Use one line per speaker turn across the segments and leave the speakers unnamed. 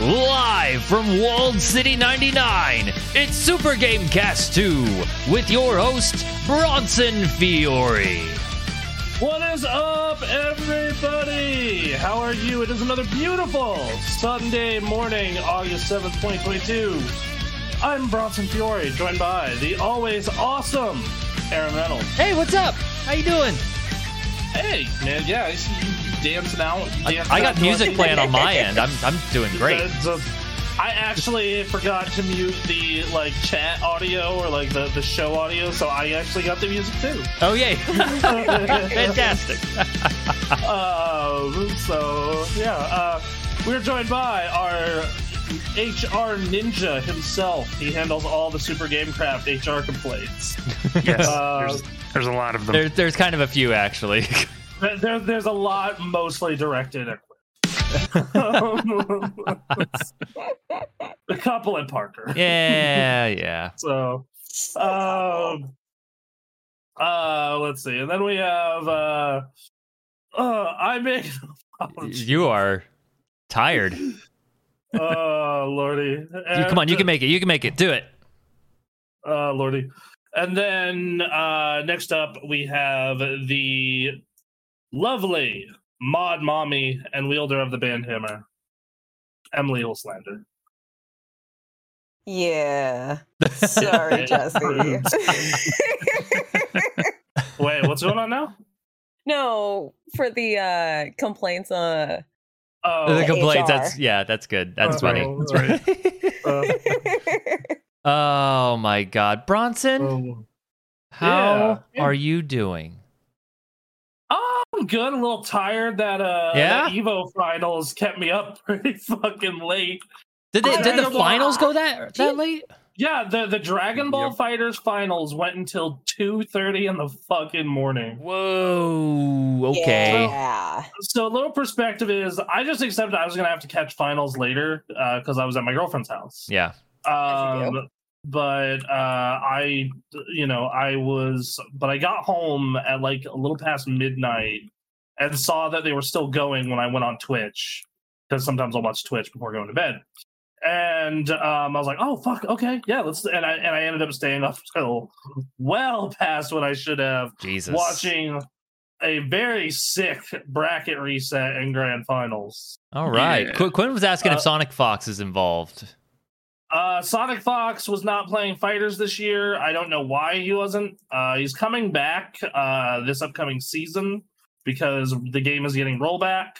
Live from Walled City 99, it's Super Gamecast 2 with your host, Bronson Fiore.
What is up, everybody? How are you? It is another beautiful Sunday morning, August 7th, 2022. I'm Bronson Fiore, joined by the always awesome Aaron Reynolds.
Hey, what's up? How you doing?
Hey, man, yeah, I see you dancing out.
I,
dancing
I
out
got
to
music
us.
playing on my end. I'm, I'm doing great.
That's a- I actually forgot to mute the like chat audio or like the, the show audio, so I actually got the music too.
Oh, yay. Fantastic.
Um, so yeah, uh, we're joined by our HR ninja himself. He handles all the Super Gamecraft HR complaints.
Yes,
Uh,
there's, there's a lot of them.
There, there's kind of a few, actually.
There, there- there's a lot mostly directed at. Um, a couple at Parker.
yeah, yeah.
So, um, uh, let's see, and then we have uh, uh I make.
You are tired. You-
Oh, lordy!
Come on, you can make it. You can make it. Do it.
uh, lordy. And then uh, next up, we have the lovely mod mommy and wielder of the bandhammer, Emily Olslander.
Yeah. Sorry, Jesse.
Wait, what's going on now?
no, for the uh complaints uh
Oh,
the complaints.
HR.
That's yeah. That's good. That's
Oh,
funny.
That's right. uh,
Oh my God, Bronson,
um,
how
yeah.
are you doing?
I'm good. A little tired that uh,
Yeah?
that Evo finals kept me up pretty fucking late.
Did they,
I
did the
don't know.
finals go that that
Jeez.
late?
Yeah, the the Dragon Ball Fighters finals went until two thirty in the fucking morning.
Whoa. Okay.
Yeah.
so a little perspective is I just accepted I was gonna have to catch finals later because I was at my girlfriend's house.
Yeah.
As you do.
Um, but uh, I, you know, I was, but I got home at like a little past midnight and saw that they were still going when I went on Twitch because sometimes I'll watch Twitch before going to bed. And um, I was like, "Oh fuck, okay, yeah, let's." And I and I ended up staying up till well past what I should have
Jesus.
watching a very sick bracket reset and grand finals.
All right.
Yeah.
Qu- Quinn was asking
Uh,
if Sonic Fox is involved.
Uh, Sonic Fox was not playing Fighters this year. I don't know why he wasn't. Uh, he's coming back uh, this upcoming season because the game is getting rollback.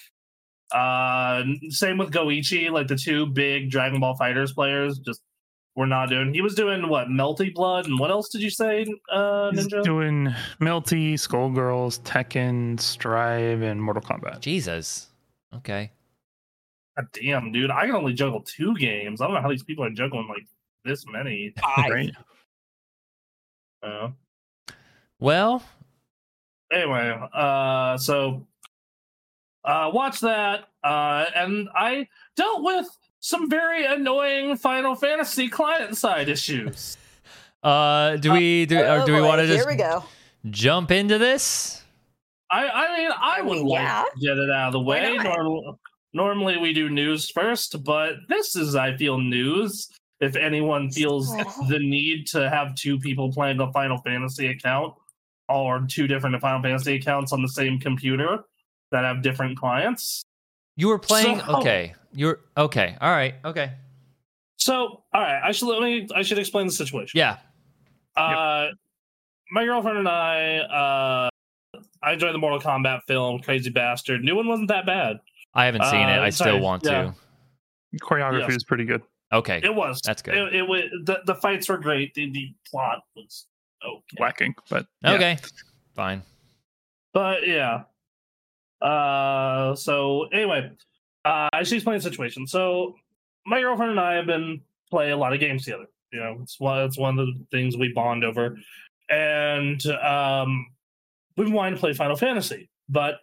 Uh, same with Goichi. Like the two big Dragon Ball Fighters players just were not doing. He was doing what Melty Blood and what else did you say, uh,
He's
Ninja?
doing Melty, Skullgirls, Tekken, Strive, and Mortal Kombat.
Jesus. Okay.
God damn, dude, I can only juggle two games. I don't know how these people are juggling like this many.
Right?
Uh,
Well,
anyway, uh, so uh, watch that, uh, and I dealt with some very annoying Final Fantasy client side issues.
uh, do we do or
Oh
do we
boy,
want to
Here
just
we go.
jump into this?
I, I mean, I would like
Yeah.
to get it out of the
Why
way.
not?
Normal, normally, we do news first, but this is, I feel, news. If anyone feels
Sort
the need to have two people playing the Final Fantasy account or two different Final Fantasy accounts on the same computer that have different clients.
You were playing.
So-
okay. You're okay. All right. Okay.
So, all right, I should let me. I should explain the situation.
Yeah.
Uh, my girlfriend and I, uh, I enjoyed the Mortal Kombat film, Crazy Bastard. New one wasn't that bad.
I haven't seen
Uh,
it. I
I'm
still
sorry.
want
Yeah.
Choreography
Yes.
is pretty good.
to. Okay.
It was.
That's good.
It, it wa- the, the fights were great. The, the plot was okay.
Lacking, but yeah.
Okay. Fine.
But yeah. Uh so anyway, uh I should explain the situation. So my girlfriend and I have been playing a lot of games together. You know, it's one it's one of the things we bond over. And um we've been wanting to play Final Fantasy. But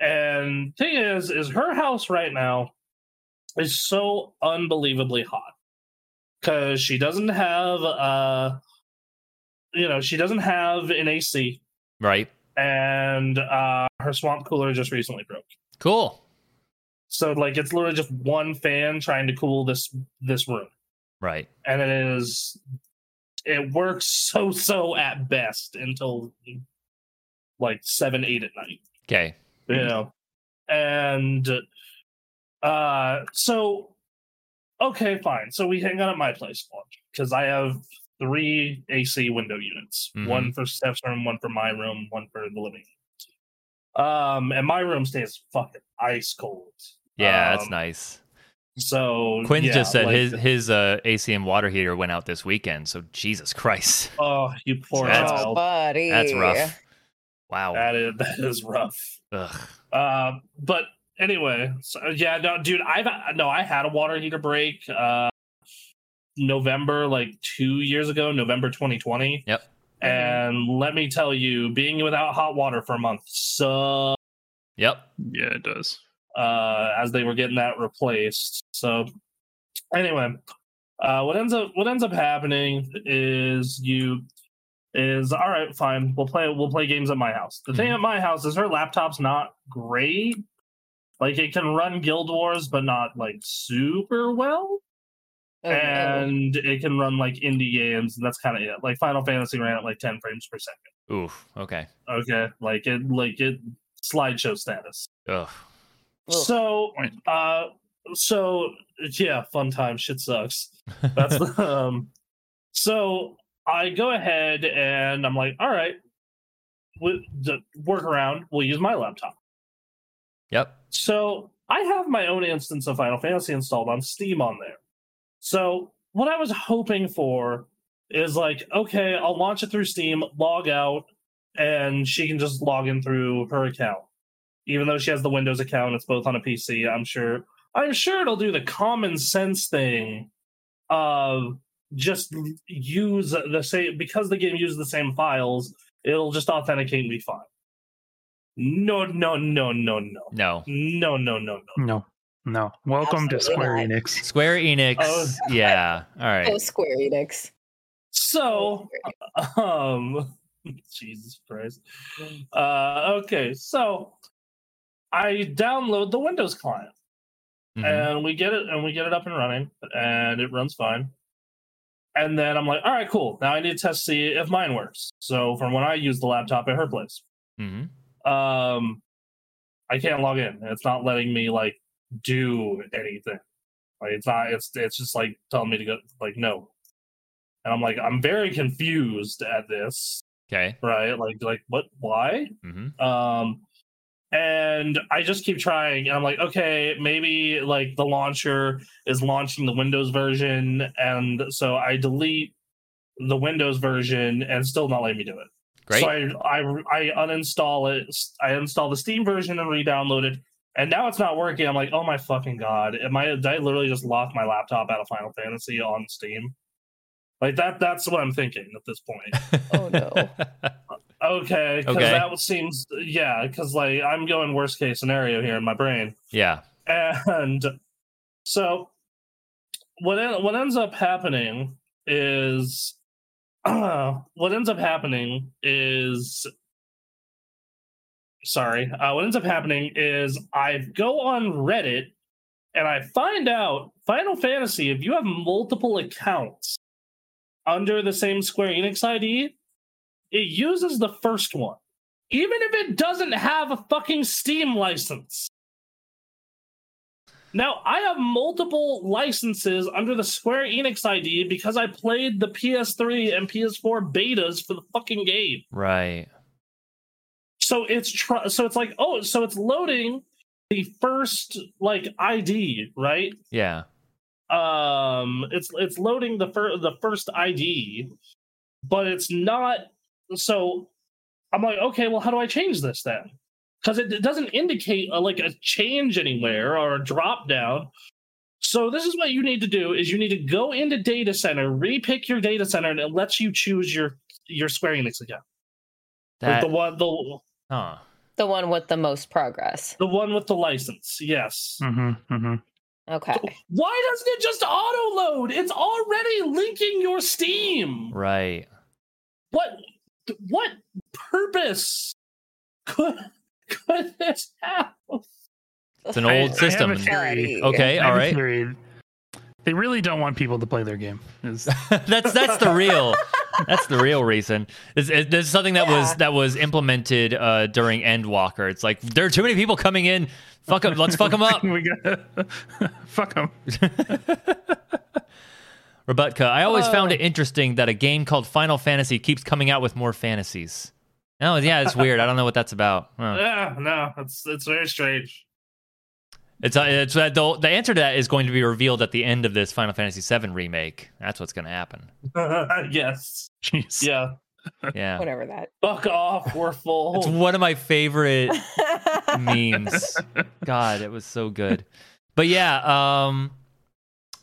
and thing is, is her house right now is so unbelievably hot. Cause she doesn't have uh you know, she doesn't have an AC
Right.
and uh, her swamp cooler just recently broke.
Cool.
So like it's literally just one fan trying to cool this this room.
Right.
And it is it works so so at best until like seven, eight at night.
Okay.
You
Mhm.
know. And uh so okay, fine. So we hang out at my place because I have three AC window units.
Mhm.
One for Steph's room, one for my room, one for the living room. Um and my room stays fucking ice cold.
Yeah, that's
Um,
nice.
So
Quinn
yeah,
just said
like-
his his uh, ACM water heater went out this weekend. So Jesus Christ,
Oh, you poor
That's-
oh,
child.
buddy.
that's rough. Wow.
That is that is rough.
Ugh.
Uh, but anyway, so, yeah, no, dude, I've no, I had a water heater break. Uh, November, like two years ago, November 2020.
Yep.
And let me tell you, being without hot water for a month, so
Yep.
Yeah, it does.
uh, as they were getting that replaced. So anyway, uh, what ends up what ends up happening is you is all right, fine. We'll play we'll play games at my house. The thing
Mhm.
at my house is her laptop's not great. Like it can run Guild Wars, but not like super well
Oh, no.
and it can run like indie games, and that's kind of it. Like Final Fantasy ran at like ten frames per second.
Oof. Okay.
Okay, like it, like it, slideshow status.
Ugh.
Ugh.
So,
Point.
uh, so yeah, fun time. Shit sucks. That's the, um. So I go ahead and I'm like, all right, we, the workaround. We'll use my laptop.
yep.
So I have my own instance of Final Fantasy installed on Steam on there. So what I was hoping for is like, okay, I'll launch it through Steam, log out, and she can just log in through her account. Even though she has the Windows account, it's both on a PC, I'm sure. I'm sure it'll do the common sense thing of just use the same because the game uses the same files, it'll just authenticate me fine. No, no, no, no, no.
No.
No, no, no, no.
No, no. Welcome to
Absolutely
Square
not.
Enix.
Square Enix.
Oh.
Yeah. All right.
Oh, Square Enix.
So, um, Jesus Christ. Uh, okay, so I download the Windows client
Mhm.
and we get it and we get it up and running and it runs fine. And then I'm like, all right, cool. Now I need to test see if mine works. So from when I use the laptop at her place,
Mhm.
um, I can't log in. It's not letting me like do anything. Like it's not. It's it's just like telling me to go like no. And I'm like I'm very confused at this,
Okay.
right? Like like what? Why?
hmm
Um, and I just keep trying, and I'm like, okay, maybe like the launcher is launching the Windows version, and so I delete the Windows version, and still not letting me do it.
Great.
So I, I I uninstall it. I install the Steam version and re-download it. And now it's not working. I'm like, oh my fucking god! Am I? did I literally just locked my laptop out of Final Fantasy on Steam. Like that. That's what I'm thinking at this point.
Oh, no.
Okay, because
Okay.
that seems yeah. Because like I'm going worst case scenario here in my brain.
yeah.
And so what en- what ends up happening is what ends up happening is sorry, uh, what ends up happening is I go on Reddit and I find out Final Fantasy if you have multiple accounts under the same Square Enix ID, it uses the first one. Even if it doesn't have a fucking Steam license. Now, I have multiple licenses under the Square Enix ID because I played the PS3 and PS4 betas for the fucking game.
Right.
So it's tr- so it's like, oh, so it's loading the first like ID, right?
Yeah.
um it's it's loading the first the first id but it's not so i'm like okay well how do i change this then because it, it doesn't indicate a, like a change anywhere or a drop down so this is what you need to do is you need to go into data center repick your data center and it lets you choose your your square enix account
That.
with the one the,
huh.
The one with the most progress.
the one with the license yes
Mm-hmm, mm-hmm.
Okay.
why doesn't it just auto load it's already linking your steam
Right.
what what purpose could could this have?
It's an
I-
old
I have
system.
a theory.
Buddy.
Okay,
I have
all
a
right.
theory. They really don't want people to play their game. Is-
that's that's the real that's the real reason. This, this is something that was
Yeah.
that was implemented uh, during Endwalker. It's like there are too many people coming in. Fuck them. Let's fuck them up.
we got fuck them.
Rebutka, I always found
Oh.
it interesting that a game called Final Fantasy keeps coming out with more fantasies. Oh yeah, it's weird. I don't know what that's about. Huh.
Yeah, no, it's it's very strange.
It's, uh, it's uh, the, the answer to that is going to be revealed at the end of this Final Fantasy VII remake. That's what's going to happen.
yes.
Jeez.
Yeah.
Yeah,
Whatever that.
Fuck off, we're
it's
full.
one of my favorite Mm. memes. God, it was so good. But yeah, um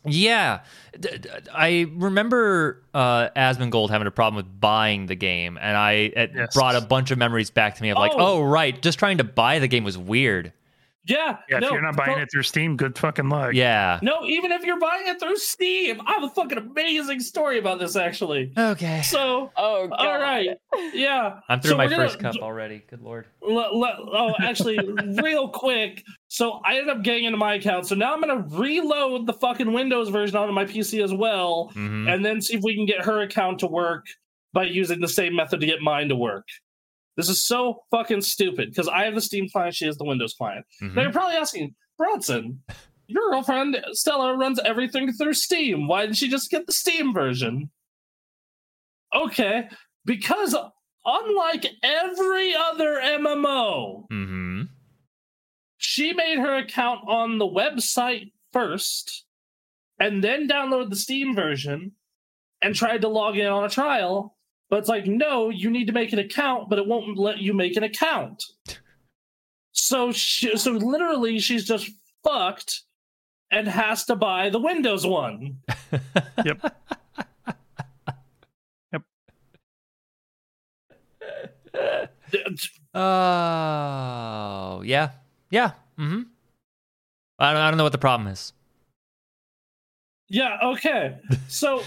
yeah, D- d- I remember uh Asmongold having a problem with buying the game and I it
Yes.
brought a bunch of memories back to me of like,
Oh.
oh right, just trying to buy the game was weird.
Yeah.
Yeah, if
no,
you're not buying
fu-
it through Steam, good fucking luck.
Yeah.
No, even if you're buying it through Steam, I have a fucking amazing story about this actually.
Okay.
So
oh, God.
all right. Yeah.
I'm through
So
my
we're gonna-
first cup already. Good lord.
Le- le- oh, actually, real quick. So I ended up getting into my account. So now I'm gonna reload the fucking Windows version onto my PC as well,
Mhm.
and then see if we can get her account to work by using the same method to get mine to work. This is so fucking stupid because I have the Steam client, she has the Windows client. Now
Mhm.
you're probably asking, Bronson, your girlfriend Stella runs everything through Steam. Why didn't she just get the Steam version? Okay, because unlike every other MMO,
Mhm.
she made her account on the website first and then downloaded the Steam version and tried to log in on a trial. But it's like, no, you need to make an account, but it won't let you make an account. So she, so literally she's just fucked and has to buy the Windows one.
Oh, yeah. Yeah. Mhm. I don't, I don't know what the problem is.
Yeah, okay. So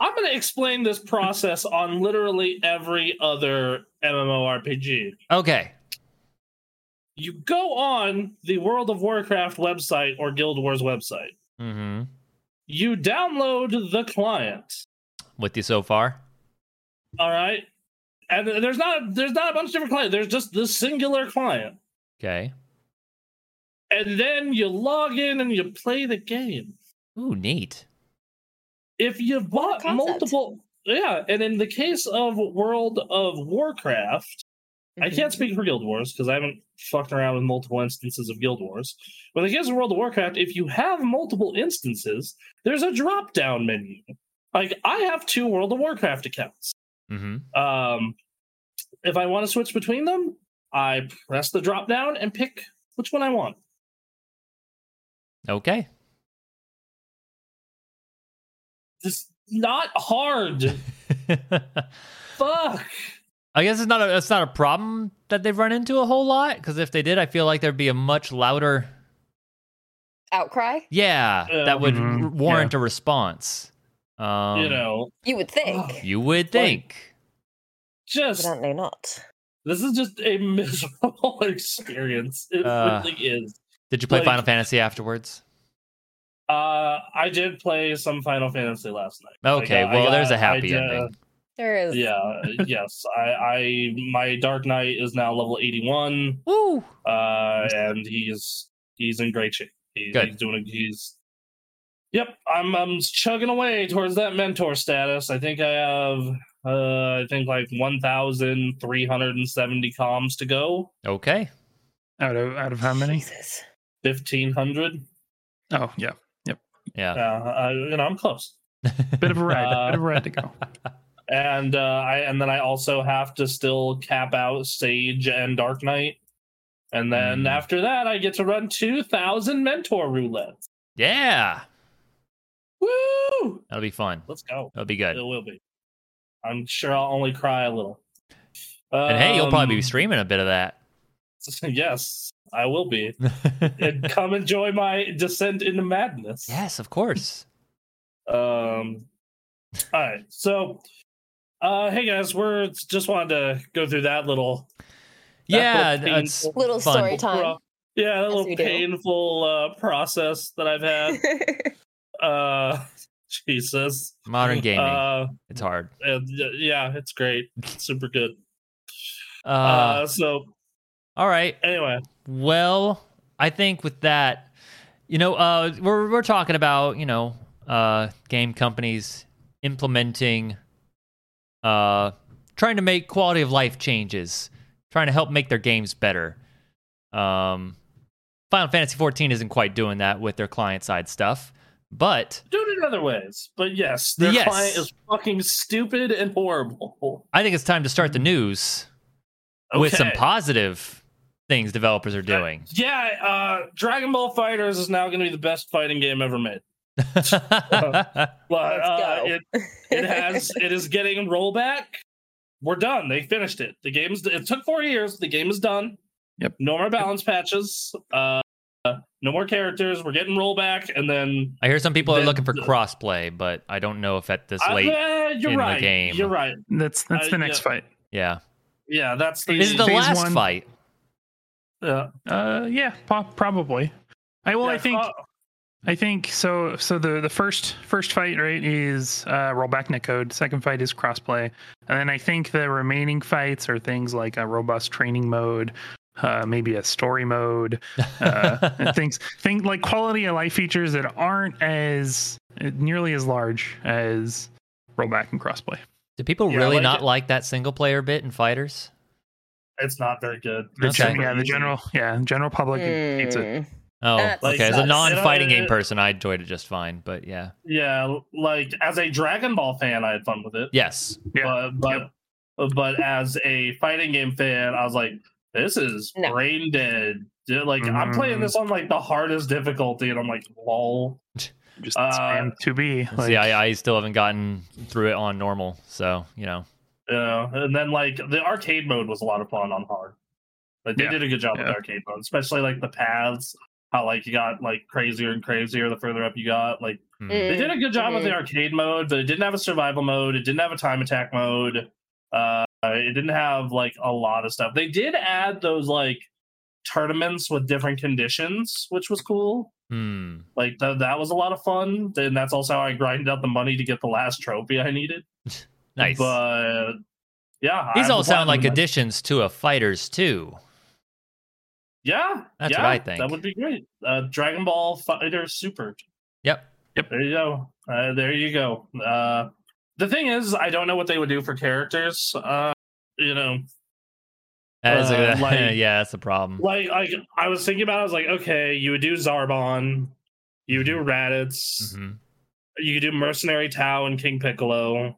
I'm going to explain this process on literally every other MMORPG.
Okay.
you go on the World of Warcraft website or Guild Wars website.
Mhm.
You download the client.
with you so far.
All right. And there's not there's not a bunch of different clients. There's just this singular client.
Okay.
And then you log in and you play the game.
Ooh, neat.
If you
What a
bought
concept.
multiple yeah, and in the case of World of Warcraft, I can't speak for Guild Wars because I haven't fucked around with multiple instances of Guild Wars. But in the case of World of Warcraft, if you have multiple instances, there's a drop down menu. Like I have two World of Warcraft accounts.
Mm-hmm.
Um, if I want to switch between them, I press the drop down and pick which one I want.
Okay.
It's not hard. Fuck.
I guess it's not a it's not a problem that they've run into a whole lot because if they did, I feel like there'd be a much louder
Outcry?
yeah
Yeah.
that would
Mhm.
r- warrant a response. Um,
you know,
You would think.
you would think.
but
just
Evidently not.
this is just a miserable experience. It
Uh.
really is.
Did you play
like-
Final Fantasy afterwards?
Uh, I did play some Final Fantasy last night.
Okay.
I got- I
well, there's a
got- I uh,
happy
did-
ending.
There is.
Yeah. uh, yes. I, I. My Dark Knight is now level eighty-one,
Woo.
uh, and he's he's in great shape. He,
Good.
He's doing. He's. Yep. I'm. I'm chugging away towards that mentor status. I think I have. Uh, I think like one thousand three hundred and seventy comms to go.
Okay.
Out of out of how many?
Jesus.
Fifteen hundred.
Oh yeah.
Uh,
Yeah.
I, you know, I'm close.
Bit of a ride.
Uh,
bit of a ride to go.
and uh, I and then I also have to still cap out Sage and Dark Knight, and then
Mm.
after that I get to run two thousand Mentor Roulette.
yeah.
Woo!
That'll be fun.
Let's go.
That'll be
It
good.
will be. I'm sure I'll only cry a little.
And hey, you'll probably be
Um,
streaming a bit of that.
Yes, I will be. And come enjoy my descent into madness.
yes, of course.
Um, all right. So, uh, hey guys, we're just wanted to go through that little.
Yeah,
That whole
that's
painful
Little
Fun.
story time.
rough- Yeah, that
Yes,
little
we do.
painful uh, process that I've had. uh, Jesus.
Modern gaming,
Uh,
it's hard.
and y- yeah, it's great. It's super good.
Uh,
Uh, so
all right.
anyway,
Well, I think with that, you know, uh, we're we're talking about you know uh, game companies implementing, uh, trying to make quality of life changes, trying to help make their games better. Um, Final Fantasy 14 isn't quite doing that with their client side stuff, but
do it in other ways. But yes, their
Yes.
client is fucking stupid and horrible.
I think it's time to start the news with some
Okay.
positive things developers are doing.
Yeah, uh, Dragon Ball Fighters is now going to be the best fighting game ever made. But
Let's
uh,
go.
it, it has it is getting rollback. We're done. They finished it. The game's it took four years. The game is done.
Yep.
No more balance patches. Uh, no more characters. We're getting rollback, and then
I hear some people are
Then-
looking for crossplay, but I don't know if at this
Uh,
late.
yeah, you're
in the
right.
game.
You're right.
That's that's
Uh,
the next
yeah.
fight.
Yeah,
Yeah, that's the.
this is the
Phase
last
one.
fight.
yeah.
Uh, yeah, po- probably. I well,
Yeah,
I think
uh,
I think so. So the the first first fight right is uh, rollback netcode. Second fight is crossplay, and then I think the remaining fights are things like a robust training mode, uh, maybe a story mode, uh,
Uh-huh.
and things things like quality of life features that aren't as nearly as large as rollback and crossplay.
Do people
Yeah,
really
like
not
it-
like that single player bit in fighters?
it's not very good.
The
Okay.
gen- yeah, the general yeah general public hates
Hmm.
it.
Mm.
Oh,
That's-
okay. As a
Like, that's-
non-fighting
uh,
game person, I enjoyed it just fine. But yeah,
Yeah, like as a Dragon Ball fan, I had fun with it.
yes,
Yeah.
But but but as a fighting game fan, I was like, this is
No.
brain dead. Dude, Like I'm
Mhm.
playing this on like the hardest difficulty, and I'm like, lol.
Just
Uh,
spam to be like,
see, I, I still haven't gotten through it on normal, so you know.
You know? And then like the arcade mode was a lot of fun on hard. Like they
Yeah.
did a good job with
Yeah.
the arcade mode, especially like the paths. How like you got like crazier and crazier the further up you got. Like
Hmm.
Mm.
They did a good job with the arcade mode, but it didn't have a survival mode. It didn't have a time attack mode. Uh, it didn't have like a lot of stuff. They did add those like tournaments with different conditions, which was cool.
Hmm.
Like th- that was a lot of fun. Then that's also how I grinded up the money to get the last trophy I needed.
Nice.
But yeah,
These
I
all
was
sound like
platinum.
additions to a fighters too.
Yeah,
That's
yeah,
what I think.
That would be great. Uh, Dragon Ball Fighter Super.
Yep.
There you go. Uh, there you go. Uh, the thing is, I don't know what they would do for characters. Uh, you know,
That is a-
Uh, like-
yeah, that's the problem.
like like I was thinking about, it, I was like, okay, you would do Zarbon, you would do
Mm-hmm.
Raditz,
hmm
you could do Mercenary Tau and King Piccolo.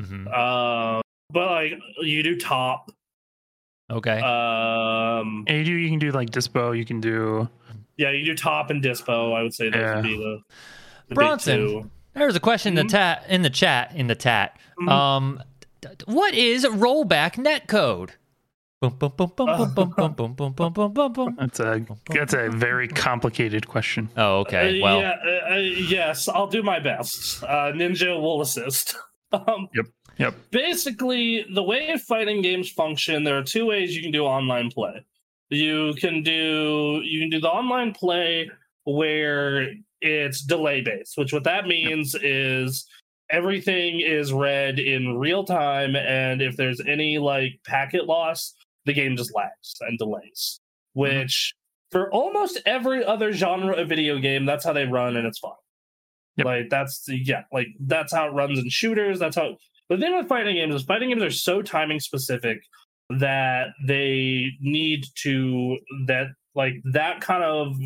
hmm
Uh, but like you do Top.
Okay.
Um,
and you, do- you can do like dispo. You can do
yeah, you do Top and Dispo. I would say those
Yeah.
would be the, the big
Bronson.
two.
There's a question in
Mhm.
the tat in the chat in the tat.
Mhm.
Um, d- d- what is rollback netcode? Boom, boom, boom, boom, boom, boom, boom, boom, boom, boom, boom, boom,
Uh,
boom.
that's a that's a very complicated question.
Oh,
Uh,
okay. Well,
yeah, uh, uh, yes, I'll do my best. Uh, Ninja will assist. Um,
Yep, yep.
Basically, the way fighting games function, there are two ways you can do online play. You can do you can do the online play where it's delay based, which what that means is everything is read in real time, and if there's any like packet loss, the game just lags and delays. Which for almost every other genre of video game, that's how they run, and it's fun.
Yep.
Like that's yeah, like that's how it runs in shooters. That's how the thing with fighting games is fighting games are so timing specific that they need to that like that kind of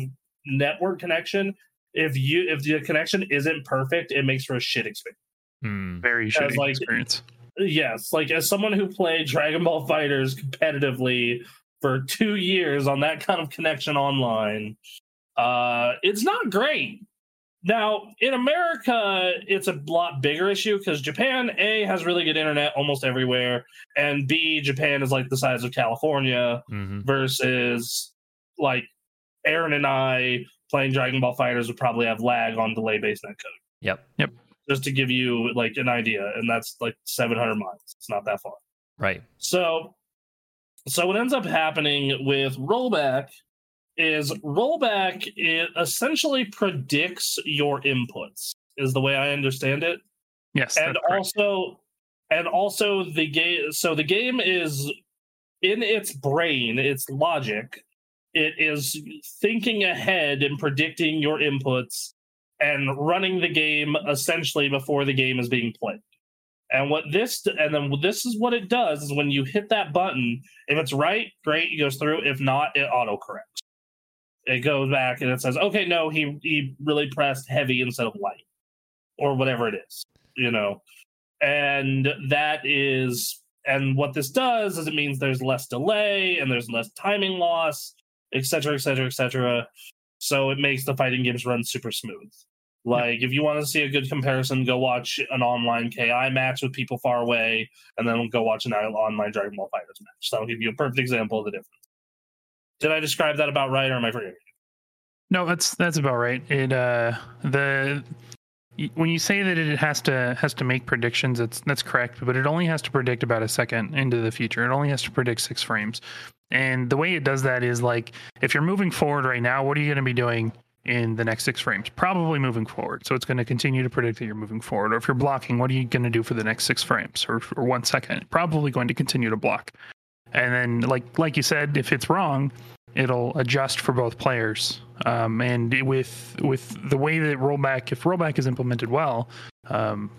network connection. If you if the connection isn't perfect, it makes for a shit experience.
hmm.
Very
As,
shitty
like,
experience.
Yes, like as someone who played Dragon Ball Fighters competitively for two years on that kind of connection online, uh, it's not great. Now in America, it's a lot bigger issue because Japan A has really good internet almost everywhere, and B Japan is like the size of California
Mhm.
versus like Aaron and I playing Dragon Ball Fighters would probably have lag on delay based netcode
Yep.
just to give you like an idea and that's like 700 miles it's not that far
Right.
so so what ends up happening with rollback is rollback it essentially predicts your inputs is the way i understand it
Yes.
and
that's correct.
also and also the game so the game is in its brain its logic it is thinking ahead and predicting your inputs and running the game essentially before the game is being played and what this and then this is what it does is when you hit that button if it's right great it goes through if not it auto corrects it goes back and it says okay no he he really pressed heavy instead of light or whatever it is you know and that is and what this does is it means there's less delay and there's less timing loss et cetera et cetera et cetera so it makes the fighting games run super smooth like if you want to see a good comparison go watch an online ki match with people far away and then go watch an online dragon ball fighters match that'll give you a perfect example of the difference did i describe that about right or am i forgetting
No, that's that's about right. It uh the y- when you say that it has to has to make predictions, it's that's correct, but it only has to predict about a second into the future. It only has to predict six frames. And the way it does that is like if you're moving forward right now, what are you going to be doing in the next six frames? Probably moving forward. So it's going to continue to predict that you're moving forward. Or if you're blocking, what are you going to do for the next six frames or, or one second? Probably going to continue to block. And then, like like you said, if it's wrong, it'll adjust for both players. Um, and it- with with the way that rollback, if rollback is implemented well, um,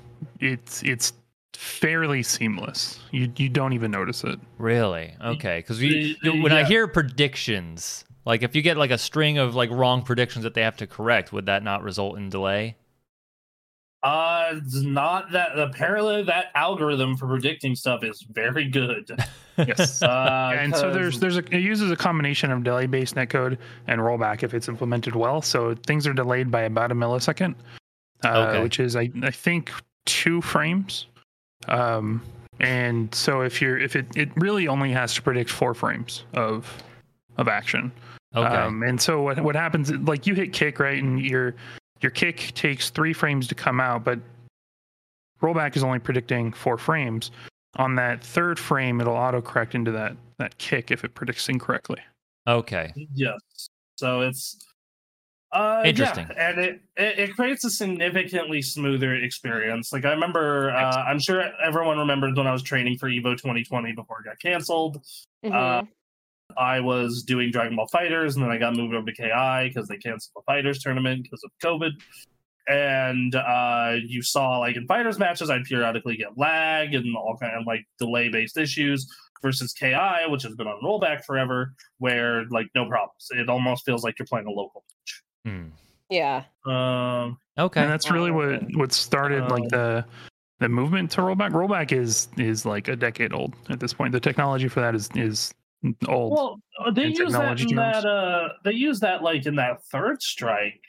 it's it's fairly seamless. You you don't even notice it.
Really? Okay. Because when
y-
I
yeah.
hear predictions, like if you get like a string of like wrong predictions that they have to correct, would that not result in delay?
Uh, it's not that apparently that algorithm for predicting stuff is very good.
Yes.
Uh,
and so
'cause-
there's there's a, it uses a combination of delay based netcode and rollback if it's implemented well. So things are delayed by about a millisecond, uh,
Okay.
which is I I think two frames. Um, and so if you're if it it really only has to predict four frames of of action.
Okay.
Um, and so what what happens? is, Like you hit kick right, and your your kick takes three frames to come out, but rollback is only predicting four frames. On that third frame, it'll autocorrect into that that kick if it predicts incorrectly.
okay.
yes, so it's uh, yeah,
Interesting.
and it, it it creates a significantly smoother experience. Like I remember, uh, I'm sure everyone remembers when I was training for Evo 2020 before it got canceled.
Mm-hmm.
Uh, I was doing Dragon Ball Fighters, and then I got moved over to KI because they canceled the Fighters tournament because of COVID. And uh, you saw, like in Fighters matches, I'd periodically get lag and all kind of like delay based issues versus KI, which has been on rollback forever, where like no problems. It almost feels like you're playing a local.
Hmm.
yeah.
Um,
Okay.
And that's really what what started like the the movement to rollback. Rollback is is like a decade old at this point. The technology for that is is old.
Well, uh, they
and
use that
technology
in
terms.
that. Uh, they use that like in that Third Strike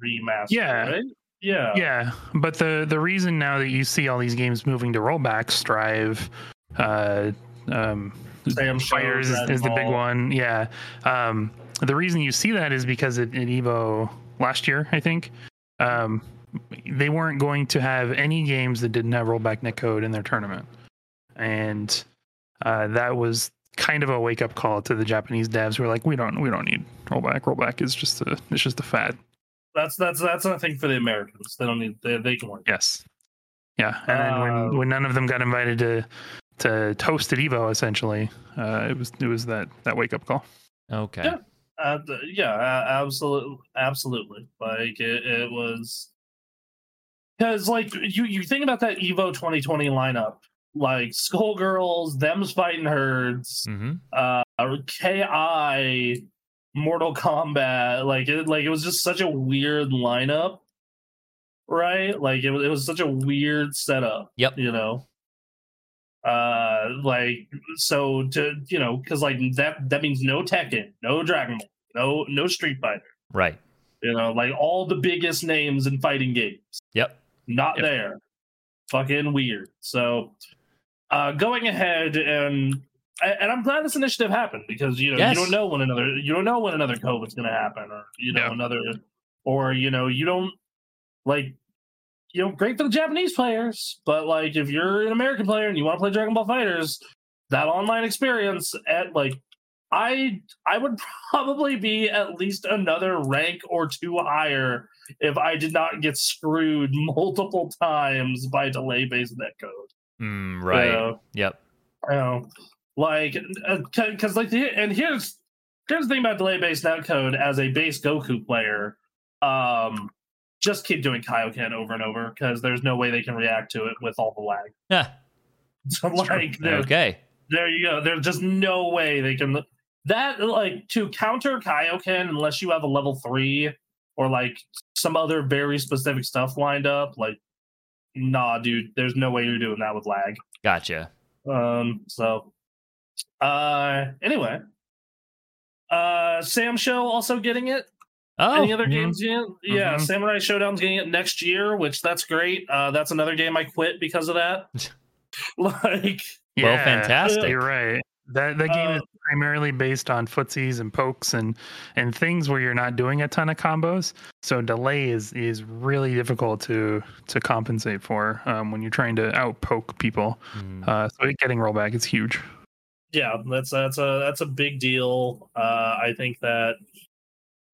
remaster.
Yeah.
Right? Yeah.
yeah but the the reason now that you see all these games moving to rollback strive uh um
Sam Show,
fighters is,
Dragon
is the big
Ball.
one yeah um the reason you see that is because at, at evo last year i think um they weren't going to have any games that didn't have rollback netcode in their tournament and uh that was kind of a wake-up call to the japanese devs who were like we don't we don't need rollback rollback is just a it's just a fad
That's that's that's a thing for the Americans. They don't need they, they can work.
Yes. Yeah, and then
Uh,
when, when none of them got invited to to toast at Evo, essentially, uh, it was it was that that wake up call.
okay.
Yeah. Uh, th- yeah, uh, absolutely, absolutely. Like it, it was because like you you think about that Evo 2020 lineup, like Skullgirls, them's fighting herds,
Mm-hmm.
uh, Ki, Mortal Kombat. Like it, like it was just such a weird lineup, right? Like it, was- it was such a weird setup.
Yep.
You know, uh, like so to you know because like that that means no Tekken, no Dragon Ball, no no Street Fighter.
Right.
You know, like all the biggest names in fighting games
Yep.
not
Yep.
there. Fucking weird. So, uh, going ahead and and I'm glad this initiative happened because you know
Yes.
you don't know when another you don't know when another COVID's going to happen or you know
No.
another or you know you don't like you know great for the Japanese players, but like if you're an American player and you want to play Dragon Ball Fighters, that online experience at like I I would probably be at least another rank or two higher if I did not get screwed multiple times by delay based netcode.
Mm, right.
So,
Yep.
you know, like because like the, and here's here's the thing about delay based netcode as a base Goku player. Um, just keep doing Kaioken over and over because there's no way they can react to it with all the lag.
Yeah.
So
That's true.
like there,
Okay.
there you go. There's just no way they can that like to counter Kaioken unless you have a level three or like some other very specific stuff lined up. Like, nah, dude, there's no way you're doing that with lag.
Gotcha.
Um, so uh anyway. Uh Sam Show also getting it. Any
Oh,
other
mhm.
games yet? Yeah,
Mhm.
Samurai Showdown's getting it next year, which that's great. Uh that's another game I quit because of that. like
well,
Yeah,
fantastic.
You're right. That that game
Uh,
is primarily based on footsies and pokes and and things where you're not doing a ton of combos. So delay is is really difficult to to compensate for um, when you're trying to out poke people.
Hmm.
Mm.
Uh, so it getting rollback is huge.
yeah, that's that's a that's a big deal. Uh, I think that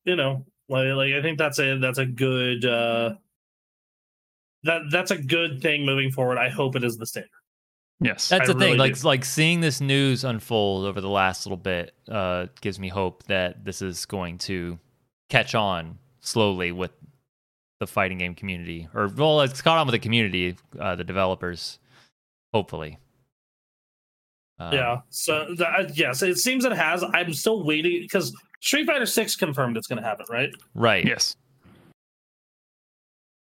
you know, like, like I think that's a that's a good uh, that that's a good thing moving forward. I hope it is the standard.
Yes.
That's
I
the thing.
really
like
do.
like seeing this news unfold over the last little bit uh, gives me hope that this is going to catch on slowly with the fighting game community, or well, it's caught on with the community, uh, the developers, hopefully. Um,
yeah. So that, yes, it seems it has. I'm still waiting because Street Fighter Six confirmed it's going to happen, right?
Right.
yes.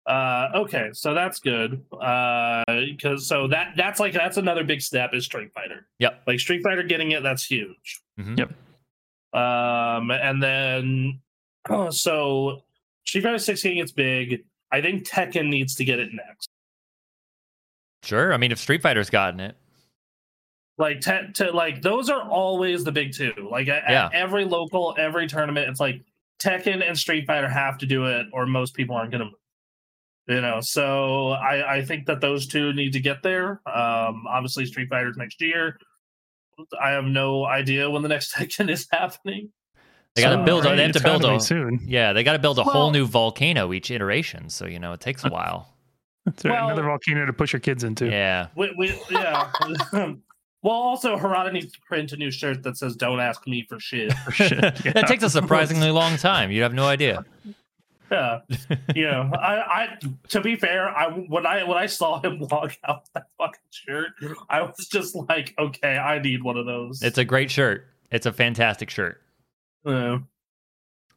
Uh, okay, so that's good. Uh, because so that that's like that's another big step is Street Fighter.
Yep.
Like Street Fighter getting it, that's huge.
Mhm.
Yep.
Um, and then oh, so Street Fighter 6 getting it's big. I think Tekken needs to get it next.
Sure. I mean, if Street Fighter's gotten it,
Like te- te- like those are always the big two. Like at, at
Yeah.
every local, every tournament, it's like Tekken and Street Fighter have to do it, or most people aren't gonna. move. You know, so I I think that those two need to get there. Um, obviously Street Fighter's next year. I have no idea when the next Tekken is happening.
they got to
So,
build.
right,
on they have
It's
to build
gotta be
a.
soon.
Yeah, they got to build a
Well-
whole new volcano each iteration. So you know, it takes a while.
It's
Well-
another volcano to push your kids into.
Yeah.
We, we, yeah. well, also, Harada needs to print a new shirt that says "Don't ask me for shit."
For Oh, shit. Yeah.
that takes a surprisingly long time. You have no idea.
Yeah, you know, I, I to be fair, I when I when I saw him walk out with that fucking shirt, I was just like, okay, I need one of those.
It's a great shirt. It's a fantastic shirt. Uh,
Yeah.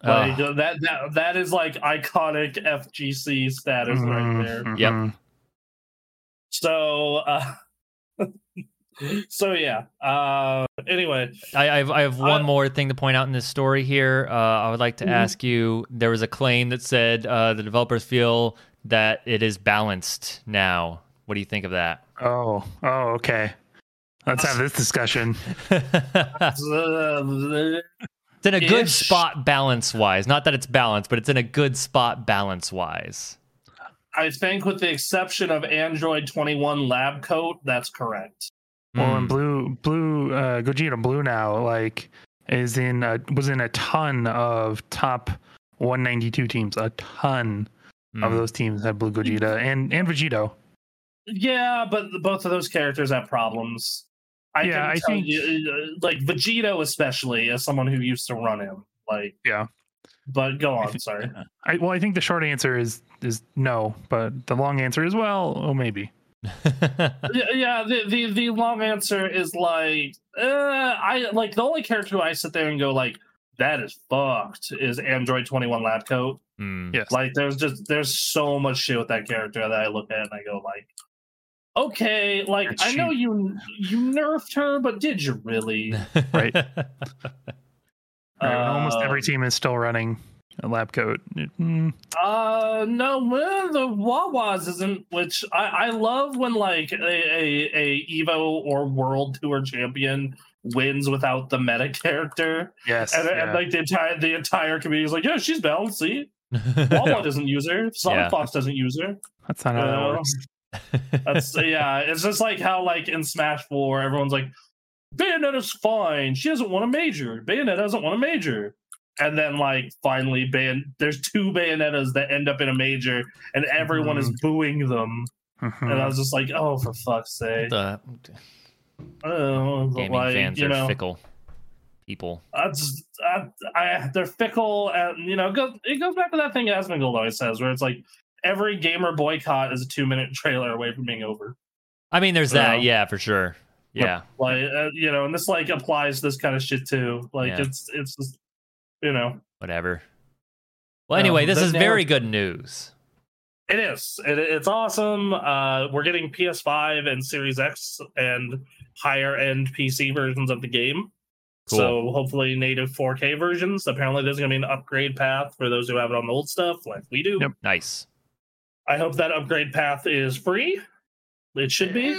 Ugh.
like, that that that is like iconic FGC status right there.
Mhm,
Yep.
mhm.
So, uh, so yeah. Uh, anyway,
I, I have I have one
Uh,
more thing to point out in this story here. Uh, I would like to
Mm-hmm.
Mhm.
ask you. There was a claim that said uh, the developers feel that it is balanced now. What do you think of that?
Oh. Oh. Okay. Let's have this discussion.
it's
uh,
in a good
Ish.
spot balance wise. Not that it's balanced, but it's in a good spot balance wise.
I think, with the exception of Android 21 Lab Coat, that's correct.
Well,
Hmm.
and blue, blue, uh, Gogeta Blue now like is in a, was in a ton of top 192 teams. A ton of
Hmm.
those teams had blue Gogeta and and Vegito.
Yeah, but the- both of those characters have problems. I
Yeah,
can
I
tell
think-
you, uh, like Vegito, especially as someone who used to run him. Like,
Yeah.
But go
I
on,
think-
sorry.
I, well, I think the short answer is is no, but the long answer is well, oh maybe.
Yeah, yeah. The, the the long answer is like, uh, I like the only character who I sit there and go like, that is fucked. Is Android 21 Lab Coat.
Mm.
Yes.
Like there's just there's so much shit with that character that I look at and I go like, okay, like
It's
I know
cheap.
you you nerfed her, but did you really?
Right. Right, Almost every
Um,
team is still running a lab coat. Mm,
Uh, no, well, the Wawas isn't. Which I I love when like a a, a Evo or World Tour champion wins without the meta character,
yes.
and, and
yeah.
like the entire the entire community is like, yeah, she's balanced. See, Wawa doesn't use her. Sonic
Yeah.
Fox doesn't use her.
That's not how that
Uh,
works.
That's yeah. It's just like how like in Smash Four, everyone's like, Bayonetta's fine. She doesn't want a major. Bayonetta doesn't want a major. And then, like, finally, Bayon- there's two Bayonettas that end up in a major, and everyone is booing them.
Mm-hmm.
And I was just like, oh, for fuck's sake.
The
Oh, but,
gaming
like,
fans
you
are
know,
fickle people.
I just, I, I, they're fickle, and you know, go, it goes back to that thing Asmongold always says, where it's like every gamer boycott is a two-minute trailer away from being over.
I mean, there's
Well.
that. Yeah, for sure.
Yep.
Yeah.
Like, uh, you know, and this like applies to this kind of shit too. Like,
Yeah.
it's, it's, just, you know,
Whatever. Well,
Um,
anyway, this
the
is
narrative-
very good news.
it is, it, it's awesome. Uh, we're getting PS5 and Series X and higher-end PC versions of the game.
Cool.
So hopefully native 4K versions. Apparently, there's going to be an upgrade path for those who have it on the old stuff, like we do.
Yep.
Nice.
I hope that upgrade path is free. It should be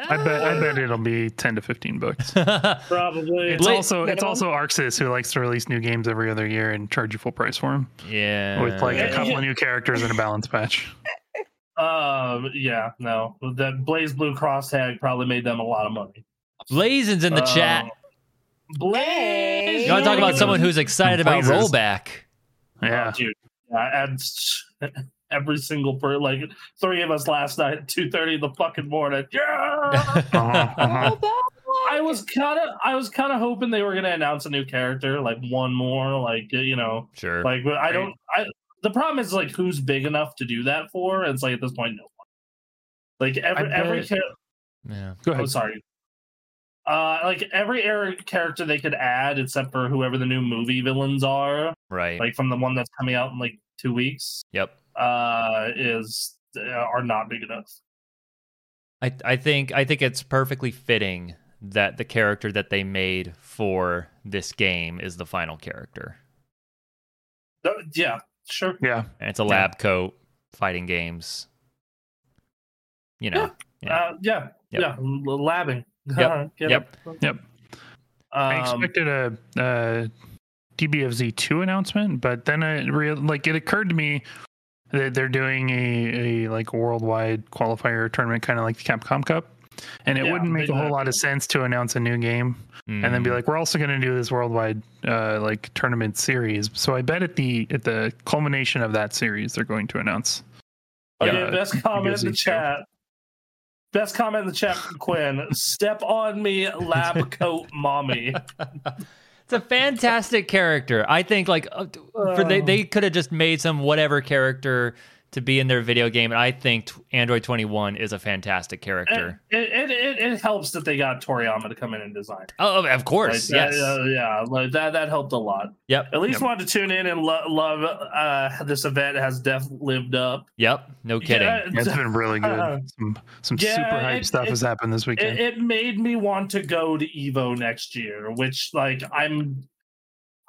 I bet
Uh,
I bet it'll be ten to fifteen bucks.
probably.
It's
Bla-
also it's
minimum?
also Arxis who likes to release new games every other year and charge you full price for them
yeah.
with like a
Uh, Yeah.
couple of new characters and a balance patch.
Um, yeah, no, that Blaze Blue Cross tag probably made them a lot of money.
Blazin's in the
Uh,
Um,
chat.
Blaze,
Hey.
You want to talk about someone who's excited about
Blazes.
rollback?
Yeah,
Oh, dude, yeah, and every single per like three of us last night, two thirty in the fucking morning. Yeah,
Uh-huh.
I was kind of, I was kind of hoping they were gonna announce a new character, like one more, like you know,
sure.
Like but I don't. I the problem is like who's big enough to do that for? And it's like at this point, no one. Like every
I bet-
every character.
yeah.
go
Oh,
ahead.
sorry. Uh, like every air character they could add, except for whoever the new movie villains are,
Right.
like from the one that's coming out in like two weeks,
yep.
uh, is uh, are not big enough.
I I think I think it's perfectly fitting that the character that they made for this game is the final character.
Uh, yeah, sure.
Yeah,
And it's a lab coat fighting games. You know. Yeah.
Uh, yeah,
Yep.
yeah. L- labbing.
Yep.
Get it.
Yep.
Yep. I
Um,
expected a, uh DBFZ two announcement, but then I real like it occurred to me that they're doing a, a like worldwide qualifier tournament, kind of like the Capcom Cup, and it
Yeah,
wouldn't make
they
a whole
do.
lot of sense to announce a new game and then be
Mm.
like, we're also going to do this worldwide uh, like tournament series. So I bet at the at the culmination of that series, they're going to announce. Uh,
Okay,
Yeah,
best comment in the
Yuzuki.
chat. Best comment in the chat from Quinn. Step on me, lab coat mommy.
It's a fantastic character. I think like uh, t- for they
Oh.
they could have just made some whatever character to be in their video game, and I think t- Android Twenty One is a fantastic
It,
character.
it, it, it helps that they got Toriyama to come in and design.
oh, of
Like,
course,
that-
yes,
uh, yeah, like that that helped a lot.
yep,
At least
Yep.
wanted to tune in and lo- love uh, this event has def lived up.
yep. No kidding.
Yeah,
It's been really good.
Uh,
some some
yeah,
super hype
it-
stuff
it-
has happened this weekend.
it, it made me want to go to Evo next year, which like I'm,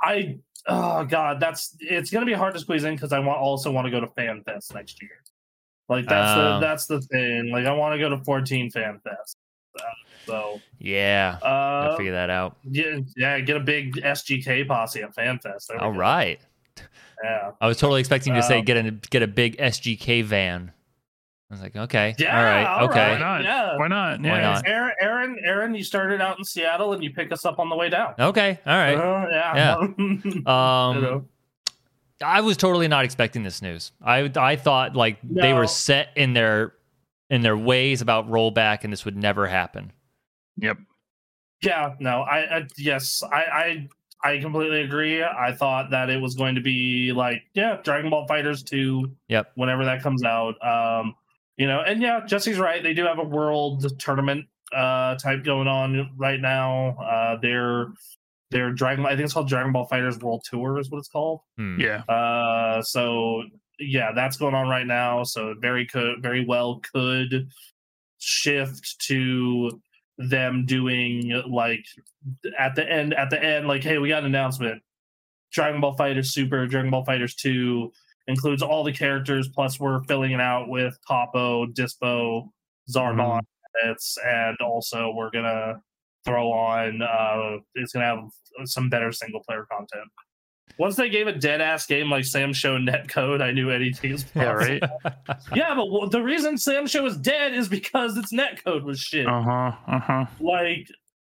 I oh god, that's it's gonna be hard to squeeze in because I want also want to go to Fan Fest next year. Like that's
Oh.
the that's the thing. Like I want to go to 14 Fan Fest. Uh, So
yeah, I'll
uh,
figure that out.
yeah, yeah, get a big SGK posse at Fan Fest. There we
All
go.
right,
Yeah.
I was totally expecting you to say
Um,
get a get a big SGK van. I was like, okay,
Yeah.
all right, okay.
Why not?
Yeah.
Why not? Yeah,
not?
Aaron, Aaron, Aaron, you started out in Seattle and you pick us up on the way down.
Okay, all right.
Uh, yeah.
Yeah.
You
Um,
know.
I was totally not expecting this news. I I thought like they
No.
were set in their in their ways about rollback, and this would never happen.
Yeah, no, I, I yes, I, I I completely agree. I thought that it was going to be like, yeah, Dragon Ball Fighters two.
Yep.
Whenever that comes out, um, you know, and yeah, Jesse's right. They do have a world tournament uh type going on right now. Uh, they're they're Dragon. I think it's called Dragon Ball Fighters World Tour is what it's called.
Hmm.
yeah.
Uh, so yeah, that's going on right now. So it very could very well could shift to them doing like at the end at the end like hey we got an announcement dragon ball fighters super dragon ball fighters 2 includes all the characters plus we're filling it out with topo dispo zarmon edits, and also we're gonna throw on uh it's gonna have some better single player content once they gave a dead ass game like Sam Show netcode, I knew anything was
Hmm.
Yeah,
possible.
right.
Yeah, but
Oh,
w- the reason Sam Show is dead is because its netcode was shit.
Uh huh. Uh huh.
Like,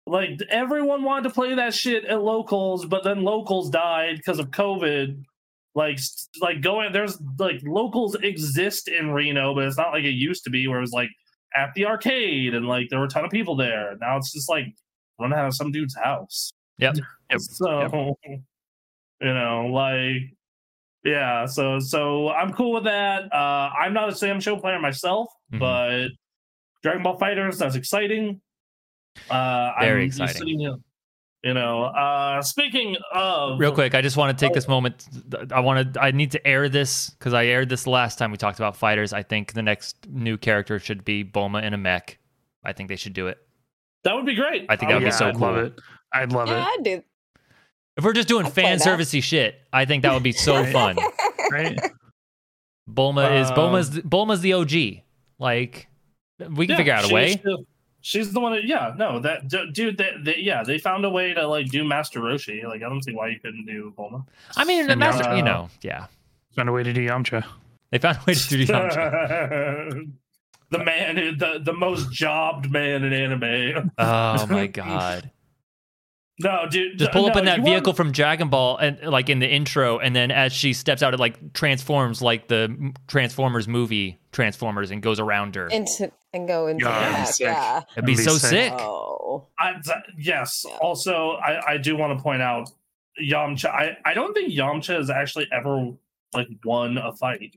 Like everyone wanted to play that shit at locals, but then locals died because of COVID. Like, s- like going there's like locals exist in Reno, but it's not like it used to be where it was like at the arcade and like there were a ton of people there. Now it's just like run out of some dude's house.
Yep.
Yep.
So you know, like yeah, so so I'm cool with that. Uh I'm not a Sam Show player myself,
Mm-hmm.
Mhm.
but Dragon Ball Fighters that's exciting. Uh
Very
I'm just
exciting.
sitting here, you know, uh speaking of
Real quick, I just want to take this moment. I want to. I need to air this because I aired this last time we talked about fighters. I think the next new character should be Bulma in a mech. I think they should do it.
that would be great. Oh,
I think that would be
yeah,
so
I'd love
cool.
it. I'd love
yeah, I'd do.
If we're just doing
I'd play that.
fan servicey shit, I think that would be so fun.
it. Right?
Bulma is
Um,
Bulma's Bulma's the OG. Like we can
Yeah,
figure out a
she's
way.
the- she's the one that, yeah, no, that d- dude, that, that, yeah, they found a way to like do Master Roshi. Like, I don't see why you couldn't do Bulma.
I mean, the
And,
master, you
uh,
know, yeah.
Found a way to do Yamcha.
They found a way to do the Yamcha.
the man who, the, the most jobbed man in anime.
Oh my god!
No, dude,
Just pull up
no,
in that
you want-
vehicle from Dragon Ball and like in the intro, and then as she steps out, it like transforms like the m- Transformers movie Transformers and goes around her.
Into and go into
Yeah,
that.
sick.
Yeah.
It'd be,
That'd be
so
sick.
sick.
Oh.
I, th- yes. Also, I, I do want to point out Yamcha. I, I don't think Yamcha has actually ever like won a fight.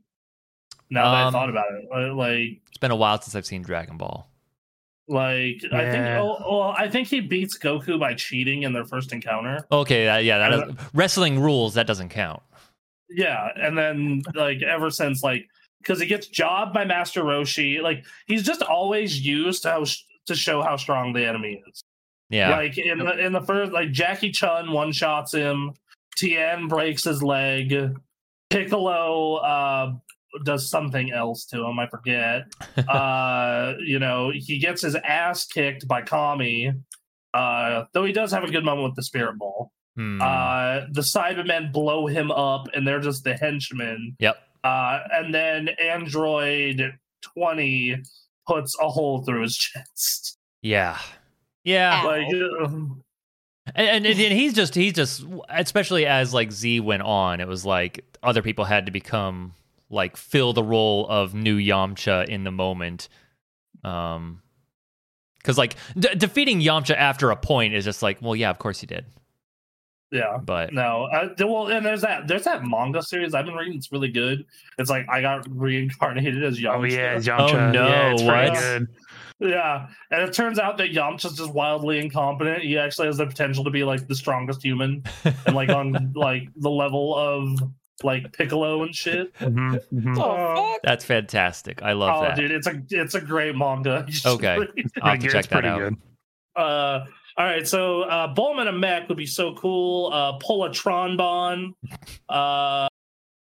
Now that I
Um,
thought about it, Uh, like
It's been a while since I've seen Dragon Ball.
Like I think,
Yeah.
oh, well, I think he beats Goku by cheating in their first encounter.
Okay, that, yeah, that
I
does, wrestling rules that doesn't count.
Yeah, and then like ever since, like because he gets jobbed by Master Roshi, like he's just always used to how sh- to show how strong the enemy is.
Yeah,
Like in the in the first, like Jackie Chun one shots him, Tien breaks his leg, Piccolo uh, does something else to him. I forget. uh, you know, he gets his ass kicked by Kami. Uh, though he does have a good moment with the Spirit Ball.
Hmm.
Uh, the Cybermen blow him up, and they're just the henchmen.
Yep.
Uh, and then Android twenty puts a hole through his chest.
yeah, yeah.
Ow.
Like, uh,
And, and and he's just he's just especially as like Z went on, it was like other people had to become like fill the role of new Yamcha in the moment. Um, because like de- defeating Yamcha after a point is just like, well, yeah, of course you did,
yeah.
but
No, uh, th- well, and there's that there's that manga series I've been reading. It's really good. It's like I got reincarnated as Yamcha.
Oh yeah, Yamcha.
no,
yeah, it's pretty
what?
good.
Yeah, and it turns out that Yamcha's just wildly incompetent. He actually has the potential to be like the strongest human, and like on like the level of like Piccolo and shit.
Mhm, mhm.
Mm-hmm.
Oh,
Uh,
fuck.
that's fantastic. I love
oh,
that.
dude, it's a it's a great manga. You should
Okay.
read it.
I'll have
Pretty
to
good,
check
it's
that
pretty
out.
good.
Uh, all right, so uh, Bowman and Mac would be so cool. Uh, pull a Tronbon. Uh,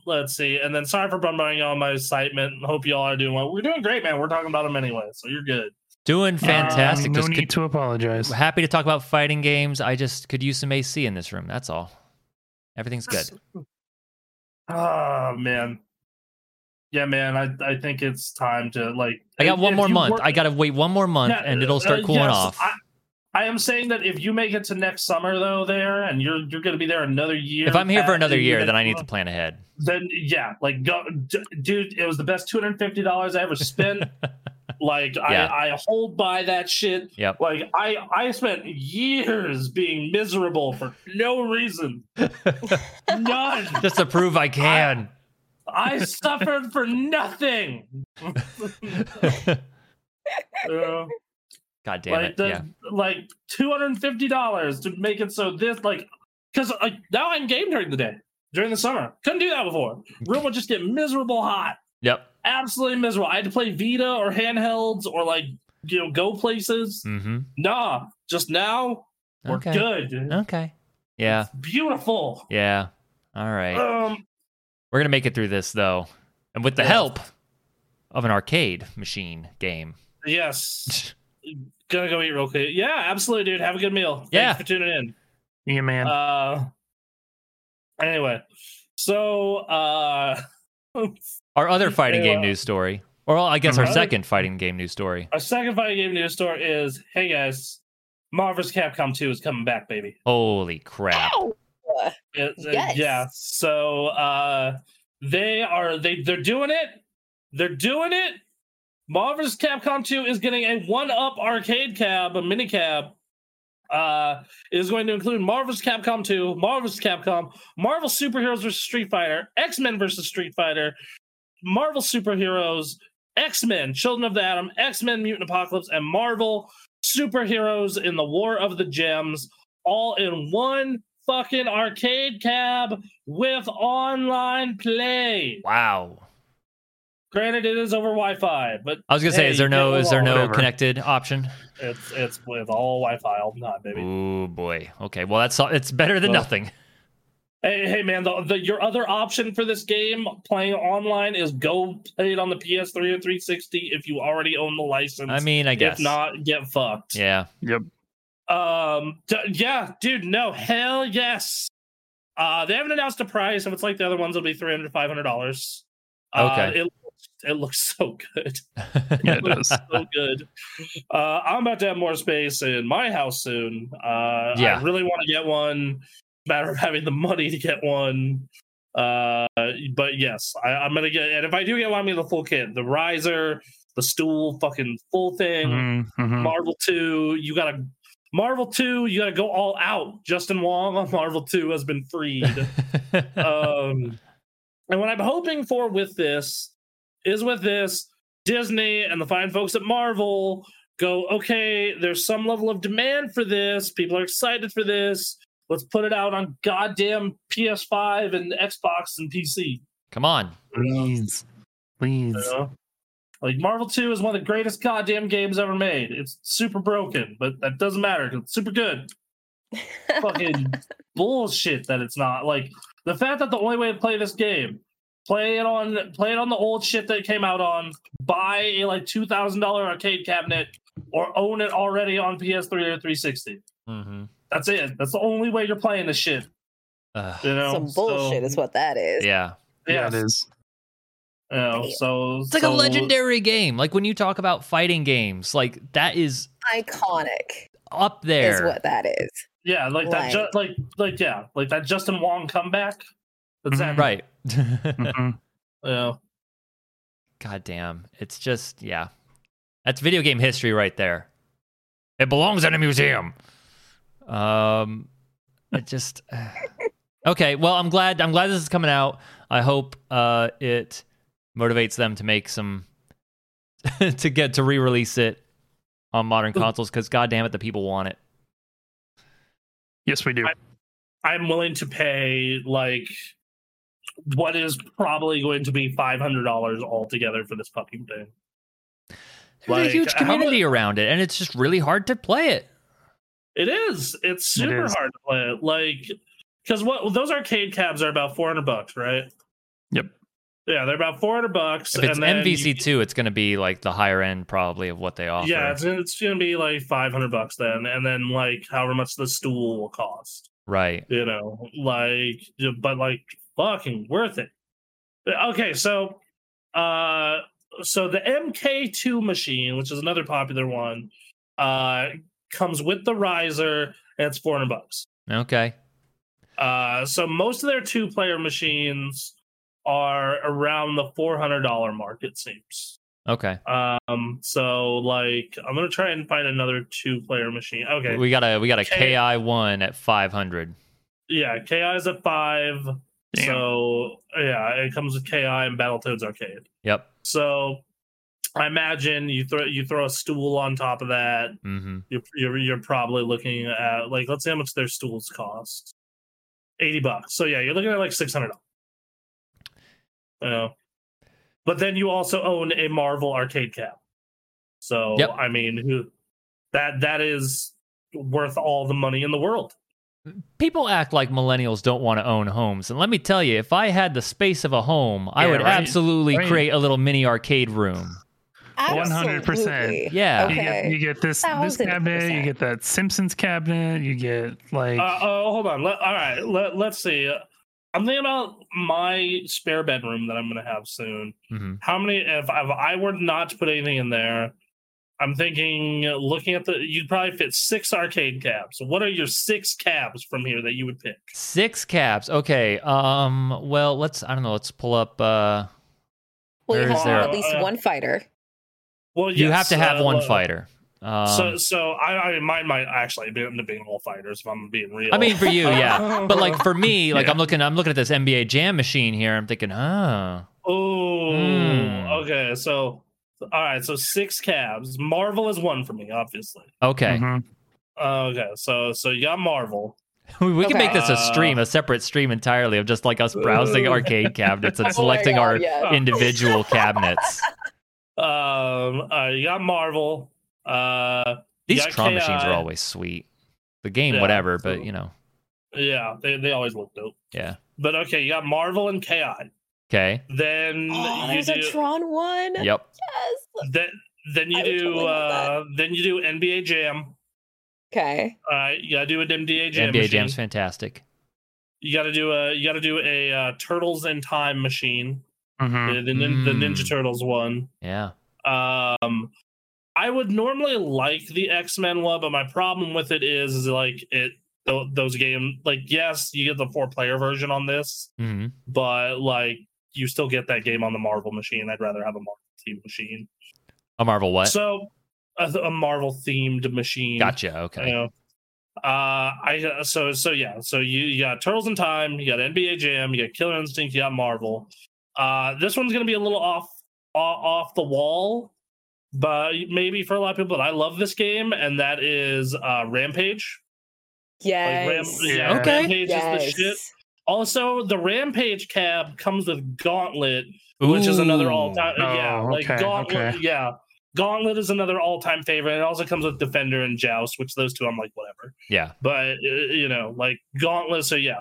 let's see, and then sorry for bombarding y'all with my excitement. Hope y'all are doing well. We're doing great, man. We're talking about them anyway, so you're good.
Doing fantastic.
Um, no
just
need
could,
to apologize.
happy to talk about fighting games. I just could use some AC in this room. That's all. Everything's good.
Oh man. Yeah, man. I, I think it's time to like.
I got
if-
one
if
more
you
month.
work-
I gotta wait one more month,
Yeah,
and it'll start
uh,
cooling
yes,
off.
I, I am saying that if you make it to next summer though, there, and you're you're going to be there another year.
if I'm here for
Pat,
another
and you
year,
get-
then I need to plan ahead.
Then yeah, like go, d- dude. It was the best two hundred fifty dollars I ever spent. like
Yeah.
I, I hold by that shit.
Yep.
Like I I spent years being miserable for no reason. None.
Just to prove I can.
I suffered for nothing. Yeah.
God damn
like
it.
the
yeah.
like two hundred and fifty dollars to make it so this like because like now I'm game during the day during the summer. Couldn't do that before. Room would just get miserable hot,
Yep.
absolutely miserable. I had to play Vita or handhelds or like you know go places.
Mm-hmm.
Nah, just now we're
Okay.
good.
Okay. Oh, Yeah.
Beautiful.
Yeah. All right.
Um,
We're gonna make it through this though. And with the
Yeah.
help of an arcade machine game.
yes, gonna go eat real quick. Yeah, absolutely, dude. Have a good meal. Thanks
Yeah.
for tuning in.
Yeah, man.
Uh, anyway, so uh,
Our other fighting
Yeah. Uh-huh.
game news story. Or I guess our
Alright.
second fighting game news story.
our second fighting game news story is hey guys, Marvel's Capcom 2 is coming back, baby.
Holy crap!
Oh. It- it-
Yes.
Yeah. So uh they are they they're doing it. They're doing it. Marvel's Capcom 2 is getting a one-up arcade cab, a mini cab. Uh it is going to include Marvel's Capcom 2, Marvel's Capcom, Marvel Superheroes vs. Street Fighter, X-Men vs. Street Fighter, Marvel Superheroes, X-Men, Children of the Atom, X-Men Mutant Apocalypse, and Marvel Superheroes in the War of the Gems all in one fucking arcade cab with online play.
Wow.
Granted, it is over Wi-Fi, but
I was gonna say,
Hey,
is there no
yeah,
is there no
whatever.
connected option?
it's it's with all Wi-Fi all the time, baby.
Oh boy. Okay. Well, that's it's better than
Well,
nothing.
Hey, hey, man, the, the your other option for this game playing online is go play it on the PS3 or 360 if you already own the license.
I mean, I guess.
if not, get fucked.
Yeah.
Um. d- yeah, dude. No. Hell yes. Uh, they haven't announced a price. If it's like the other ones, it'll be three hundred, five hundred dollars. Uh,
Okay.
it it looks so good.
Yeah, it does.
so good. Uh, I'm about to have more space in my house soon. Uh,
Yeah.
I really want to get one. Matter of having the money to get one. Uh, but yes, I, I'm gonna get. And if I do get one, I'm gonna get the full kit: the riser, the stool, fucking full thing.
Mhm,
Mm-hmm,
mhm.
Marvel 2, you gotta Marvel 2, you gotta go all out. Justin Wong on Marvel 2 has been freed. um and what I'm hoping for with this is with this, Disney and the fine folks at Marvel go, okay, there's some level of demand for this. People are excited for this. Let's put it out on goddamn PS5 and Xbox and PC.
Come on.
Please, please.
You know? Like Marvel 2 is one of the greatest goddamn games ever made. It's super broken, but that doesn't matter 'cause it's super good. Fucking bullshit that it's not. Like the fact that the only way to play this game, play it on play it on the old shit that it came out on, buy a like two thousand dollar arcade cabinet, or own it already on PS3 or 360.
hmm
That's it. That's the only way you're playing this shit.
Uh,
You know?
Some
So,
bullshit is what that is.
yeah.
Yeah,
Yeah.
it is.
you know, so
It's like a legendary game. Like when you talk about fighting games, like that is
Iconic
up
is
there.
what that is.
Yeah, like that. Ju-
Like-
like, like, yeah, like that Justin Wong comeback. That's that.
Mhm.
Mm-hmm. Right.
Mhm.
Yeah.
God damn. It's just yeah. That's video game history right there. It belongs in a museum. Um it just uh, Okay, well I'm glad I'm glad this is coming out. I hope uh it motivates them to make some to get to re-release it on modern consoles cuz god damn it the people want it.
Yes, we do.
I- I'm willing to pay like what is probably going to be five hundred dollars altogether for this fucking thing.
There's a
Like,
huge
how mu-
community around it and it's just really hard to play it.
It is. It's
It
super
is.
hard to play. it, Like, because what those arcade cabs are about four hundred bucks, right?
Yep.
Yeah, they're about four hundred bucks.
If it's
and then you-
MVC2 it's going to be like the higher end probably of what they offer.
yeah, it's, it's gonna be like five hundred bucks then, and then like however much the stool will cost.
right.
you know like but like fucking worth it okay so uh so the mk2 machine which is another popular one uh comes with the riser and it's 400 bucks
Okay.
uh so most of their two player machines are around the $400 mark it seems
Okay.
um so like i'm gonna try and find another two player machine okay
We got a we got a
K-
KI one at five hundred.
yeah ki is at five
Damn.
So yeah, it comes with KI and Battletoads Arcade.
Yep.
So I imagine you throw you throw a stool on top of that.
Mm-hmm.
You're you're, you're probably looking at like let's see how much their stools cost. Eighty bucks. So yeah, you're looking at like six hundred dollars. But then you also own a Marvel arcade cap. So
Yep.
I mean, who that that is worth all the money in the world.
People act like millennials don't want to own homes, and let me tell you, if I had the space of a home, I
Yeah,
would
right.
absolutely
Right.
create a little mini arcade room.
100%.
Absolutely.
Yeah.
You, get,
Okay.
you get this this
Thousand
cabinet. You
percent.
get that Simpsons cabinet. You get like
Uh, oh, hold on. Let, all right, let, let's see. I'm thinking about my spare bedroom that I'm going to have soon.
Mhm.
How many? If, if I were not to put anything in there, I'm thinking, uh, looking at the, you'd probably fit six arcade cabs. What are your six cabs from here that you would pick?
Six caps. Okay. Um. Well, let's. I don't know. Let's pull up. Uh.
Well, you
Where
have
is
to have
there-
at least
Uh,
one fighter.
Well,
you have
yes,
to have
uh,
one
well,
fighter. Um,
so, so I, I mine might actually be end up being all fighters if I'm being real.
I mean, for you, Oh, yeah. But like for me, like
Yeah.
I'm looking, I'm looking at this NBA Jam machine here. I'm thinking, huh.
Oh,
Hmm.
okay. So, all right. So six cabs. Marvel is one for me, obviously.
Okay,
Mhm.
Oh, Okay. So, so you got Marvel.
we, we can
Okay.
make this a stream, a separate stream entirely of just like us browsing
Ooh.
arcade cabinets and
Oh my
selecting
God,
our
yes.
individual cabinets.
Um, uh, you got Marvel. Uh, you
These
got
Tron machines
KI.
are always sweet. The game,
uh, Yeah,
whatever, but
so-
you know,
Yeah, they, they always look dope.
yeah.
But okay, you got Marvel and Ki.
Okay.
Then
Oh,
you
there's
do
a Tron one.
Yep.
Yes.
then then you
I would
do
totally love
uh then you do NBA Jam.
Okay.
All right, you gotta do an NBA Jam.
NBA
machine.
Jam's fantastic.
You gotta do a you gotta do a uh, Turtles in Time machine.
Mhm.
The, the, nin- the
Mm.
Ninja Turtles one.
Yeah.
Um, I would normally like the X Men one, but my problem with it is, is like it tho- those game like yes, you get the four player version on this,
hmm
but like you still get that game on the Marvel machine. I'd rather have a Marvel themed machine.
A Marvel what?
So a, a Marvel themed machine.
gotcha.
You
Okay.
know. Uh, I uh, so so yeah. So you, you got Turtles in Time, you got NBA Jam, you got Killer Instinct, you got Marvel. Uh, this one's gonna be a little off off, off the wall, but maybe for a lot of people. But I love this game, and that is uh, Rampage. Like, Ram-
Yes.
yeah,
Okay.
Rampage is the shit.
Yes.
Also, the Rampage cab comes with Gauntlet, which is another all time.
Oh,
yeah, like
okay,
Gauntlet.
okay.
Yeah, Gauntlet is another all time favorite. It also comes with Defender and Joust, which those two I'm like whatever
Yeah.
but uh, you know, like Gauntlet. So yeah,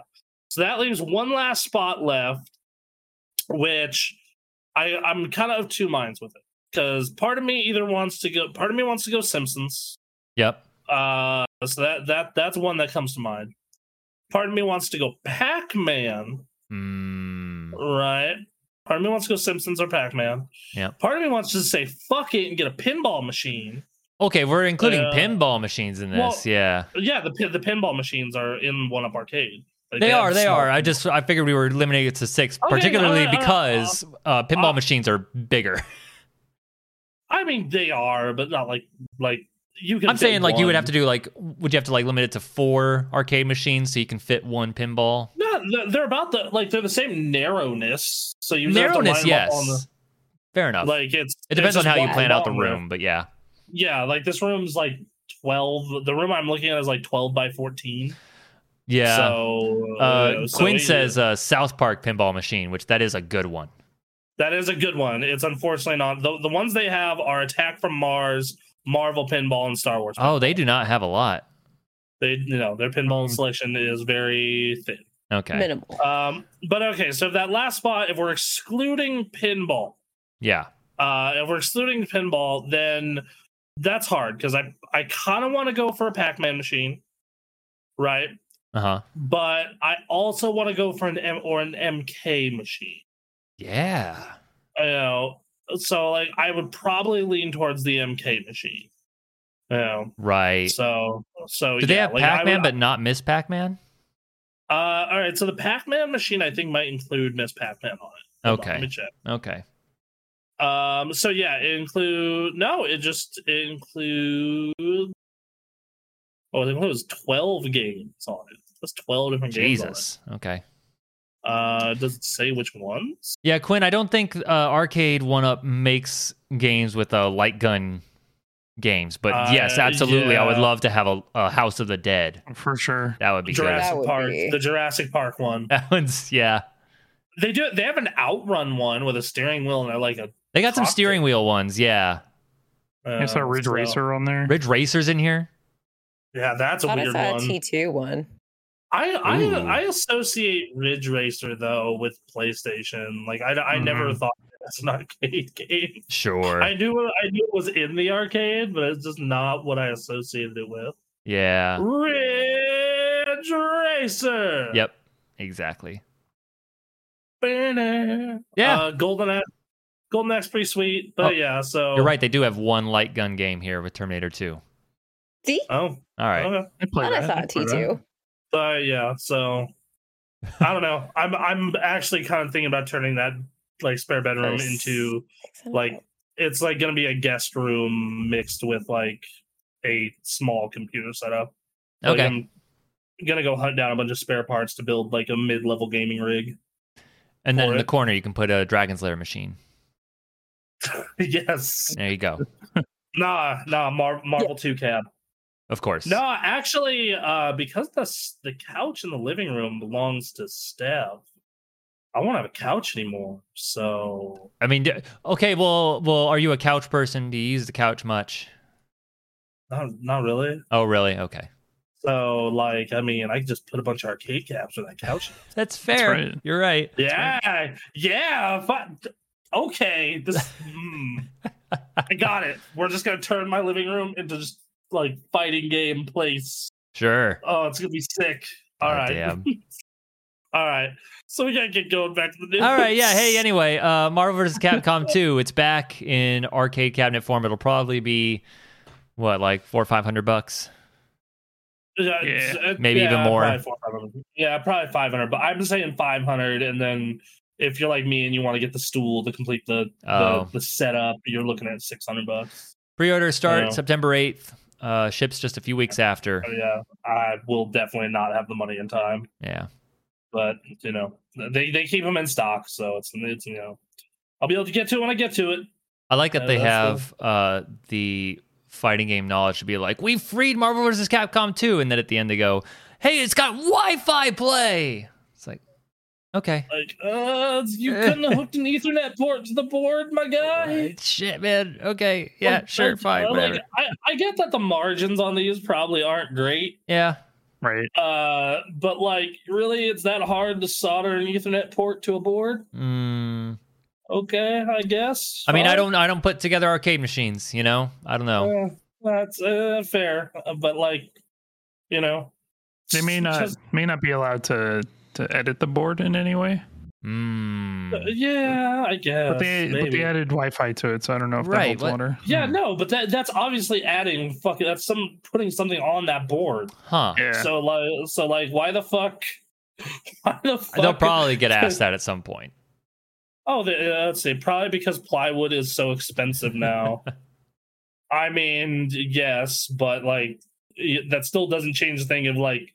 so that leaves one last spot left, which I I'm kind of of two minds with it because part of me either wants to go, part of me wants to go Simpsons.
Yep.
Uh, so that that that's one that comes to mind. Part of me wants to go Pac Man,
Mm.
right? Part of me wants to go Simpsons or Pac Man.
Yep.
Part of me wants to say fuck it and get a pinball machine.
Okay, we're including
Uh,
pinball machines in this.
well,
yeah.
Yeah, the pin- the pinball machines are in one up arcade. Like,
They
have
are, they
small
are. I just I figured we were limiting it to six,
Okay,
particularly
alright, alright,
because uh, pinball
uh,
machines are bigger.
I mean, they are, but not like like you can.
I'm
fit
saying like you would
one.
have to do like would you have to like limit it to four arcade machines so you can fit one pinball?
No, they're- they're about the like they're the same narrowness. So you just have to
Narrowness,
line them up on
yes. Fair
the-
enough.
like it's.
it
it's
depends on
just
how you
one
plan out the
long
room, but yeah.
Yeah, like this room's like twelve. The room I'm looking at is like twelve by fourteen.
Yeah.
So,
uh,
you know, so
Quinn
it-
says uh, South Park pinball machine, which that is a good one.
that is a good one. It's unfortunately not the the ones they have are Attack from Mars, Marvel Pinball, and Star Wars.
Oh, they do not have a lot.
They you know their
mm.
pinball selection is very thin.
Okay.
Minimal.
Um, but okay, so that last spot, if we're excluding pinball,
Yeah.
uh, if we're excluding pinball, then that's hard because I I kind of want to go for a Pac-Man machine, right?
Uh huh.
But I also want to go for an M or an MK machine.
Yeah.
You know, so like I would probably lean towards the MK machine. You know,
Right.
so so
do they
yeah,
have
like, I
Pac Man
would-
but not Miss Pac Man?
uh, all right, so the Pac-Man machine I think might include Miss Pac-Man on it. Hold on, let
Okay.
me check.
Okay.
Um. So yeah, it include no. It just it includes. Oh, it includes twelve games on it. That's twelve different games.
Jesus. Okay.
on it. Uh, does it say which ones?
Yeah, Quinn, I don't think uh, Arcade One Up makes games with uh, light gun games, but
Uh,
yes, absolutely. I would
yeah.
love to have a, a House of the Dead.
For sure.
That would be
That
Jurassic
would
Park,
be-
the Jurassic Park one.
good. That one's yeah.
They do. They have an Outrun one with a steering wheel and a, like a.
They got some
Cockpit.
steering wheel ones. Yeah,
Uh,
I saw Ridge
so-
Racer on there.
Ridge Racers in here.
Yeah, that's a
Thought I
weird
saw a
one.
T2 one.
I I
Ooh.
I associate Ridge Racer though with PlayStation. Like I, I never
Mhm.
thought that's an arcade game.
Sure.
I knew it- I knew it was in the arcade, but it's just not what I associated it with.
yeah.
Ridge Racer.
Yep. Exactly.
Yeah.
Yeah.
Uh, Golden Golden Axe pretty sweet, but
Oh,
yeah. So
You're right. They do have one light gun game here with Terminator 2. All
See?
Oh,
right.
okay.
I played
And I
that.
saw
I
it
played that.
T2.
So yeah. So I don't know. I'm I'm actually kind of thinking about turning that like spare bedroom
Nice.
into like it's like going to be a guest room mixed with like a small computer setup. Like,
Okay.
I'm gonna go hunt down a bunch of spare parts to build like a mid-level gaming rig.
and then
for
in the
it.
corner, you can put a Dragon's Lair machine.
yes.
There you go.
Nah, nah. Mar- Marvel Two cab.
Of course.
No, actually, uh, because the s- the couch in the living room belongs to Steph, I won't have a couch anymore. So
I mean, d- okay. Well, well, are you a couch person? Do you use the couch much?
not not really.
Oh, really? Okay.
So like, I mean, I could just put a bunch of arcade caps on that couch.
That's fair.
right.
You're right.
yeah, yeah. if I- okay, this. hmm. I got it. We're just gonna turn my living room into just like fighting game place.
Sure.
Oh, it's gonna be sick.
Oh,
All right,
Goddamn.
all right. So we gotta get going back to the news.
All right, yeah. Hey, anyway, uh, Marvel vs. Capcom 2, it's back in arcade cabinet form. It'll probably be what, like four or five hundred bucks.
Yeah,
Yeah,
it's- uh,
maybe even more.
probably 400. Yeah, probably 500. But I'm saying 500, and then if you're like me and you want to get the stool to complete the
Oh.
the, the setup, you're looking at 600 bucks.
Pre-order start
Oh.
September eighth. Uh, ships just a few weeks after.
So yeah, I will definitely not have the money in time.
Yeah,
But you know, they they keep them in stock, so it's it's you know, I'll be able to get to it when I get to it.
I like that
Yeah,
they
that's
have uh, the fighting game knowledge to be like, we freed Marvel vs. Capcom 2, and then at the end they go, hey, it's got Wi-Fi play. It's like, okay,
Like, uh, you couldn't have hooked an Ethernet port to the board, my guy.
shit, man. Okay, yeah,
Like,
sure,
like,
fine,
like,
whatever.
I, I get that the margins on these probably aren't great.
Yeah,
Right.
Uh, but like, really, it's that hard to solder an Ethernet port to a board?
mm.
Okay, I guess.
I mean, I
Fine.
don't, I don't put together arcade machines. You know, I don't know.
Uh, that's uh, fair, uh, but like, you know,
They may not
just-
may not be allowed to to edit the board in any way,
uh,
Mm.
yeah, I guess.
Hmm. but they but
maybe.
they added Wi-Fi to it, so I don't know if
Right,
that holds
what-
water.
yeah, no, but that that's obviously adding fucking. That's some putting something on that board.
Huh?
Yeah.
So like, so like, why the fuck? Why the fuck?
They'll probably get asked that at some point.
Oh, the, uh, let's see. Probably because plywood is so expensive now. I mean, yes, but like y- that still doesn't change the thing of like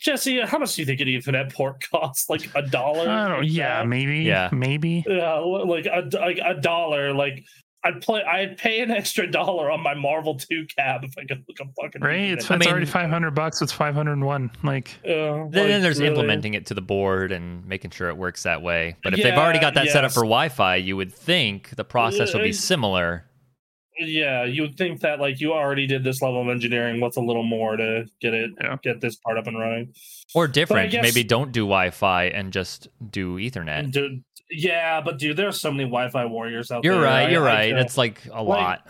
Jesse. How much do you think an Ethernet port costs? Like a dollar?
I don't. Yeah. Maybe.
Yeah.
Maybe.
yeah, li- like a d- like a dollar. Like I'd play. I'd pay an extra dollar on my Marvel Two cab if I could look a fucking
Right. It's
Ethernet.
I
it's already
mean-
five hundred bucks. It's five hundred and one. Like.
Uh,
Then,
like,
then there's
really.
implementing it to the board and making sure it works that way. But if they've
Yeah,
already got that set up
yes.
for Wi-Fi, you would think the process would be
Uh,
similar.
Yeah, you would think that like you already did this level of engineering. What's a little more to get it
Yeah.
get this part up and running?
Or different.
guess-
Maybe don't do Wi-Fi and just do Ethernet.
Dude, yeah, but dude, there's so many Wi-Fi warriors out
You're
there.
right.
I-
You're
I
right.
can't-
It's like a lot.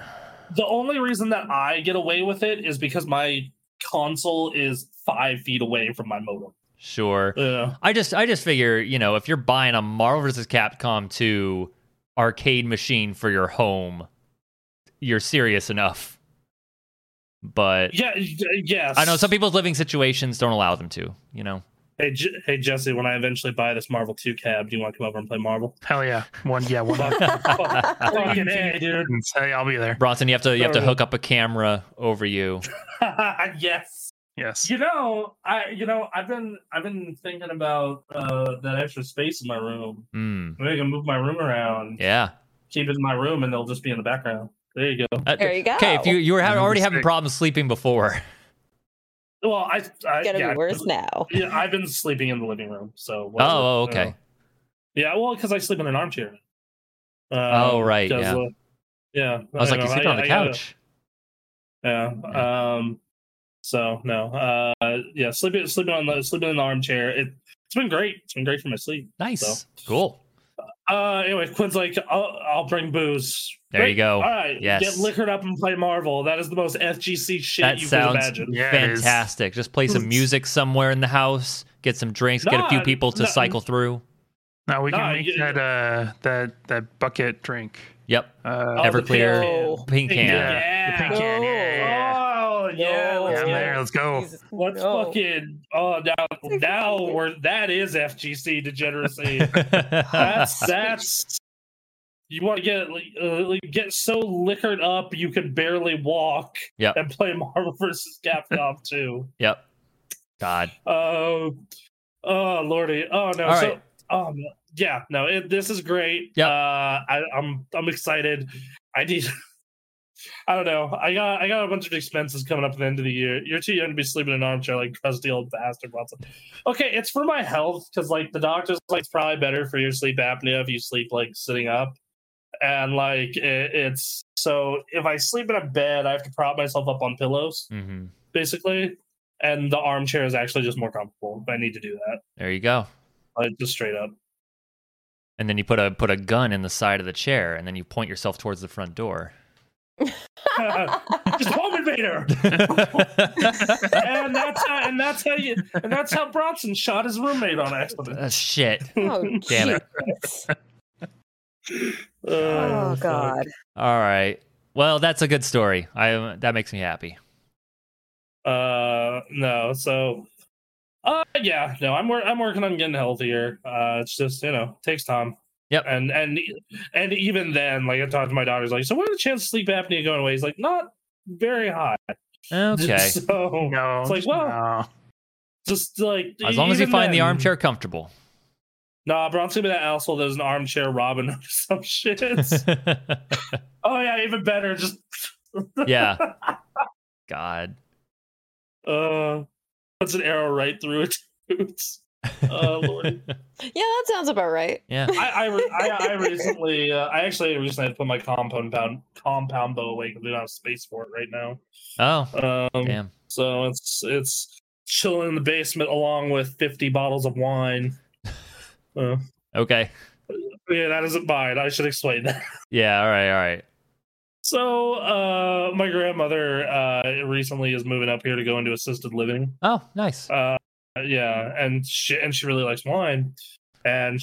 the only reason that I get away with it is because my console is five feet away from my modem.
Sure.
Yeah.
I just I just figure, you know, if you're buying a Marvel vs. Capcom 2 arcade machine for your home, you're serious enough. But
Yeah. y- Yes.
I know some people's living situations don't allow them to, you know.
Hey, J- hey, Jesse. When I eventually buy this Marvel Two cab, do you want to come over and play Marvel?
Hell yeah. One. Yeah. One.
Fucking hey, dude.
Hey, I'll be there.
Bronson, you have to you have to
Sorry.
hook up a camera over you.
yes.
Yes.
You know, I you know I've been I've been thinking about uh, that extra space in my room.
Mm.
Maybe I can move my room around,
Yeah.
keep it in my room, and they'll just be in the background. There you go.
There you go.
Uh, Okay, if you you were ha-
Number
already having
six.
problems sleeping before.
Well, I, I
It's gonna
yeah,
be worse now.
Yeah, I've been sleeping in the living room. So whatever. Uh,
Oh, oh, okay.
yeah, well, because I sleep in an armchair. Um,
Oh, right,
'cause,
yeah.
uh, yeah.
I was like,
know,
you sleep on the
I uh, gotta-
couch.
Yeah. Um. So no. Uh. Yeah. Sleeping. Sleeping on the. Sleeping in the armchair. It. It's been great. It's been great for my sleep.
Nice.
So.
Cool.
Uh. Anyway, Quinn's like, I'll, I'll bring booze.
There you
Great.
go.
All right.
Yes.
Get liquored up and play Marvel. That is the most FGC shit
That
you
sounds-
could imagine.
Yeah. it is.
Fantastic. Just play some music somewhere in the house, get some drinks, get a few
Nah,
people to
nah.
cycle through.
No, we can
No,
make
you-
that uh that that bucket drink.
Yep.
Uh,
Oh, the
Everclear.
No.
Pink
Yeah.
can.
the pink can. Yeah, yeah,
Oh yeah,
No.
yeah.
let's
Down
go.
there, let's go.
Jesus,
Let's
no.
fucking oh now now we're that is FGC degeneracy. that's that's you want to get uh, get so liquored up you can barely walk
Yep.
and play Marvel versus Capcom 2.
yep. God.
Oh, oh lordy. Oh no.
All
so,
right.
oh no. yeah. No, it, this is great.
Yep.
Uh, I, I'm I'm excited. I need. I don't know. I got I got a bunch of expenses coming up at the end of the year. You're too young to be sleeping in an armchair like crusty old bastard Watson. Okay, it's for my health because like the doctor's like it's probably better for your sleep apnea if you sleep like sitting up, and like it, it's so if I sleep in a bed, I have to prop myself up on pillows
hmm
basically. And the armchair is actually just more comfortable. If I need to do that,
There you go.
like just straight up.
And then you put a put a gun in the side of the chair, and then you point yourself towards the front door.
just home invader.
uh,
And that's how, and that's how you and that's how Bronson shot his roommate on accident.
Ah, shit.
oh,
Damn it.
jeez.
Oh,
Oh,
fuck.
God.
All right. Well, that's a good story. I that makes me happy.
Uh, no. So, uh, yeah, no. I'm wor- I'm working on getting healthier. Uh, it's just you know takes time.
Yep.
And and and even then, like I talked to my daughter's like, so what are the chances of sleep apnea going away? He's like, not very high.
Okay.
So
No,
It's like, well,
no.
just like
As long as you
even
find the
then-
armchair comfortable.
Nah, Bronson be that asshole. There's an armchair Robin or some shit. oh yeah, even better. Just
yeah. God.
uh, puts an arrow right through it. Oh, Lord.
Yeah, that sounds about right.
yeah.
I I, re- I, I recently uh, I actually recently had to put my compound pound, compound bow away because we don't have space for it right now.
Oh.
Um,
Damn.
so it's it's chilling in the basement along with 50 bottles of wine. Uh,
Okay.
yeah, that isn't mine. I should explain that.
Yeah. All right. All right.
So uh, my grandmother uh, recently is moving up here to go into assisted living.
Oh, nice.
Uh, yeah,
Mm-hmm.
and she and she really likes wine, and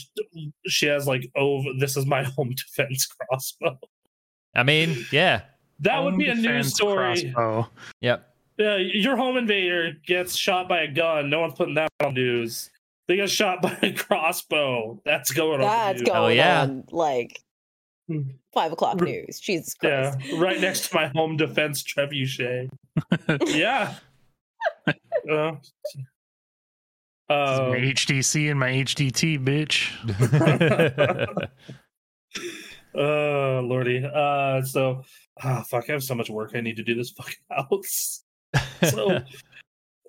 she has like oh, this is my home defense crossbow.
I mean, yeah.
That would be a
Home
news
defense
story.
crossbow.
Yep.
Yeah, your home invader gets shot by a gun. No one's putting that on news. They get shot by a crossbow. That's going on.
That's
the news.
going
Oh, yeah.
on like
Hmm.
five o'clock
R-
news. Jesus
Yeah,
Christ.
right next to my home defense trebuchet. yeah. Uh,
This is
uh,
my HDC and my HDT, bitch.
uh, lordy. Uh, so, ah, fuck, I have so much work I need to do this fucking house. So,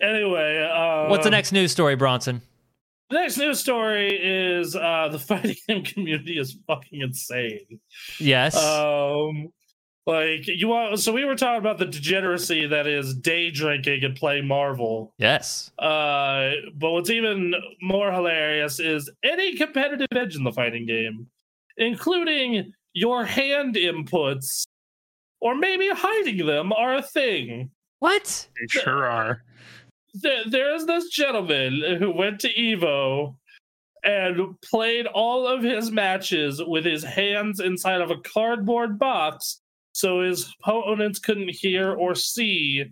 anyway. Uh,
What's the next news story, Bronson?
The next news story is uh, the fighting game community is fucking insane.
Yes.
Um, like, you want, so we were talking about the degeneracy that is day drinking and playing Marvel.
yes.
Uh, but what's even more hilarious is any competitive edge in the fighting game, including your hand inputs or maybe hiding them, are a thing.
What?
They sure are.
There, there is this gentleman who went to Evo and played all of his matches with his hands inside of a cardboard box so his opponents couldn't hear or see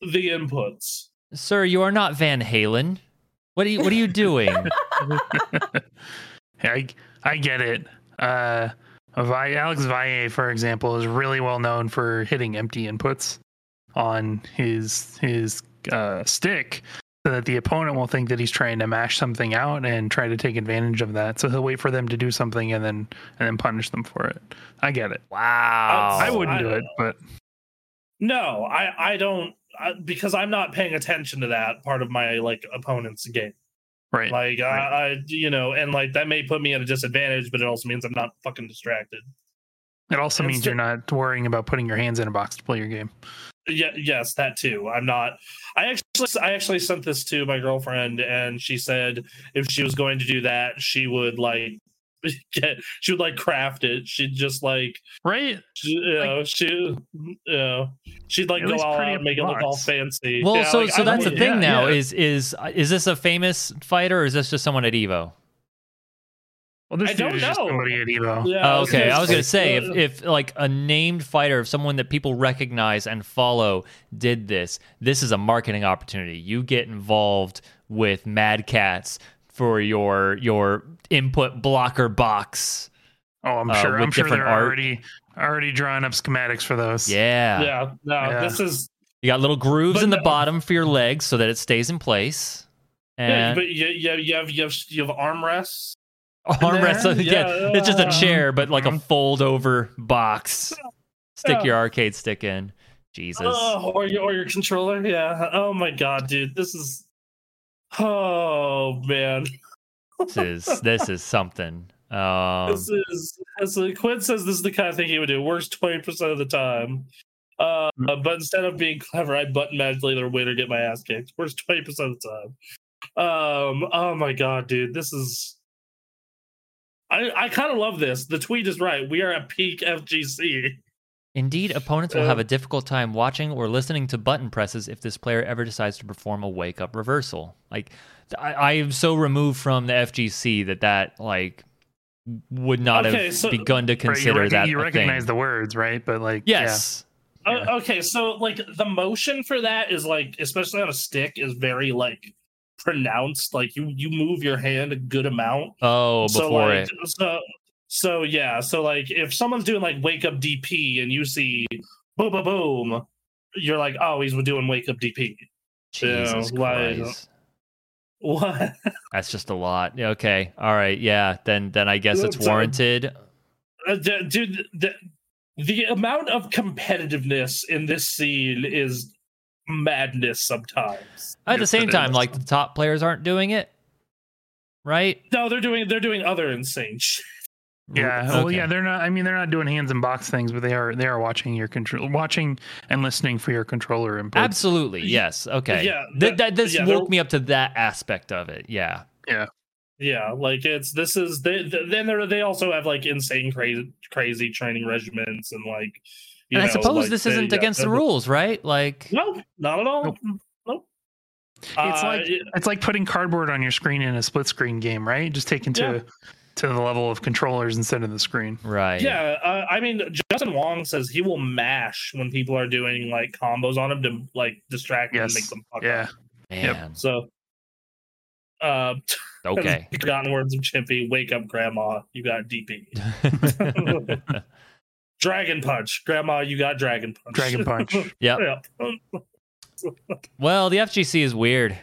the inputs.
Sir, you are not Van Halen. What are you what are you doing?
I I get it. Uh, Vi- Alex Valle, for example, is really well known for hitting empty inputs on his his uh, stick, so that the opponent will think that he's trying to mash something out and try to take advantage of that. So he'll wait for them to do something and then and then punish them for it. I get it.
wow.
Oh,
I wouldn't do it, but
No, I I don't I, because I'm not paying attention to that part of my like opponent's game.
right.
Like I, I you know, and like that may put me at a disadvantage, but it also means I'm not fucking distracted.
it also
it's
means
ju-
you're not worrying about putting your hands in a box to play your game.
Yeah, yes, that too. I'm not. I actually I actually sent this to my girlfriend, and she said if she was going to do that, she would like get she would like craft it. She'd just like
Right?
she, you know she you know she'd like
At
go
least
all
pretty
out
up
and make it look all
blocks.
fancy.
Well,
Yeah,
so
like,
so
I
that's the
would-
yeah,
thing now
yeah.
is is is this a famous fighter or is this just someone at Evo?
Well, this
I
dude
don't
is just
know.
somebody at Evo.
Yeah,
Oh, okay, I was gonna
just-
say
uh,
if, if like a named fighter, if someone that people recognize and follow did this, this is a marketing opportunity. You get involved with Mad Cats for your your input blocker box.
Oh, I'm
Uh,
sure.
with
I'm sure
different
they're
art.
already already drawing up schematics for those.
Yeah,
yeah, no,
Yeah.
this is
you got little grooves
But
in the
no-
bottom for your legs so that it stays in place.
yeah,
And
but you, you, have, you have you have you have armrests.
arm
there?
wrestle. Yeah,
Yeah,
it's just a
yeah. Uh-huh.
chair, but like a
Mhm.
fold over box. Stick
Yeah.
your arcade stick in. Jesus.
Oh, or your or your controller, yeah. Oh my god, dude, this is. Oh man,
this is this is something. Um,
this is. This is Quinn says this is the kind of thing he would do. Works twenty percent of the time. Uh, but instead of being clever, I button magically their way to get my ass kicked. Works twenty percent of the time. Um. Oh my god, dude, this is. I I kind of love this. The tweet is right. We are at peak FGC.
Indeed, opponents will have
Uh,
a difficult time watching or listening to button presses if this player ever decides to perform a wake up reversal. Like, th- I, I am so removed from the FGC that that like would not
Okay,
have
so-
begun to
Right, you
consider
rec-
that.
You
a
recognize
thing.
the words, right? But like,
Yes.
Uh,
Yeah.
okay, so like the motion for that is like, especially on a stick, is very like pronounced. Like you you move your hand a good amount.
Oh, before
so like
it.
so so yeah. So like if someone's doing like wake up DP and you see boom boom boom, you're like, oh, he's doing wake up DP. yeah,
Jesus
like-
Christ.
What?
That's just a lot. Okay. All right. Yeah. Then then I guess
Yeah,
it's
it's, uh,
warranted.
Uh, d- dude, the, the amount of competitiveness in this scene is madness sometimes.
At the
yes,
same
it
time,
is.
like the top players aren't doing it, right?
No, they're doing they're doing other insane shit.
Yeah. Yeah.
Okay.
Well, yeah. They're not. I mean, they're not doing hands and box things, but they are. They are watching your control, watching and listening for your controller input.
Absolutely. Yes. Okay.
yeah,
Th-
that-
that, this
yeah, they're-
woke me up to that aspect of it. Yeah.
Yeah, like it's this is they th- then they they also have like insane crazy crazy training regimens and like. You
and I
know,
suppose
like,
this
they-
isn't
yeah,
against the
they're-
rules, right? Like,
No, not at all.
Nope.
Nope.
It's
Uh,
like-
it-
Oh, It's like putting cardboard on your screen in a split screen game, right? Just taken to to the level of controllers instead of the screen.
right.
yeah, uh, I mean Justin Wong says he will mash when people are doing like combos on him to like distract them and
Yes,
make them fuck
Yeah.
up.
Man.
So. Uh,
Okay.
Forgotten words of Chimpy. Wake up, Grandma. You got DP. Dragon Punch. Grandma, you got Dragon Punch.
Dragon Punch.
yep.
yeah.
Well, the FGC is weird.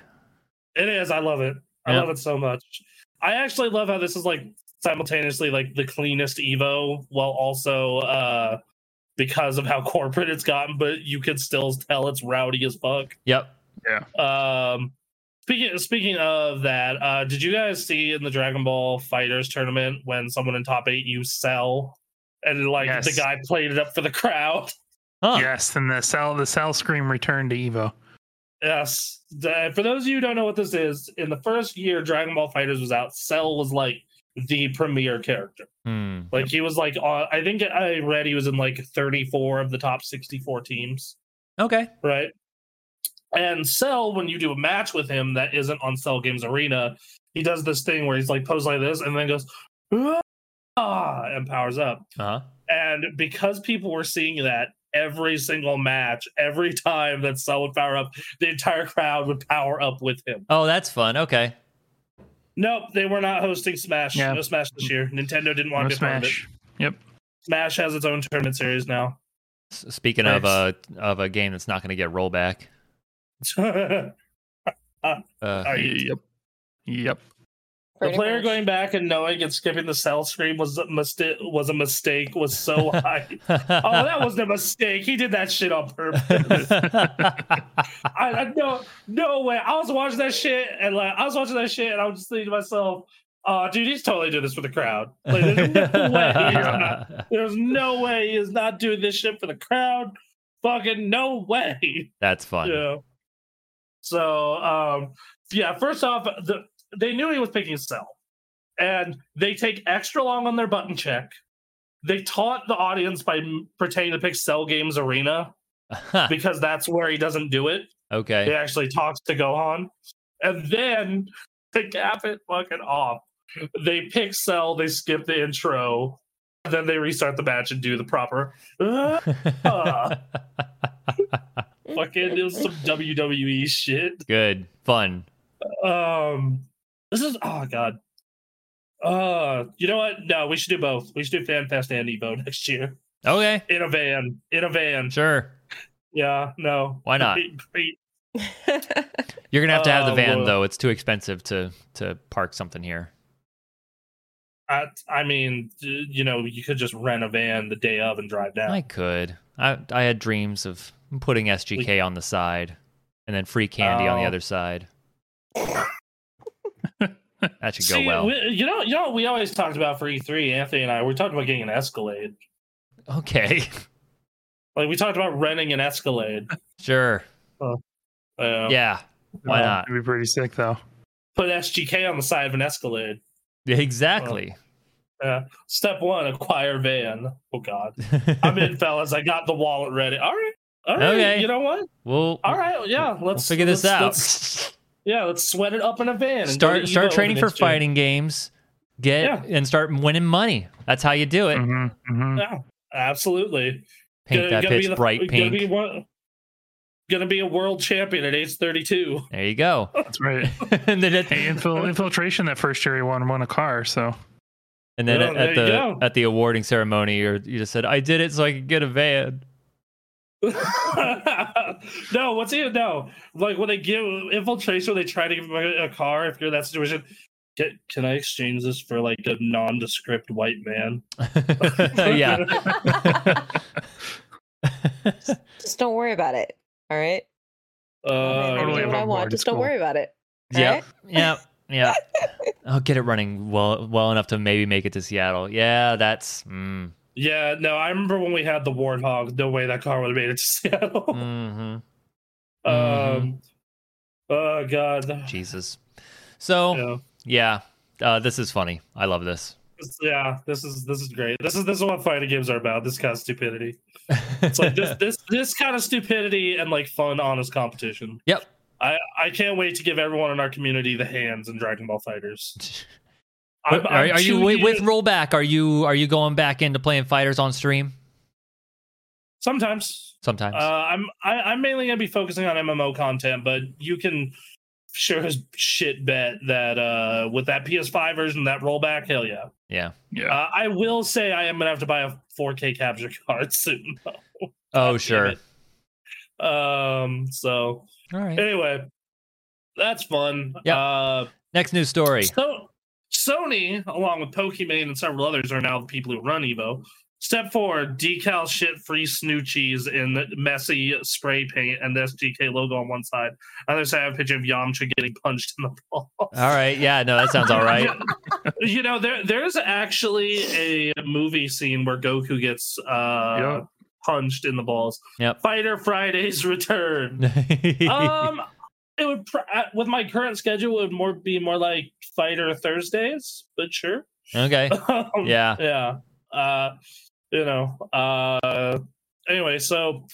It is. I love it. I
Yeah.
love it so much. I actually love how this is like simultaneously like the cleanest Evo, while also uh because of how corporate it's gotten, but you can still tell it's rowdy as fuck.
Yep.
Um speaking speaking of that, uh did you guys see in the Dragon Ball Fighters tournament when someone in top eight you sell and like
Yes.
the guy played it up for the crowd?
Huh.
Yes. And the cell the cell scream returned to Evo.
Yes. The- for those of you who don't know what this is, in the first year Dragon Ball Fighters was out, Cell was like the premier character.
Hmm.
Like he was like on, I think I read he was in like 34 of the top 64 teams,
Okay.
right? And Cell, when you do a match with him that isn't on Cell Games Arena, he does this thing where he's like posed like this and then goes ah, and powers up.
Uh huh.
And because people were seeing that every single match, every time that Cell would power up, the entire crowd would power up with him.
Oh, that's fun. Okay.
Nope, they were not hosting Smash.
Yeah.
No Smash this year. Nintendo didn't want
No
to be part of it.
smash. Yep.
Smash has its own tournament series now.
S- speaking of a of a game that's not going to get rollback.
the
Uh,
Are you-
Yep. Yep.
Pretty
player
much.
going back and knowing and skipping the Cell screen was a mistake. Was a mistake. Was so high. oh, that wasn't a mistake. He did that shit on purpose. I, I no no way. I was watching that shit and like I was watching that shit and I was just thinking to myself, oh dude, he's totally doing this for the crowd. Like there's no way he's not, there's no way he is not doing this shit for the crowd. Fucking no way.
That's fun.
Yeah. So um yeah, first off, the, they knew he was picking Cell. And they take extra long on their button check. They taught the audience by m- pretending to pick Cell Games Arena because that's where he doesn't do it.
okay.
He actually talks to Gohan. And then they cap it fucking off They pick Cell, they skip the intro, then they restart the batch and do the proper. "Ah," fucking, it was some WWE shit.
Good. Fun.
Um, this is oh god. Uh, you know what? No, we should do both. We should do Fan Fest and Evo next year
Okay.
in a van. In a van.
Sure.
Yeah. No.
Why not?
Great, great.
You're gonna have to have the
Uh,
van
well-
though. It's too expensive to to park something here.
I, I mean, d- you know, you could just rent a van the day of and drive down.
I could. I I had dreams of putting SGK on the side, and then free candy on the
Oh.
other side. that should go
See,
well.
we, you know, you know, what we always talked about for E3. Anthony and I, we talked about getting an Escalade.
Okay,
Like we talked about renting an Escalade.
sure.
Uh,
Yeah, Why
Uh,
not?
It'd be pretty sick though.
Put SGK on the side of an Escalade.
exactly.
Step one: acquire van. Oh God, I'm in, fellas. I got the wallet ready. All right, all right.
Okay.
You know what?
we'll,
All right, yeah.
we'll
Let's
figure this
let's-
out.
let's- yeah, let's sweat it up in a van. and go
start
to
start
Evo
training for
next year.
fighting games. Get and start winning money. That's how you do it.
Mm-hmm.
Mhm, mhm.
Yeah, absolutely.
Paint
Gonna-
that
gonna be
bitch
the-
bright
Gonna be,
pink.
one, gonna be a world champion at age 32.
There you go.
That's right.
and then at,
Hey, infil- infiltration that first year he won won a car, so
and then
Yeah,
at,
Oh, there you
the
go.
at the awarding ceremony, you're, you just said, "I did it so I could get a van."
no, what's even no? Like when they give infiltration, they try to give him a, a car. If you're in that situation, can, can I exchange this for like a nondescript white man?
Uh, yeah.
Just don't worry about it. All right.
Uh,
I
Totally
do what I
above
want.
board,
Just
it's
don't
cool.
worry about it. All
Yep.
right?
Yep. Yeah. I'll get it running well well enough to maybe make it to Seattle. Yeah, that's mm,
yeah, no, I remember when we had the Warthog. No way that car would have made it to Seattle.
hmm Mm-hmm.
Um, oh god,
Jesus. So
yeah.
yeah, uh, this is funny. I love this.
This- yeah, this is this is great. This is this is what fighting games are about. This kind of stupidity. It's like this this this kind of stupidity and like fun, honest competition.
Yep.
I I can't wait to give everyone in our community the hands in Dragon Ball Fighters.
But are, are you
two
with, with
years-
rollback? Are you are you going back into playing fighters on stream
sometimes?
sometimes?
Uh, I'm I, I'm mainly gonna be focusing on MMO content, but you can sure as shit bet that uh with that PS5 version, that rollback, hell yeah.
yeah.
yeah.
Uh, I will say I am gonna have to buy a 4K capture card soon. though.
Oh
damn
sure.
it. um. So
All right.
anyway, that's fun.
Yeah.
Uh,
Next news story.
so Sony, along with Pokimane and several others, are now the people who run Evo. Step four: decal shit free snoochies in messy spray paint and the SGK logo on one side. Other side, I have a picture of Yamcha getting punched in the balls.
All right. Yeah. No, that sounds all right.
you know there there's actually a movie scene where goku gets uh
Yep.
punched in the balls
Yep.
fighter fridays return um it would pr- uh, with my current schedule it would more be more like fighter thursdays but sure
okay.
Um,
Yeah.
yeah uh you know uh anyway so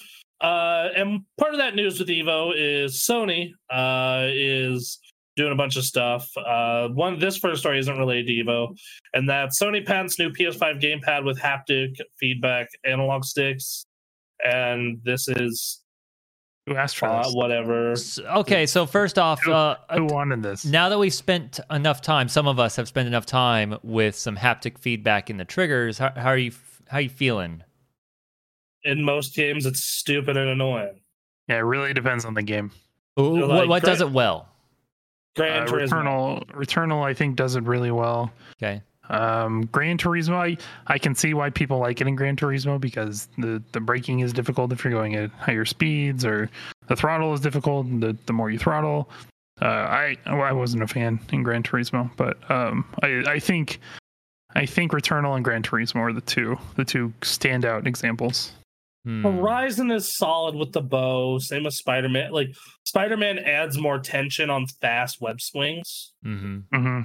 uh and part of that news with evo is sony uh is doing a bunch of stuff uh one this first story isn't related to evo and that sony patents new ps5 gamepad with haptic feedback analog sticks and this is
Who asked for
uh,
this?
whatever
S- Okay. So first off,
Who-
uh,
Who wanted this?
now that we've spent enough time, some of us have spent enough time with some haptic feedback in the triggers. How, how are you? f- How you feeling?
in most games it's stupid and annoying
Yeah, it really depends on the game.
Wh- what,
like,
what does
great.
it well?
Gran
Uh,
Turismo.
Returnal, Returnal, I think does it really well.
Okay.
Um, Gran Turismo, I, I can see why people like it in Gran Turismo because the the braking is difficult if you're going at higher speeds, or the throttle is difficult. The the more you throttle, uh, I well, I wasn't a fan in Gran Turismo, but um, I I think I think Returnal and Gran Turismo are the two the two standout examples.
Hmm.
Horizon is solid with the bow. Same with Spider Man. Like Spider Man adds more tension on fast web swings,
Mhm.
hmm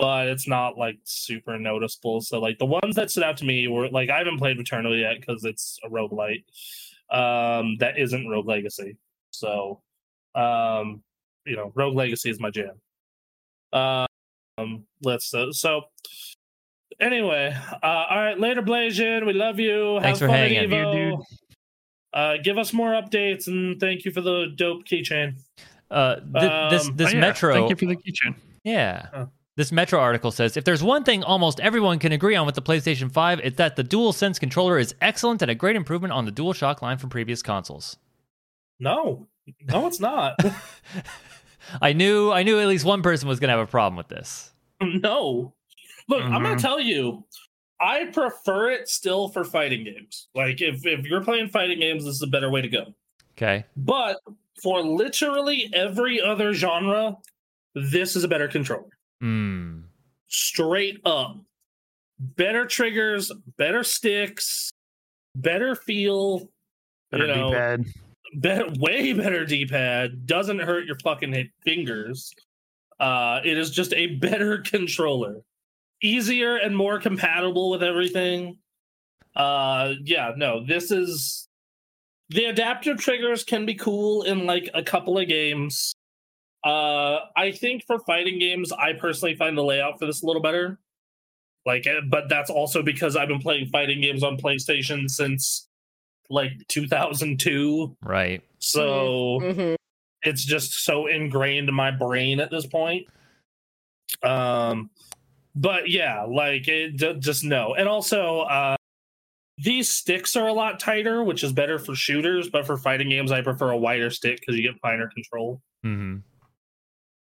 but it's not like super noticeable. So like the ones that stood out to me were like I haven't played Returnal yet because it's a roguelite. Um, that isn't Rogue Legacy. So, um, you know, Rogue Legacy is my jam. Uh, um list. So, so anyway, uh, all right, later, Blasian. We love you.
Thanks for
Have fun at
hanging.
Evo.
You, dude.
Uh, give us more updates and thank you for the dope keychain.
Uh, th- this
Um,
this
Oh, yeah.
Metro.
Thank you for Oh. the kitchen.
Yeah.
Huh.
This Metro article says if there's one thing almost everyone can agree on with the PlayStation 5, it's that the DualSense controller is excellent and a great improvement on the DualShock line from previous consoles.
No, no, it's not.
I knew I knew at least one person was going to have a problem with this.
no, look, I'm gonna
Mhm.
tell you, I prefer it still for fighting games. Like if if you're playing fighting games, this is a better way to go.
Okay.
But for literally every other genre, this is a better controller.
Hmm.
Straight up. Better triggers, better sticks, better feel,
Better
you know,
D-pad.
better, way better D-pad. Doesn't hurt your fucking hit fingers. Uh, it is just a better controller, easier and more compatible with everything. Uh, yeah, no, this is the adaptive triggers can be cool in like a couple of games. Uh, I think for fighting games, I personally find the layout for this a little better. Like, eh, but that's also because I've been playing fighting games on PlayStation since like 2002.
Right.
So
Mhm.
it's just so ingrained in my brain at this point. Um, but yeah, like it ju- just no. And also, uh, these sticks are a lot tighter, which is better for shooters. But for fighting games, I prefer a wider stick because you get finer control.
Mhm.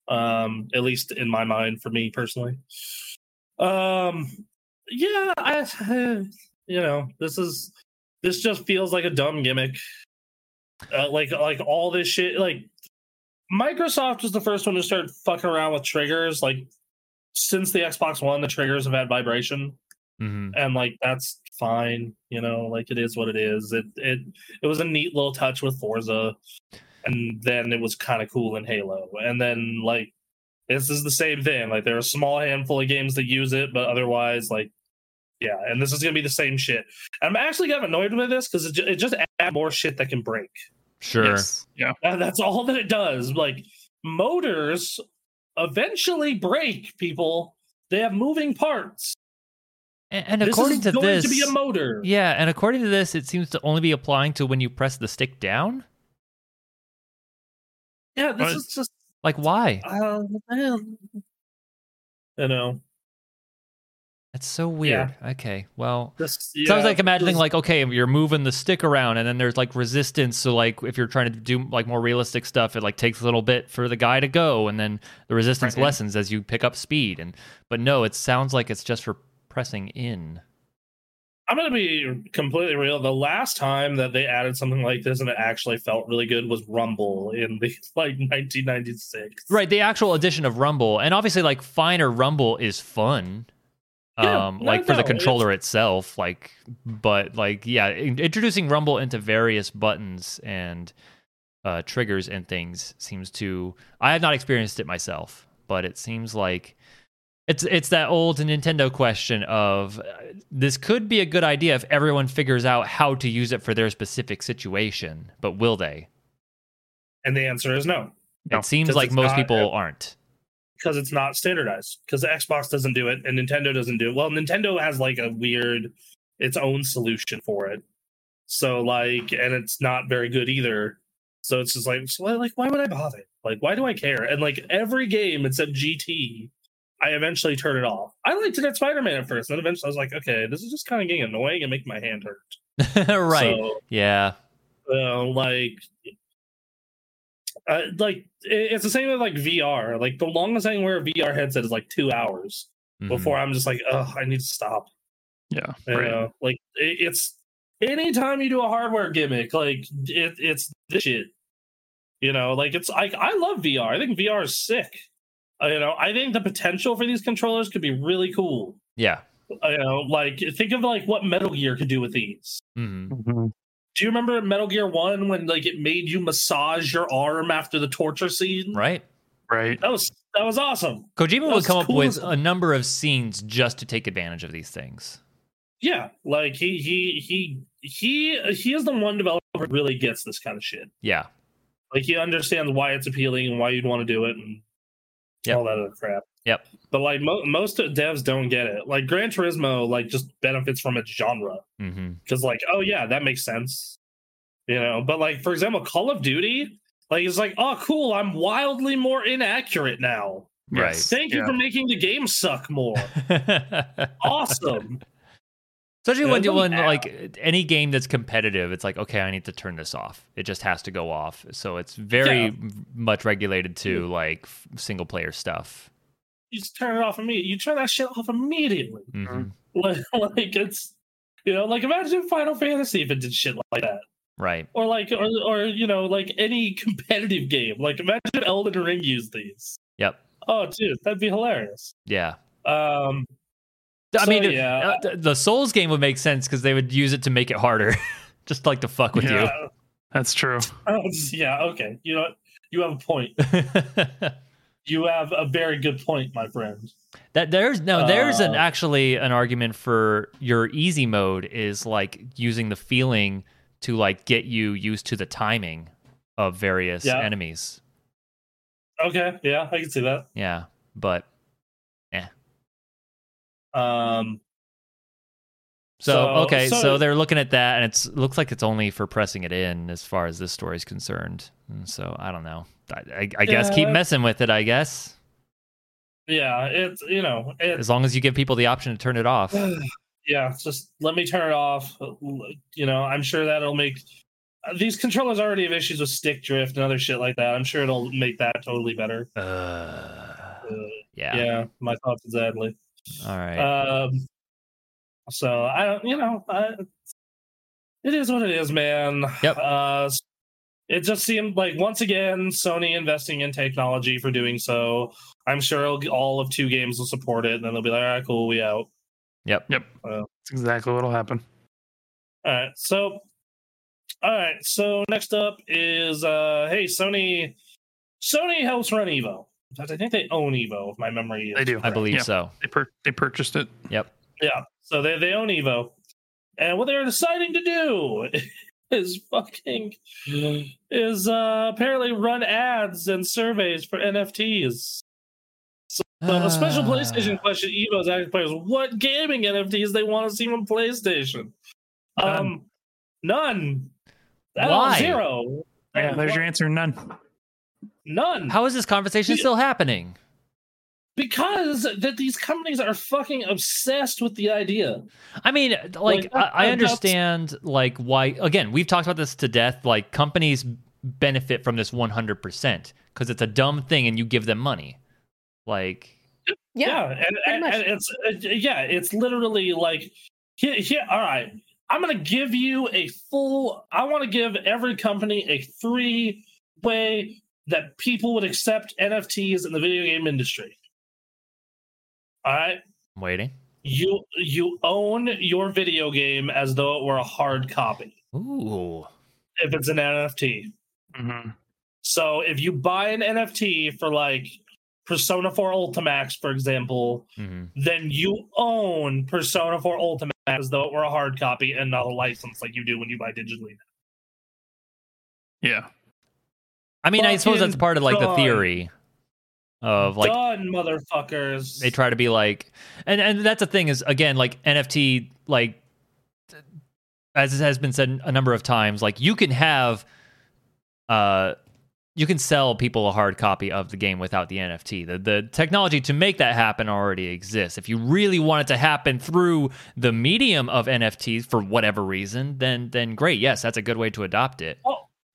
Um, at least in my mind, for me personally. Um, yeah, I, you know, this is this just feels like a dumb gimmick. Uh, like like all this shit like Microsoft was the first one to start fucking around with triggers. Like since the Xbox One, the triggers have had vibration,
Mhm.
and like that's fine. You know, like it is what it is. It it it was a neat little touch with Forza, and then it was kind of cool in Halo, and then like this is the same thing. Like there are a small handful of games that use it, but otherwise, like yeah, and this is gonna be the same shit. I'm actually kind of annoyed with this because it, ju- it just adds more shit that can break.
Sure.
Yes. Yeah.
Uh, that's all that it does. Like motors eventually break, people. They have moving parts.
A- And,
this
according
is
to
going
this
to be a motor.
Yeah, and according to this it seems to only be applying to when you press the stick down?
Yeah, this
But-
is just
Like why?
uh, man. you know
That's so weird. Okay. Well,
this
Sounds
yeah,
like imagining
this-
like okay, you're moving the stick around, and then there's like resistance. So like if you're trying to do like more realistic stuff, it like takes a little bit for the guy to go, and then the resistance
Right.
lessens as you pick up speed. And but no, it sounds like it's just for pressing in.
I'm gonna be completely real. The last time that they added something like this and it actually felt really good was Rumble in the like 1996.
Right, the actual addition of rumble, and obviously like finer rumble is fun.
Yeah,
um,
no,
like for
no,
the
it's-
controller itself, like, but like, yeah, in- introducing rumble into various buttons and uh, triggers and things seems to. I have not experienced it myself, but it seems like it's it's that old Nintendo question of uh, this could be a good idea if everyone figures out how to use it for their specific situation, but will they?
And the answer is no,
No,
it seems
'cause
like
it's
most
not-
people aren't.
because it's not standardized. Because Xbox doesn't do it and Nintendo doesn't do it. Well, Nintendo has like a weird its own solution for it. So like, and it's not very good either. So it's just like, so why, like, why would I bother? Like, why do I care? And like every game except GT, I eventually turn it off. I liked it at Spider Man at first, and then eventually I was like, okay, this is just kind of getting annoying and making my hand hurt.
right.
So,
Yeah.
uh, like uh, like it- it's the same with like VR. Like the longest I can wear a VR headset is like two hours
Mhm.
before I'm just like, oh, I need to stop.
Yeah.
You
right.
know? Like it, it's anytime you do a hardware gimmick, like it, it's this shit. You know, like it's I I love VR. I think VR is sick. Uh, you know, I think the potential for these controllers could be really cool.
Yeah.
Uh, you know, like think of like what Metal Gear could do with these.
hmm
Mhm.
Do you remember Metal Gear One when like it made you massage your arm after the torture scene?
Right.
Right.
That was that was awesome.
Kojima would
That's
come up
cool.
with a number of scenes just to take advantage of these things.
Yeah, like he he he he he is the one developer who really gets this kind of shit.
Yeah.
Like he understands why it's appealing and why you'd want to do it, and
Yep.
all that other crap.
Yep.
But like mo- most devs don't get it. Like Gran Turismo, like just benefits from its genre
Mm-hmm.
because like oh yeah that makes sense you know but like for example call of duty like it's like oh cool i'm wildly more inaccurate now
Right.
thank you
Yeah.
for making the game suck more awesome
Especially
Yeah,
when
it
you when
doesn't matter.
like any game that's competitive, it's like okay, I need to turn this off. It just has to go off. So it's very
Yeah. Mm.
m- much regulated to like f- single player stuff.
you just turn it off immediately you turn that shit off immediately
Mhm.
like, like it's you know like imagine final fantasy if it did shit like that
Right.
or like or, or you know like any competitive game like imagine if elden ring used these
Yep.
oh dude that'd be hilarious
Yeah.
um
I
So,
mean,
yeah.
uh, th- the Souls game would make sense because they would use it to make it harder, just like to fuck with
Yeah. That's true.
Oh, yeah, okay. You know, what? you have a point.
you.
You have a very good point, my friend.
That there's no there's an
Uh,
actually an argument for your easy mode is like using the feeling to like get you used to the timing of various
Yeah.
enemies.
Okay, yeah, I can see that.
Yeah, but
Um,
so,
So-
okay, so,
so-
they're looking at that and it's looks like it's only for pressing it in as far as this story is concerned. And so I don't know. I, I, I guess keep
Yeah.
messing with it. I guess
yeah, it's you know,
as
it's
long as you give people the option to turn it off.
yeah. it's Just let me turn it off. You know, I'm sure that'll make these controllers already have issues with stick drift and other shit like that. I'm sure it'll make that totally better.
Uh,
Uh, yeah.
yeah.
my thoughts exactly.
All right.
Um, so I don't, you know, I, it is what it is, man.
Yep.
Uh, s- it just seemed like once again Sony investing in technology for doing so. I'm sure it'll, all of two games will support it, and then they'll be like, "All right, cool, we out."
That's exactly what'll happen.
All right, so, all right, so next up is, uh, hey, Sony, Sony helps run Evo. In fact, I think they own Evo, if my memory is
They do.
I believe
Yeah.
so.
They pur- they purchased it.
Yep.
Yeah. So they, they own Evo. And what they're deciding to do is fucking is uh apparently run ads and surveys for NFTs. So a special
Ah.
PlayStation question Evo's asking players what gaming NFTs they want to see on PlayStation. Um none. At all,
Why?
Zero.
Yeah,
Uh,
there's
what-
your answer. None.
none.
How is this conversation still happening?
because that these companies are fucking obsessed with the idea.
I mean, like,
Like, that-
I, I
that's-
understand, like, why, again, we've talked about this to death. Like, companies benefit from this 100% because it's a dumb thing and you give them money. Like,
Yeah.
and,
pretty
and-
much.
and it's uh, yeah it's literally like here, here all right i'm gonna give you a full i want to give every company a three way that people would accept nfts in the video game industry all right
I'm waiting.
you you own your video game as though it were a hard copy
Ooh.
if it's an nft
hmm
so if you buy an nft for like persona 4 ultimax for example
hmm
then you own Persona 4 Ultimate as though it were a hard copy and not a license like you do when you buy digitally.
Yeah.
I mean, I suppose
Fucking
that's part of, like, the
done.
theory of, like,
Done, motherfuckers.
they try to be like and and that's the thing is again like nft like th- as has been said a number of times like you can have uh you can sell people a hard copy of the game without the nft the the technology to make that happen already exists if you really want it to happen through the medium of nfts for whatever reason then then great yes that's a good way to adopt it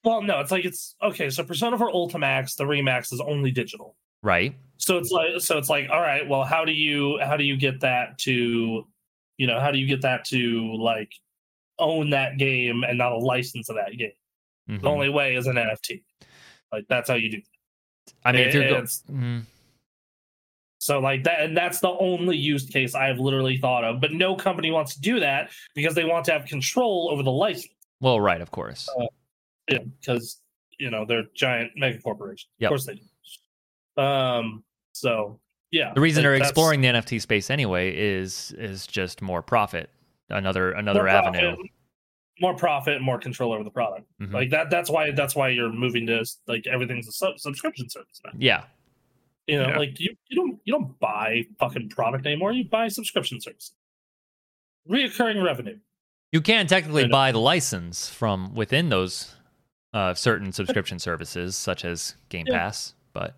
well, no, it's like it's okay. So Persona 4 Ultimax, the remax is only digital.
right
So it's like so it's like all right. Well, how do you how do you get that to you know how do you get that to like own that game and not a license of that game?
Mhm.
The only way is an NFT. Like that's how you do. It.
i mean if you're go-
it's-
Mm.
So like that, and that's the only use case I've literally thought of. But no company wants to do that because they want to have control over the license.
well right of course
Because you know they're giant mega corporations.
Yep.
Of course they do. Um. So yeah,
the reason they're
like, that's-
exploring the NFT space anyway is is just more profit, another another
more profit-
avenue.
more profit, and more control over the product.
Mhm.
Like that. That's why. That's why you're moving to like everything's a sub- subscription service now.
yeah,
You know,
Yeah.
like you, you don't you don't buy fucking product anymore. You buy subscription service, reoccurring revenue.
You can technically
I know.
buy the license from within those uh, certain subscription services, such as Game
Yeah.
Pass. But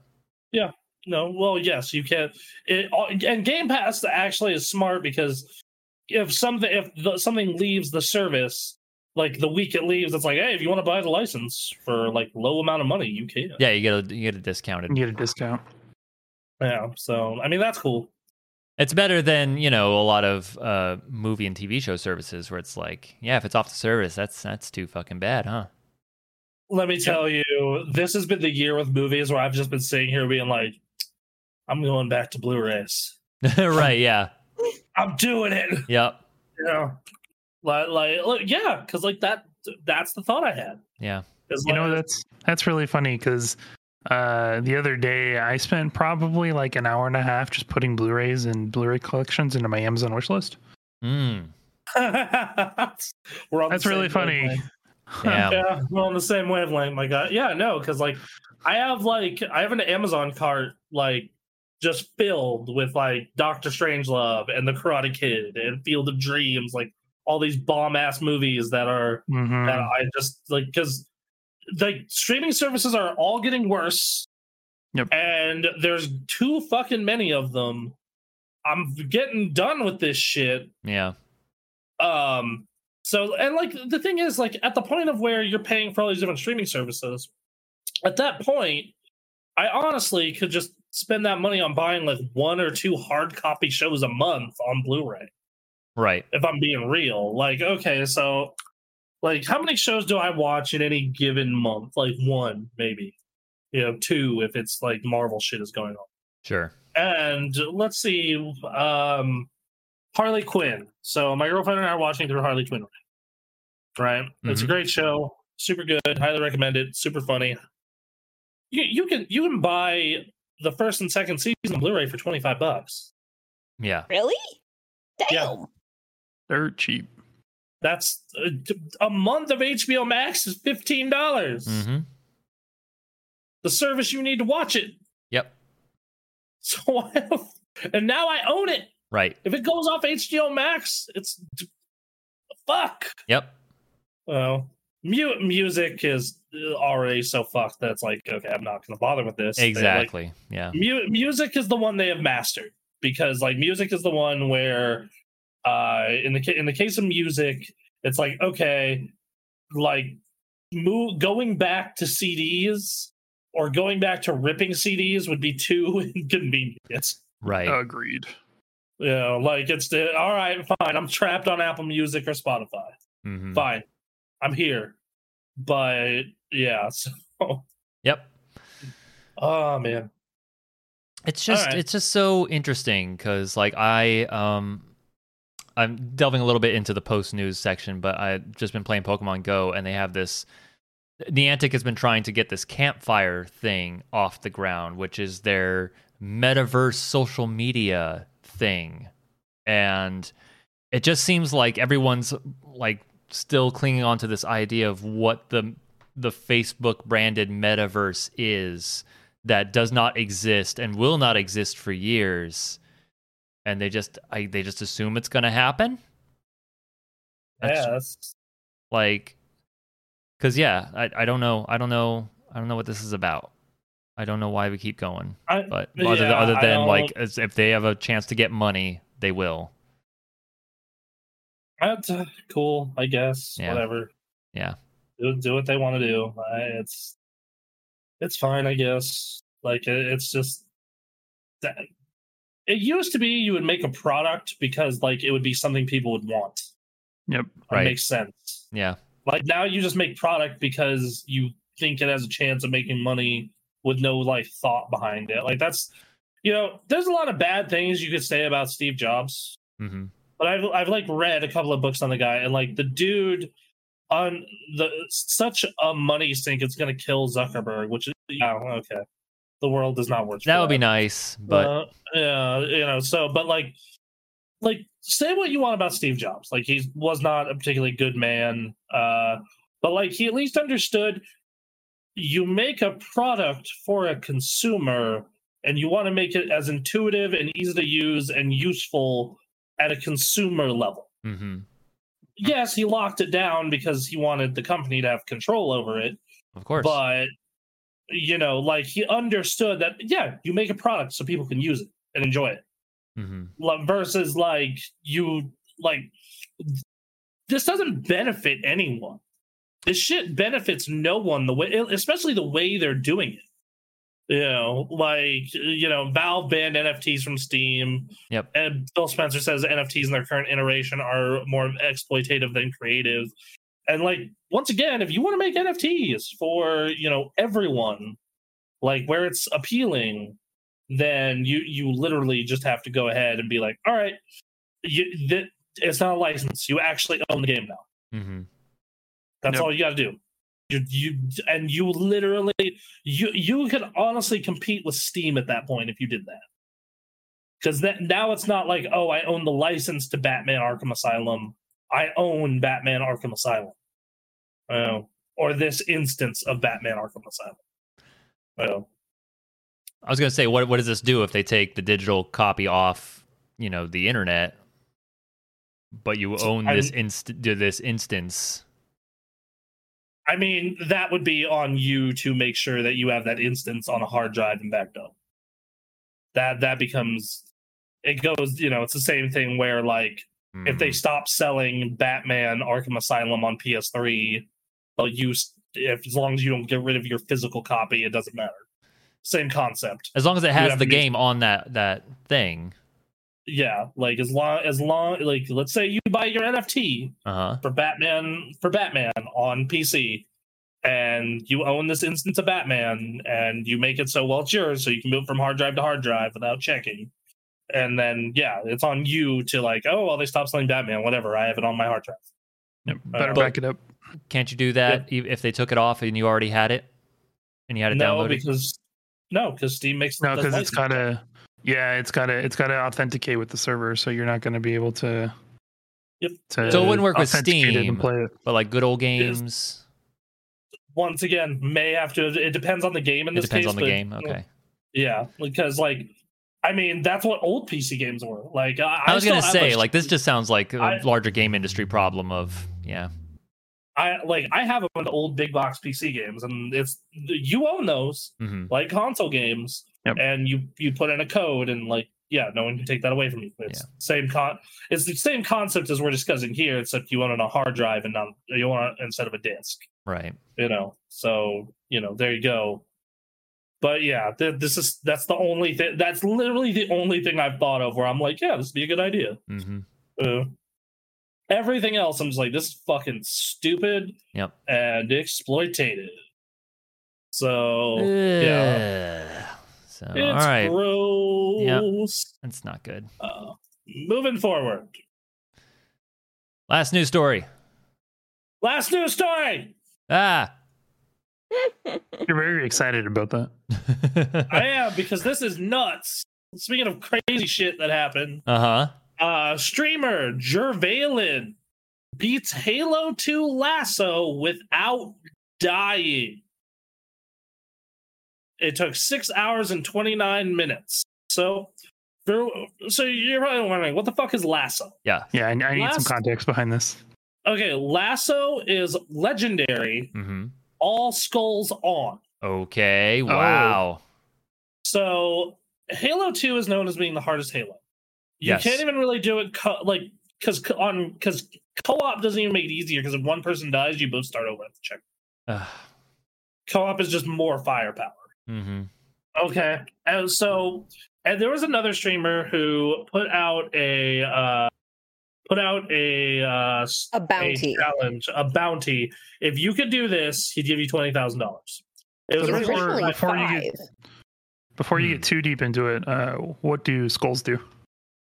No, well, yes, you can. It, all- and Game Pass actually is smart because if something if the, something leaves the service, like the week it leaves, it's like, hey, if you want to buy the license for like low amount of money, you can.
yeah, you get a you get a discounted.
You get a discount.
Yeah. So I mean, that's cool.
It's better than you know a lot of uh, movie and TV show services where it's like, yeah, if it's off the service, that's that's too fucking bad, huh?
Let me tell you, this has been the year with movies where I've just been sitting here being like, I'm going back to Blu-rays.
right? Yeah.
I'm doing it.
Yep.
Yeah. Like, like, like yeah, because like that. That's the thought I had.
Yeah.
It's
You
like-
know that's that's really funny because uh, the other day I spent probably like an hour and a half just putting Blu-rays and Blu-ray collections into my Amazon wish list.
Mm.
We're on the
That's really
same
funny.
wavelength.
Yeah.
Yeah, we're on the same wavelength. My God, yeah, no, because like I have like I have an Amazon cart like just filled with like Doctor Strangelove and The Karate Kid and Field of Dreams, like all these bomb ass movies that are
Mhm.
that I just like because like streaming services are all getting worse.
Yep.
And there's too fucking many of them. I'm getting done with this shit
Yeah.
um so and like the thing is like at the point of where you're paying for all these different streaming services at that point i honestly could just spend that money on buying like one or two hard copy shows a month on blu-ray
Right.
if i'm being real like okay so like how many shows do i watch in any given month like one maybe you know two if it's like marvel shit is going on
Sure.
and let's see um harley quinn so my girlfriend and i are watching through harley quinn right it's a
Mhm.
great show super good highly recommend it super funny you, you can you can buy the first and second season on blu-ray for 25 bucks
Yeah.
Really? Damn.
Yeah.
They're cheap.
that's uh, a month of hbo max is $15 dollars
Mm-hmm.
the service you need to watch it
Yep.
so I have, and now i own it
Right.
if it goes off hbo max it's fuck
Yep.
Well, mu- music is already so fucked that it's like, okay, I'm not going to bother with this. They, like,
Exactly. yeah.
mu- music is the one they have mastered because, like, music is the one where, uh, in the ca- in the case of music, it's like, okay, like, move going back to CDs or going back to ripping CDs would be too inconvenient.
Right.
Agreed.
You know, like it's the, all right, fine. I'm trapped on Apple Music or Spotify
Mhm.
fine i'm here but yeah so,
Yep.
oh man
It's just
right.
it's just so interesting because like I um I'm delving a little bit into the post news section, but I've just been playing Pokemon Go and they have this Niantic has been trying to get this campfire thing off the ground, which is their metaverse social media thing. And it just seems like everyone's like still clinging on to this idea of what the the Facebook branded metaverse is that does not exist and will not exist for years and they just I, they just assume it's going to happen That's-
yeah that's,
like cuz yeah I, I don't know I don't know I don't know what this is about I don't know why we keep going
I,
but other,
Yeah,
other
I
than
don't-
like as, if they have a chance to get money they will
that's uh, cool i guess
Yeah.
whatever
Yeah.
do, do what they want to do I, it's it's fine i guess like it, it's just that it used to be you would make a product because like it would be something people would want
Yep.
right.
Right.
makes sense
yeah
Like now you just make product because you think it has a chance of making money with no like thought behind it. Like that's you know, there's a lot of bad things you could say about Steve Jobs,
mhm
but I've I've like read a couple of books on the guy and like the dude on the such a money sink it's gonna kill Zuckerberg, which is yeah, okay. The world does not work. for
that would be nice but
uh, yeah, you know, so but like like say what you want about Steve Jobs. Like he was not a particularly good man. Uh but like he at least understood you make a product for a consumer and you want to make it as intuitive and easy to use and useful at a consumer level.
Mm-hmm.
Yes, he locked it down because he wanted the company to have control over it,
Of course.
but you know, like he understood that yeah, you make a product so people can use it and enjoy it.
mm-hmm.
Like, Versus like you like this doesn't benefit anyone. This shit benefits no one the way, e, especially the way they're doing it. You know, like you know, Valve banned NFTs from Steam.
Yep.
And Bill Spencer says NFTs in their current iteration are more exploitative than creative. And like once again, if you want to make NFTs for you know everyone, like where it's appealing, then you you literally just have to go ahead and be like, all right, you, th- it's not a license. You actually own the game now.
Mm-hmm.
That's
Yep.
all you got to do. You you and you literally you you could honestly compete with Steam at that point if you did that. Because that now it's not like oh I own the license to Batman Arkham Asylum. I own Batman Arkham Asylum. Oh, or this instance of Batman Arkham Asylum. Oh.
I was gonna say, what what does this do if they take the digital copy off, you know, the internet, but you own
I-
this inst- this instance?
I mean, that would be on you to make sure that you have that instance on a hard drive and backed up. That that becomes it goes, you know, it's the same thing where like if they
Mhm.
stop selling Batman Arkham Asylum on PS3, they'll use if as long as you don't get rid of your physical copy, it doesn't matter. Same concept.
as long as it
have
has the
to use-
game on that that thing,
Yeah, like as long as long like let's say you buy your NFT
uh huh.
for Batman for Batman on PC, and you own this instance of Batman, and you make it so well it's yours, so you can move from hard drive to hard drive without checking. And then yeah, it's on you to like, oh well, they stopped selling Batman, whatever. I have it on my hard drive.
Yep, better
Uh,
back it up.
Can't you do that e if they took it off and you already had it and you had it
No,
downloaded?
because no, because Steam makes
No,
the
because it's
license.
gotta. Yeah, it's gotta. It's gotta authenticate with the server, so you're not gonna be able to.
Yep.
to
So it wouldn't work with
authenticate it
Steam.
And play it.
but like good old
is-
games,
once again may have to. It depends on the game in
it
this
depends
case.
on the
but-
game. Okay,
Yeah, because like, I mean, that's what old PC games were like. I,
I was
still
gonna
have
say
a-
like this just sounds like a
I-
larger game industry problem of yeah.
I like I have a bunch of old big box PC games, and it's you own those
hmm
like console games,
Yep.
and you you put in a code and like yeah, no one can take that away from you. It's
Yeah.
same con. It's the same concept as we're discussing here, except you own it on a hard drive and not you want it instead of a disk.
Right.
You know, so you know there you go. But yeah, th- this is that's the only thing. That's literally the only thing I've thought of where I'm like, yeah, this would be a good idea.
hmm
Uh, everything else, I'm just like, this is fucking stupid
Yep.
and exploitative. So yeah,
So
it's
Oh, all right,
gross.
that's not good.
Uh, moving forward,
Last news story.
last news story.
Ah.
You're very excited about that.
I am because this is nuts. Speaking of crazy shit that happened,
uh huh.
uh, streamer Jervalin beats Halo 2 Lasso without dying. It took six hours and 29 minutes. So, for, so you're probably wondering, what the fuck is Lasso?
Yeah, I, I need some
Last-
context behind this.
Okay, Lasso is legendary,
Mm-hmm.
all skulls on. Oh.
Okay. Wow.
So Halo 2 is known as being the hardest Halo. You
Yes.
can't even really do it co- like cuz on cuz co-op doesn't even make it easier cuz if one person dies you both start over at the check. Co-op is just more firepower.
mm-hmm.
Okay. And so and there was another streamer who put out a uh put out a uh s-
A
a
bounty.
challenge, a bounty. If you could do this, he'd give you $20,000. It was
So
originally
before-
Originally
before you
five.
get- Before you get
Hmm.
too deep into it, uh, what do skulls do?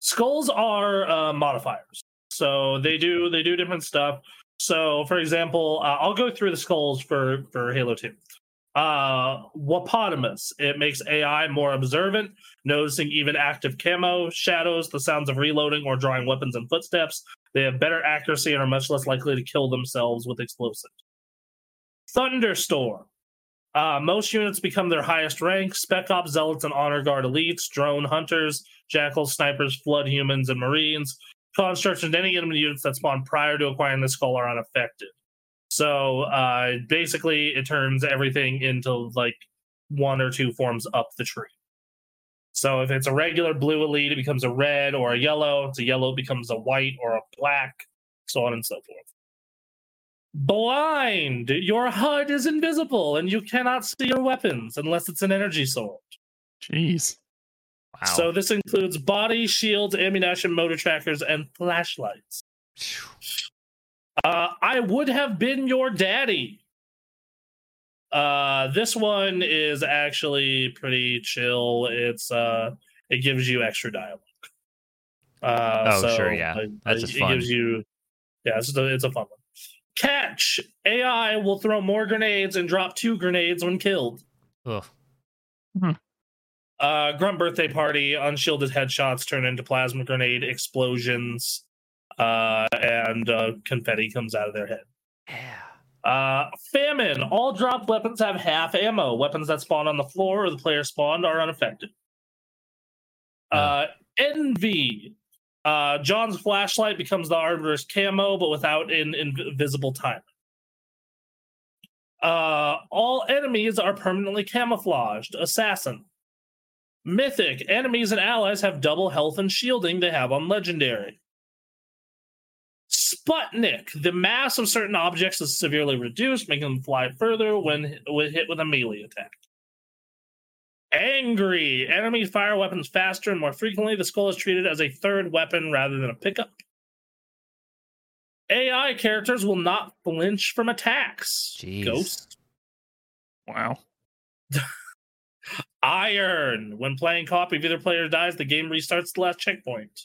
skulls are uh, modifiers so they do they do different stuff so for example uh, i'll go through the skulls for for halo 2 uh wapotamus it makes ai more observant noticing even active camo shadows the sounds of reloading or drawing weapons and footsteps they have better accuracy and are much less likely to kill themselves with explosives thunderstorm Uh, most units become their highest rank Spec Ops, Zealots, and Honor Guard elites, drone hunters, jackals, snipers, flood humans, and marines. Constructs and any enemy units that spawn prior to acquiring the skull are unaffected. So uh, basically, it turns everything into like one or two forms up the tree. So if it's a regular blue elite, it becomes a red or a yellow. If it's a yellow, it becomes a white or a black, so on and so forth. Blind! Your HUD is invisible and you cannot see your weapons unless it's an energy sword.
Jeez.
Wow.
So this includes body, shields, ammunition, motor trackers, and flashlights. Uh, I would have been your daddy. Uh, this one is actually pretty chill. It's uh, it gives you extra dialogue. Uh,
Oh,
so,
sure, yeah.
like,
That's
like,
just fun.
It gives you, yeah, it's a, it's a fun one. Catch AI will throw more grenades and drop two grenades when killed.
Ugh.
Uh, Grunt birthday party, unshielded headshots turn into plasma grenade explosions, uh, and uh, confetti comes out of their head.
Yeah.
Uh, famine. All dropped weapons have half ammo. Weapons that spawn on the floor or the player spawned are unaffected. Uh, envy. Uh, John's flashlight becomes the arbiter's camo, but without an invisible timer. Uh, all enemies are permanently camouflaged. Assassin. Mythic. Enemies and allies have double health and shielding they have on legendary. Sputnik. The mass of certain objects is severely reduced, making them fly further when when hit with a melee attack. Angry. Enemies fire weapons faster and more frequently. The skull is treated as a third weapon rather than a pickup. AI characters will not flinch from attacks.
Jeez.
Ghost.
Wow.
Iron. When playing cop, if either player dies, the game restarts the last checkpoint.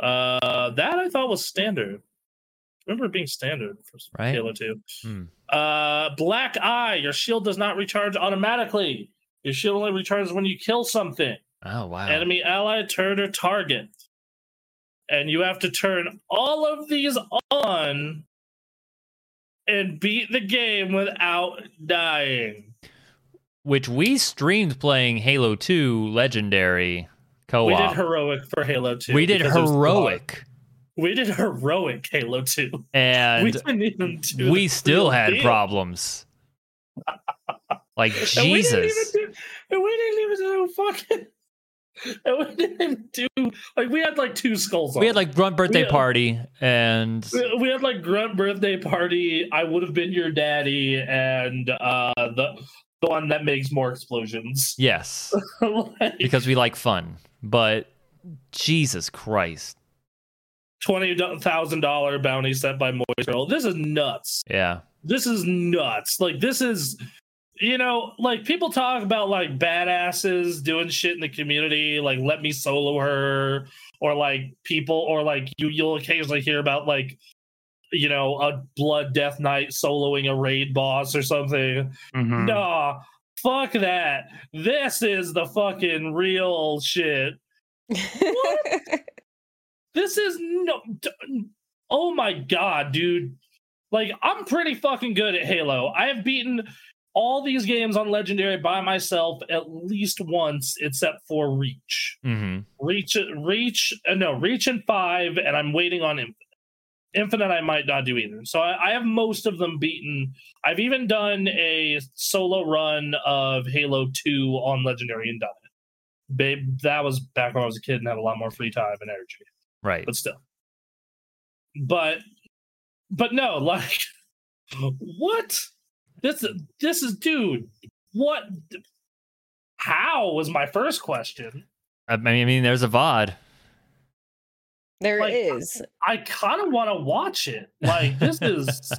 Uh, that I thought was standard. Remember it being standard for
Right.
Halo 2.
Hmm.
Uh, Black Eye, your shield does not recharge automatically. Your shield only recharges when you kill something.
Oh wow.
Enemy, ally, turn, or target. And you have to turn all of these on and beat the game without dying.
Which we streamed playing Halo 2 Legendary co-op.
We did heroic for Halo 2.
Oh, We did
because it was
heroic,
hard. We did heroic Halo 2. we
and
didn't even do
we,
the
still
real
had
deal.
problems. Like
And we didn't even
Jesus.
do- And we didn't even do fucking. And we didn't even do like we had like two skulls.
We,
on.
had like grunt birthday
We-
party and
we, we had like grunt birthday party. I would have been your daddy, and uh the the one that makes more explosions.
yes,
like,
because we like fun. But Jesus Christ.
twenty thousand dollar bounty set by Moist Girl. This is nuts.
Yeah.
this is nuts. Like this is you know, like people talk about like badasses doing shit in the community, like let me solo her, or like people, or like you you'll occasionally hear about like you know, a blood death knight soloing a raid boss or something.
Mhm.
Nah, fuck that. This is the fucking real shit. This is no. d- Oh my god, dude. Like, I'm pretty fucking good at Halo. I have beaten all these games on Legendary by myself at least once, except for Reach.
Mm-hmm.
Reach, Reach, uh, no, Reach and Five, and I'm waiting on Infinite. Infinite, I might not do either. So I, I have most of them beaten. I've even done a solo run of Halo 2 on Legendary and done it. Babe, that was back when I was a kid and had a lot more free time and energy
Right.
but still. But but no, like what? This this is dude, what how was my first question.
I mean, I mean there's a VOD.
There
Like-
is.
I kind of want to watch it. Like this is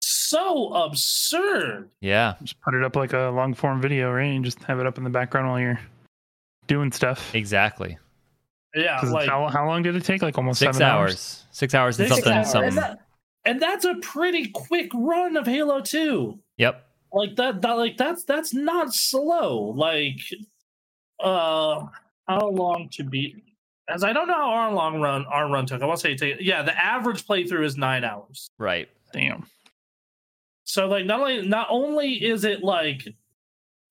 so absurd.
Yeah.
Just put it up like a long form video, right? And just have it up in the background while you're doing stuff.
Exactly.
Yeah,
'Cause
like
how, how long did it take? Like almost
Six
seven
hours. Six hours and
Six
something.
hours.
Something.
And, that- and that's a pretty quick run of Halo 2.
Yep.
like that, that like that's that's not slow like uh how long to beat as i don't know how our long run our run took i want to say it take, yeah the average playthrough is nine hours
Right.
Damn.
So like not only not only is it like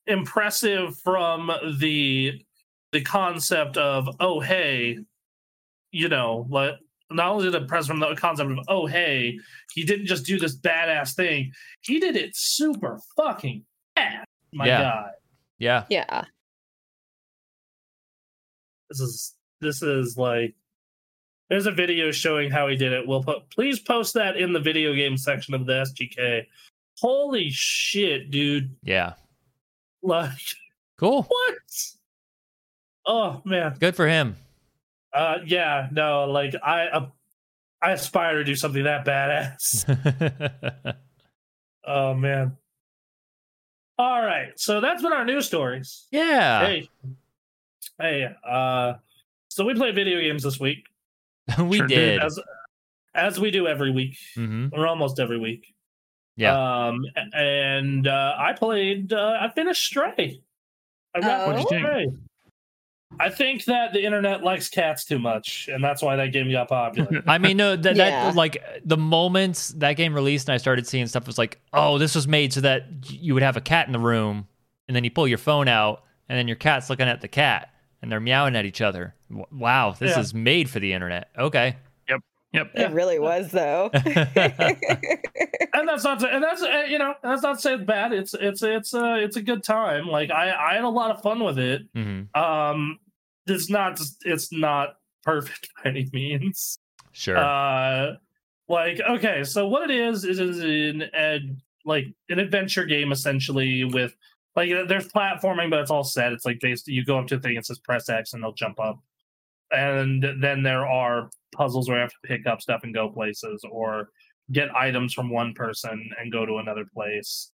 impressive from the the concept of oh hey, you know, like not only is it impressive from the concept of oh hey, he didn't just do this badass thing, he did it super fucking fast. My
Yeah.
god,
Yeah.
Yeah.
this is this is like there's a video showing how he did it. We'll put please post that in the video game section of the SGK. Holy shit, dude!
Yeah.
Like
Cool.
what? Oh man.
Good for him.
Uh yeah, no, like I uh, I aspire to do something that badass. oh man. All right. So that's been our news stories.
yeah.
Hey. Hey, uh so we played video games this week
we
Sure
did.
did.
as as we do every week
hmm
or almost every week.
Yeah.
Um a- and uh I played uh I finished Stray. I wrapped
Oh.
What'd you
Stray. I think that the internet likes cats too much, and that's why that game got popular.
I mean, no, that,
Yeah.
that like the moment that game released and I started seeing stuff it was like, oh, this was made so that you would have a cat in the room, and then you pull your phone out, and then your cat's looking at the cat, and they're meowing at each other. W- Wow, this
Yeah.
is made for the internet. Okay.
Yep.
Yeah.
It really was though.
Mm-hmm.
and that's not to, and that's uh, you know that's not saying bad. It's it's it's uh it's a good time. Like I I had a lot of fun with it.
hmm
Um, it's not it's not perfect by any means.
Sure.
Uh, like okay, so what it is is is an ad, like an adventure game essentially with like uh, there's platforming, but it's all set. It's like based you go up to a thing, it says press X, and they'll jump up, and then there are puzzles where you have to pick up stuff and go places or get items from one person and go to another place,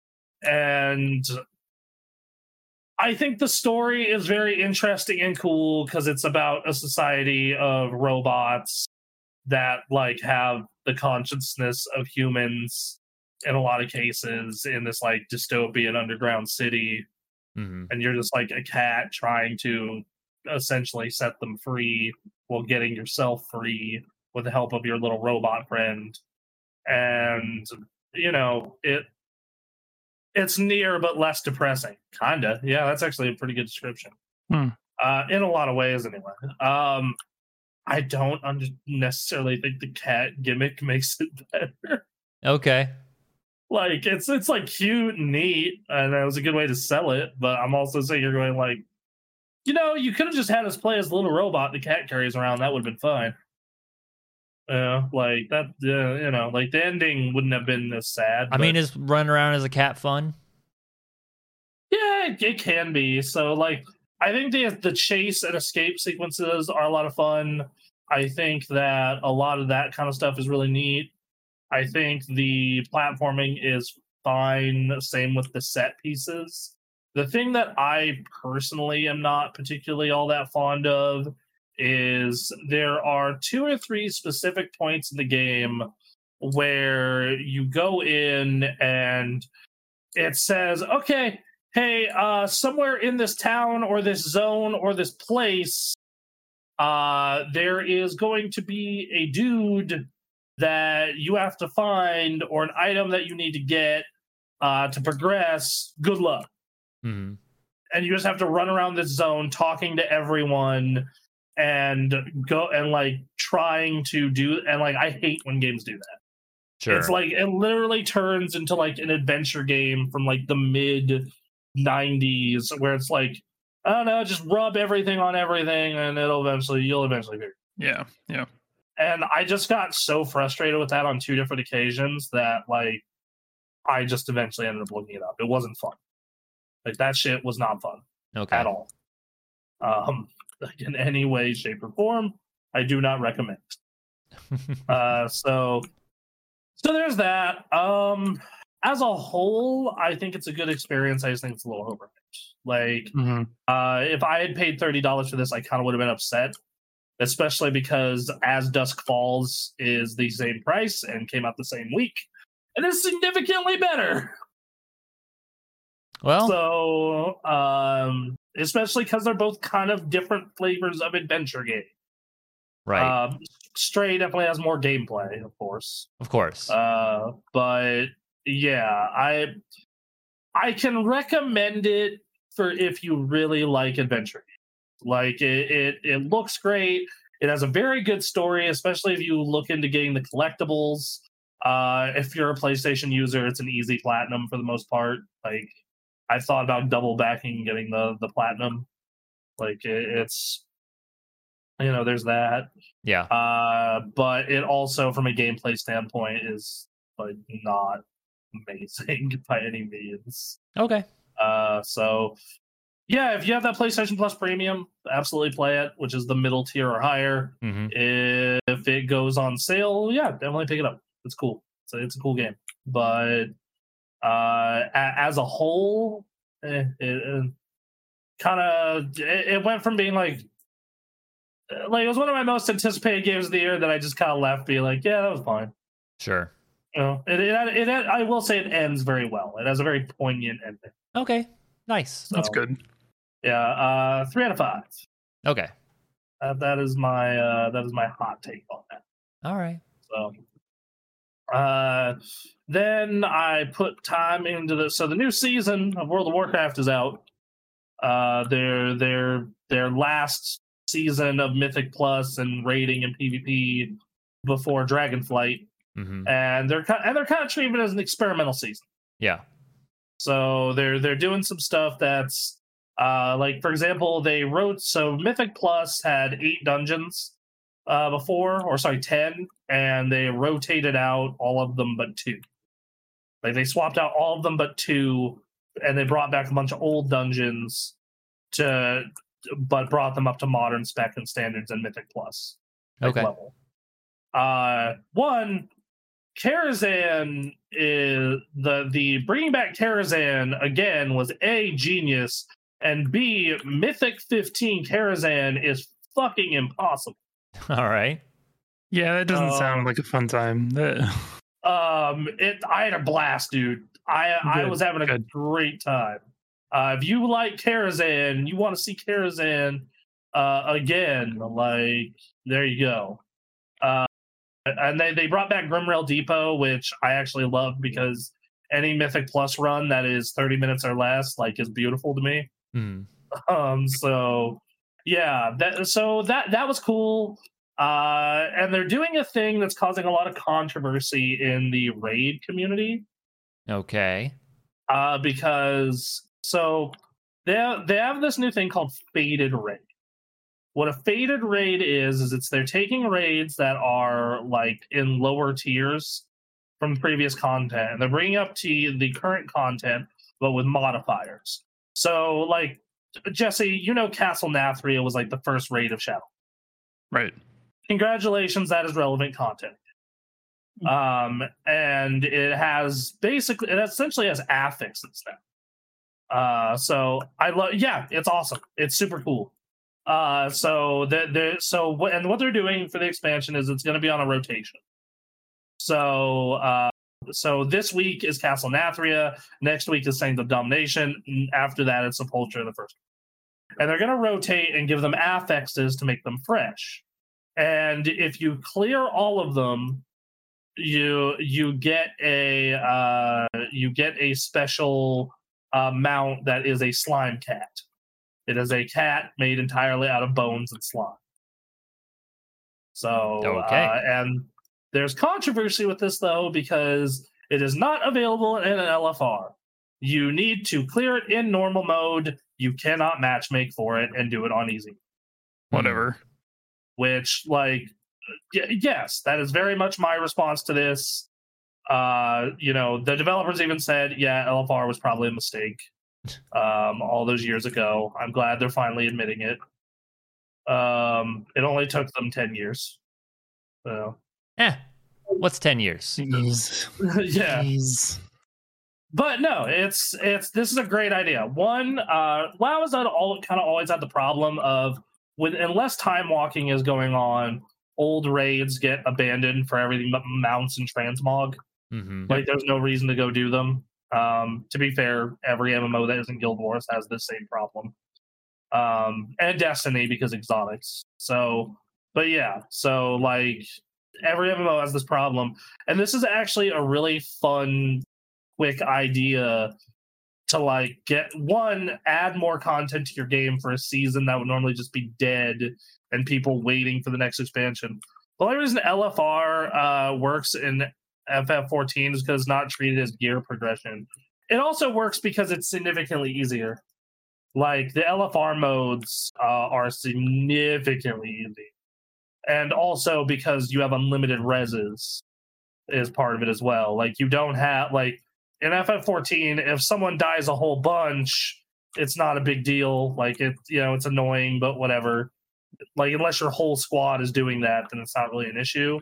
and. I think the story is very interesting and cool because it's about a society of robots that like have the consciousness of humans in a lot of cases in this like dystopian underground city
hmm
and you're just like a cat trying to essentially set them free while getting yourself free with the help of your little robot friend and you know it it's near but less depressing kinda yeah that's actually a pretty good description
Hmm.
uh in a lot of ways anyway um i don't under- necessarily think the cat gimmick makes it better
Okay.
like it's it's like cute and neat and that was a good way to sell it but i'm also saying you're going like you know you could have just had us play as the little robot the cat carries around that would have been fine yeah like that yeah, you know like the ending wouldn't have been as sad
I mean,
but-
is running around as a cat fun?
yeah it, it can be so like i think the the chase and escape sequences are a lot of fun i think that a lot of that kind of stuff is really neat i think the platforming is fine same with the set pieces the thing that i personally am not particularly all that fond of is there are two or three specific points in the game where you go in and it says okay hey uh somewhere in this town or this zone or this place uh there is going to be a dude that you have to find or an item that you need to get uh to progress good luck
hmm
and you just have to run around this zone talking to everyone and go and like trying to do and like i hate when games do that
Sure.
it's like it literally turns into like an adventure game from like the mid 90s where it's like, I don't know, just rub everything on everything and it'll eventually, you'll eventually figure
Yeah. Yeah.
it. And I just got so frustrated with that on two different occasions that like I just eventually ended up looking it up. It wasn't fun. Like that shit was not fun
okay.
at all. Um, like in any way, shape, or form, I do not recommend. uh, so, so there's that. Um, as a whole, I think it's a good experience. I just think it's a little overpriced. Like,
hmm
uh, if I had paid thirty dollars for this, I kind of would have been upset, especially because As Dusk Falls is the same price and came out the same week, and is significantly better.
well,
So, um, especially because they're both kind of different flavors of adventure game.
right.
uh, Um, Stray definitely has more gameplay, of course,
of course.
uh, but yeah, I I can recommend it for if you really like adventure. games. Like it, it, it looks great. It has a very good story, especially if you look into getting the collectibles. Uh, if you're a PlayStation user, it's an easy platinum for the most part. Like I've thought about double backing and getting the the platinum. Like it, it's you know, there's that.
Yeah.
Uh, but it also, from a gameplay standpoint, is like not amazing by any means.
Okay.
Uh, so yeah, if you have that PlayStation Plus Premium, absolutely play it, which is the middle tier or higher.
hmm
If it goes on sale, yeah, definitely pick it up. It's cool. It's a, it's a cool game, but uh, a- as a whole, eh, it kind of it, it went from being like like it was one of my most anticipated games of the year that I just kind of left, being like, yeah, that was fine.
Sure.
You know, it, it, it, I will say it ends very well. It has a very poignant ending.
Okay. Nice.
That's
So,
good.
Yeah, uh, three out of five.
Okay.
Uh, that is my uh, that is my hot take on that.
All right.
So, uh, then I put time into the so the new season of World of Warcraft is out. Uh, their their their last season of Mythic Plus and raiding and PvP before Dragonflight,
hmm
and they're ki- and they're kind of treating it as an experimental season.
Yeah.
So they're they're doing some stuff that's uh like for example, they wrote so Mythic Plus had eight dungeons uh before, or sorry, ten, and they rotated out all of them but two. Like they swapped out all of them but two, and they brought back a bunch of old dungeons to but brought them up to modern spec and standards and Mythic Plus like,
Okay.
level. Uh, one, Karazhan is the the bringing back Karazhan again was a genius, and B, Mythic 15 Karazhan is fucking impossible.
All right.
Yeah, that doesn't
Uh,
sound like a fun time. That-
Um, it I had a blast, dude. I I
Good,
was having a
good.
great time. Uh, if you like Karazhan, you want to see Karazhan uh, again, like there you go. Uh, and they they brought back Grimrail Depot, which I actually love because any Mythic Plus run that is thirty minutes or less, like, is beautiful to me.
Mm.
Um, so yeah, that so that that was cool. Uh, and they're doing a thing that's causing a lot of controversy in the raid community
Okay.
uh, because so they they have this new thing called faded raid. What a faded raid is is it's they're taking raids that are like in lower tiers from previous content and they're bringing up to the current content but with modifiers. So like Jesse, you know Castle Nathria was like the first raid of Shadow
right.
congratulations that is relevant content um and it has basically it essentially has affixes now uh so i love yeah it's awesome it's super cool uh so that there so what and what they're doing for the expansion is it's going to be on a rotation so uh so this week is castle nathria next week is saints of domination and after that it's sepulture the first and they're going to rotate and give them affixes to make them fresh and if you clear all of them you you get a uh you get a special uh, mount that is a slime cat it is a cat made entirely out of bones and slime so
Okay.
uh, and there's controversy with this though because it is not available in an lfr you need to clear it in normal mode you cannot matchmake for it and do it on easy
Whatever.
which like y- yes that is very much my response to this uh you know the developers even said yeah lfr was probably a mistake um all those years ago i'm glad they're finally admitting it um it only took them 10 years so
Eh. What's ten years?
Jeez.
yeah
Jeez.
but no, it's it's this is a great idea. One, uh, WoW has had all kind of always had the problem of with unless time walking is going on, old raids get abandoned for everything but mounts and transmog.
Mm-hmm.
Like there's no reason to go do them. Um, to be fair, every MMO that isn't Guild Wars has the same problem. Um, and Destiny because exotics. So, but yeah, so like every MMO has this problem, and this is actually a really fun quick idea to like get one add more content to your game for a season that would normally just be dead and people waiting for the next expansion. The only reason LFR uh, works in FF14 is because it's not treated as gear progression. It also works because it's significantly easier. Like the LFR modes uh, are significantly easy, and also because you have unlimited reses is part of it as well. Like you don't have like in FF14, if someone dies a whole bunch, it's not a big deal. Like it, you know, it's annoying, but whatever. Like unless your whole squad is doing that, then it's not really an issue.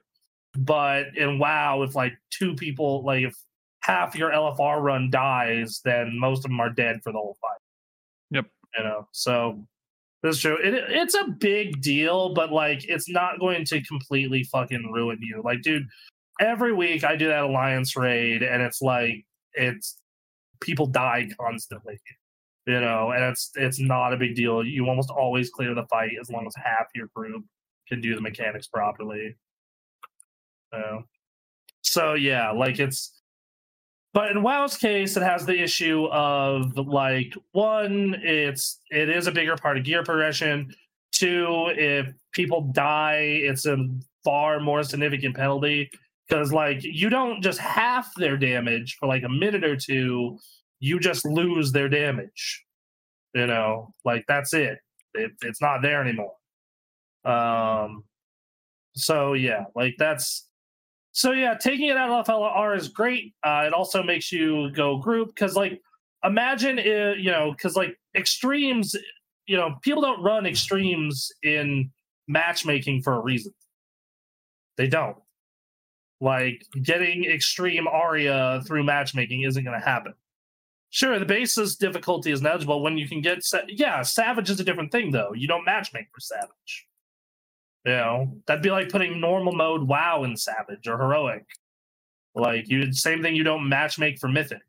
But in WoW, if like two people, like if half your LFR run dies, then most of them are dead for the whole fight.
Yep.
You know, so that's true. It, it's a big deal, but like it's not going to completely fucking ruin you. Like, dude, every week I do that alliance raid, and it's like it's people die constantly you know and it's it's not a big deal you almost always clear the fight as long as half your group can do the mechanics properly so, so yeah like it's but in wow's case it has the issue of like one it's it is a bigger part of gear progression two if people die it's a far more significant penalty because like you don't just half their damage for like a minute or two you just lose their damage you know like that's it, it it's not there anymore um so yeah like that's so yeah taking it out of lflr is great uh it also makes you go group because like imagine it, you know because like extremes you know people don't run extremes in matchmaking for a reason they don't like getting extreme aria through matchmaking isn't going to happen sure the basis difficulty is negligible when you can get sa- yeah savage is a different thing though you don't matchmake for savage you know that'd be like putting normal mode wow in savage or heroic like you same thing you don't matchmake for mythic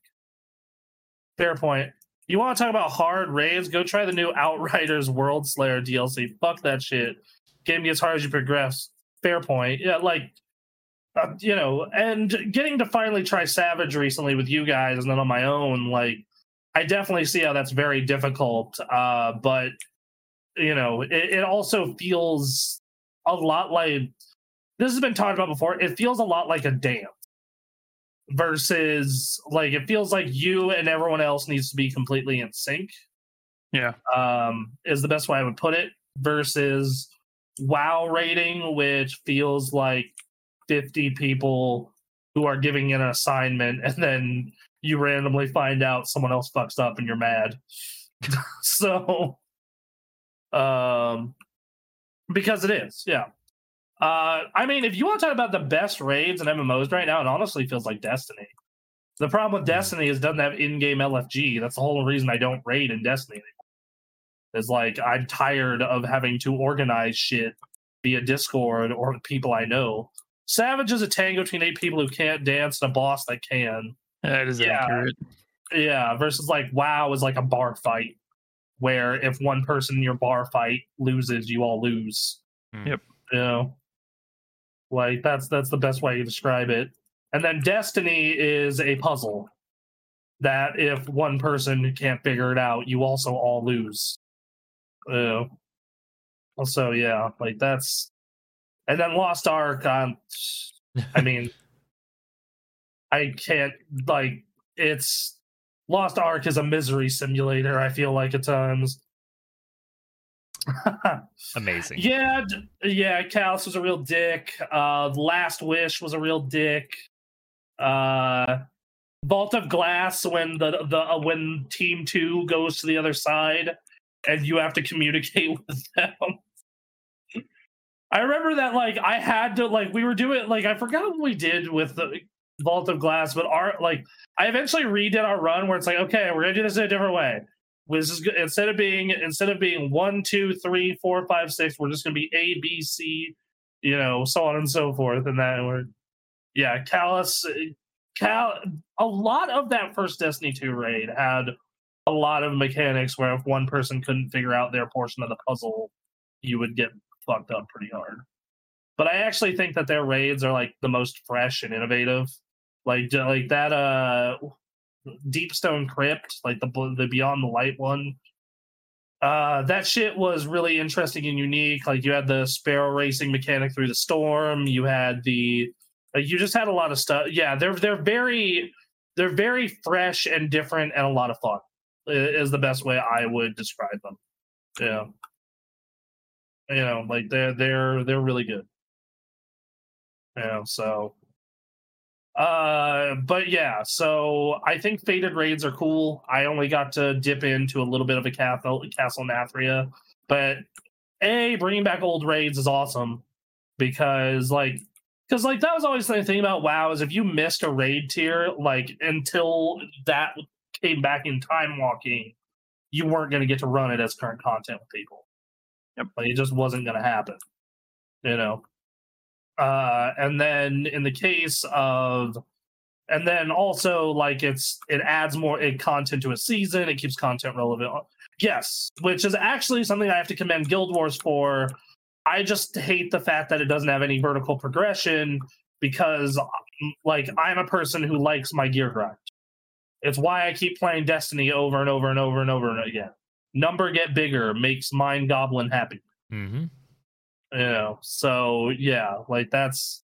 fair point you want to talk about hard raids go try the new outriders world slayer dlc fuck that shit game gets hard as you progress fair point yeah like uh, you know, and getting to finally try Savage recently with you guys and then on my own, like, I definitely see how that's very difficult. Uh, but, you know, it, it also feels a lot like this has been talked about before. It feels a lot like a dance versus like it feels like you and everyone else needs to be completely in sync,
Yeah.
um, is the best way I would put it, versus WoW rating, which feels like 50 people who are giving an assignment and then you randomly find out someone else fucks up and you're mad so um because it is yeah uh i mean if you want to talk about the best raids and mmos right now it honestly feels like destiny the problem with destiny is it doesn't have in-game lfg that's the whole reason i don't raid in destiny anymore it's like i'm tired of having to organize shit via discord or with people i know Savage is a tango between eight people who can't dance and a boss that can.
That is
Yeah.
accurate.
Yeah, versus like WoW is like a bar fight where if one person in your bar fight loses, you all lose.
Hmm.
Yep.
You know? Like that's that's the best way to describe it. And then Destiny is a puzzle that if one person can't figure it out, you also all lose. You know? So yeah, like that's and then Lost Ark um, I mean, I can't like it's Lost Ark is a misery simulator. I feel like at times.
Amazing.
yeah, d- yeah. Callus was a real dick. Uh, Last Wish was a real dick. Uh, Vault of Glass when the the uh, when Team Two goes to the other side, and you have to communicate with them. I remember that like I had to like we were doing like I forgot what we did with the Vault of Glass, but our like I eventually redid our run where it's like okay we're gonna do this in a different way. This is go- instead of being instead of being one two three four five six we're just gonna be A B C, you know so on and so forth and that and we're yeah Callus Cal a lot of that first Destiny two raid had a lot of mechanics where if one person couldn't figure out their portion of the puzzle, you would get fucked up pretty hard. But I actually think that their raids are like the most fresh and innovative. Like j- like that uh Deepstone Crypt, like the bl- the Beyond the Light one. Uh, that shit was really interesting and unique. Like you had the sparrow racing mechanic through the storm. You had the like, you just had a lot of stuff. Yeah, they're they're very they're very fresh and different and a lot of fun. i- Is the best way I would describe them. Yeah, you know, like they're they're they're really good. Yeah, so uh, but yeah, so I think faded raids are cool. I only got to dip into a little bit of a castle, castle in Athria, but a bringing back old raids is awesome because like because like that was always the thing about WoW is if you missed a raid tier like until that came back in time walking, you weren't going to get to run it as current content with people. Yep. Like it just wasn't going to happen, you know. Uh, and then in the case of and then also like it's it adds more it, content to a season it keeps content relevant uh, yes which is actually something i have to commend guild wars for i just hate the fact that it doesn't have any vertical progression because um, like i'm a person who likes my gear grind it's why i keep playing destiny over and over and over and over and again number get bigger makes mine goblin happy
Mm-hmm.
you know so yeah like that's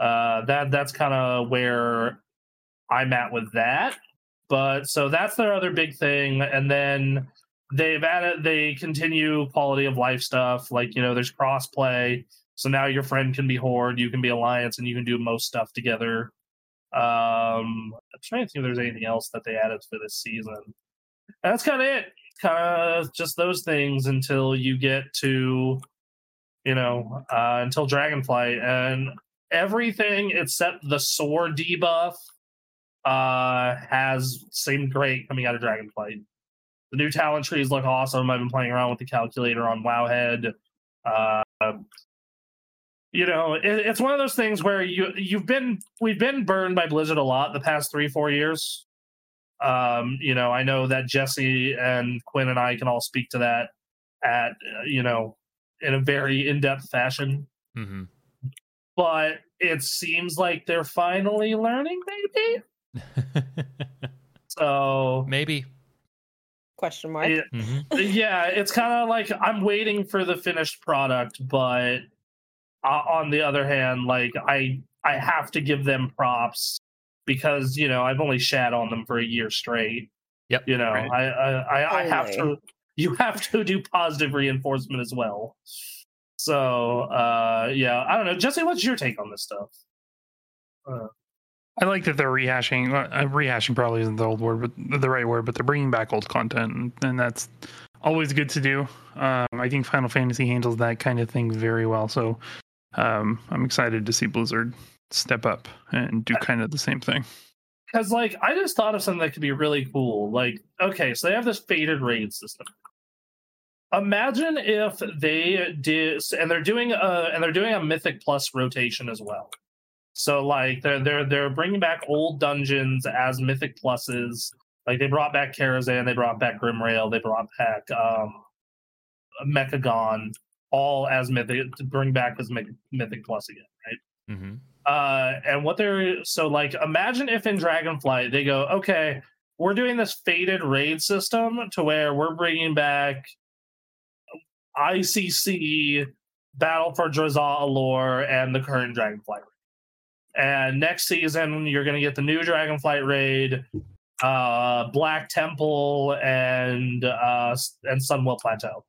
uh that that's kind of where i'm at with that but so that's their other big thing and then they've added they continue quality of life stuff like you know there's cross play so now your friend can be horde you can be alliance and you can do most stuff together um i'm trying to think if there's anything else that they added for this season that's kind of it kind of just those things until you get to you know, uh, until Dragonflight, and everything except the sword debuff uh, has seemed great coming out of Dragonflight. The new talent trees look awesome. I've been playing around with the calculator on Wowhead. Uh, you know, it, it's one of those things where you you've been we've been burned by Blizzard a lot the past three four years. Um, you know, I know that Jesse and Quinn and I can all speak to that at uh, you know in a very in-depth fashion
Mm-hmm.
but it seems like they're finally learning maybe so
Maybe.
Question mark.
yeah,
hmm
yeah it's kind of like i'm waiting for the finished product but uh, on the other hand like i i have to give them props because you know i've only shat on them for a year straight
Yep.
you know
Right.
I, I i i have to
Totally.
you have to do positive reinforcement as well so uh yeah i don't know jesse what's your take on this stuff
I like that they're rehashing. Uh, rehashing probably isn't the old word, but the right word. But they're bringing back old content, and, and that's always good to do. Um, I think Final Fantasy handles that kind of thing very well. So um, I'm excited to see Blizzard step up and do kind of the same thing.
Because like I just thought of something that could be really cool. Like, okay, so they have this faded raid system. Imagine if they did, and they're doing a and they're doing a Mythic Plus rotation as well. So like they're they're they're bringing back old dungeons as Mythic Pluses. Like they brought back Karazhan, they brought back Grimrail, they brought back um, Mechagon, all as Mythic to bring back as Myth- Mythic Plus again, right?
hmm
uh and what they're so like imagine if in dragonflight they go okay we're doing this faded raid system to where we're bringing back icc battle for Drazaa allure and the current dragonflight raid and next season you're going to get the new dragonflight raid uh black temple and uh s- and sunwell plateau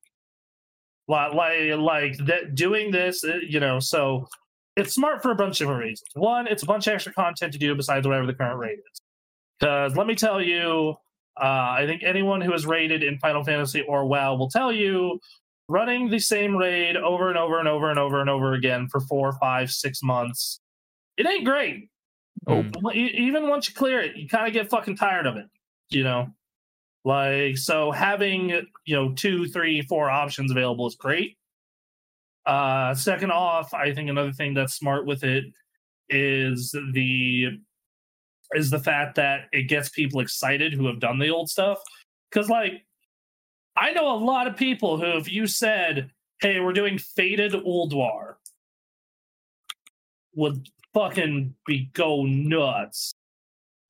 like like like that doing this uh, you know so it's smart for a bunch of different reasons. One, it's a bunch of extra content to do besides whatever the current rate is. Because let me tell you, uh, I think anyone who is rated in Final Fantasy or WoW will tell you running the same raid over and over and over and over and over again for four, five, six months, it ain't great.
Oh.
E- Even once you clear it, you kind of get fucking tired of it, you know? Like, so having, you know, two, three, four options available is great. Uh, second off, I think another thing that's smart with it is the is the fact that it gets people excited who have done the old stuff. Because like, I know a lot of people who, if you said, "Hey, we're doing Faded Ulduar," would fucking be go nuts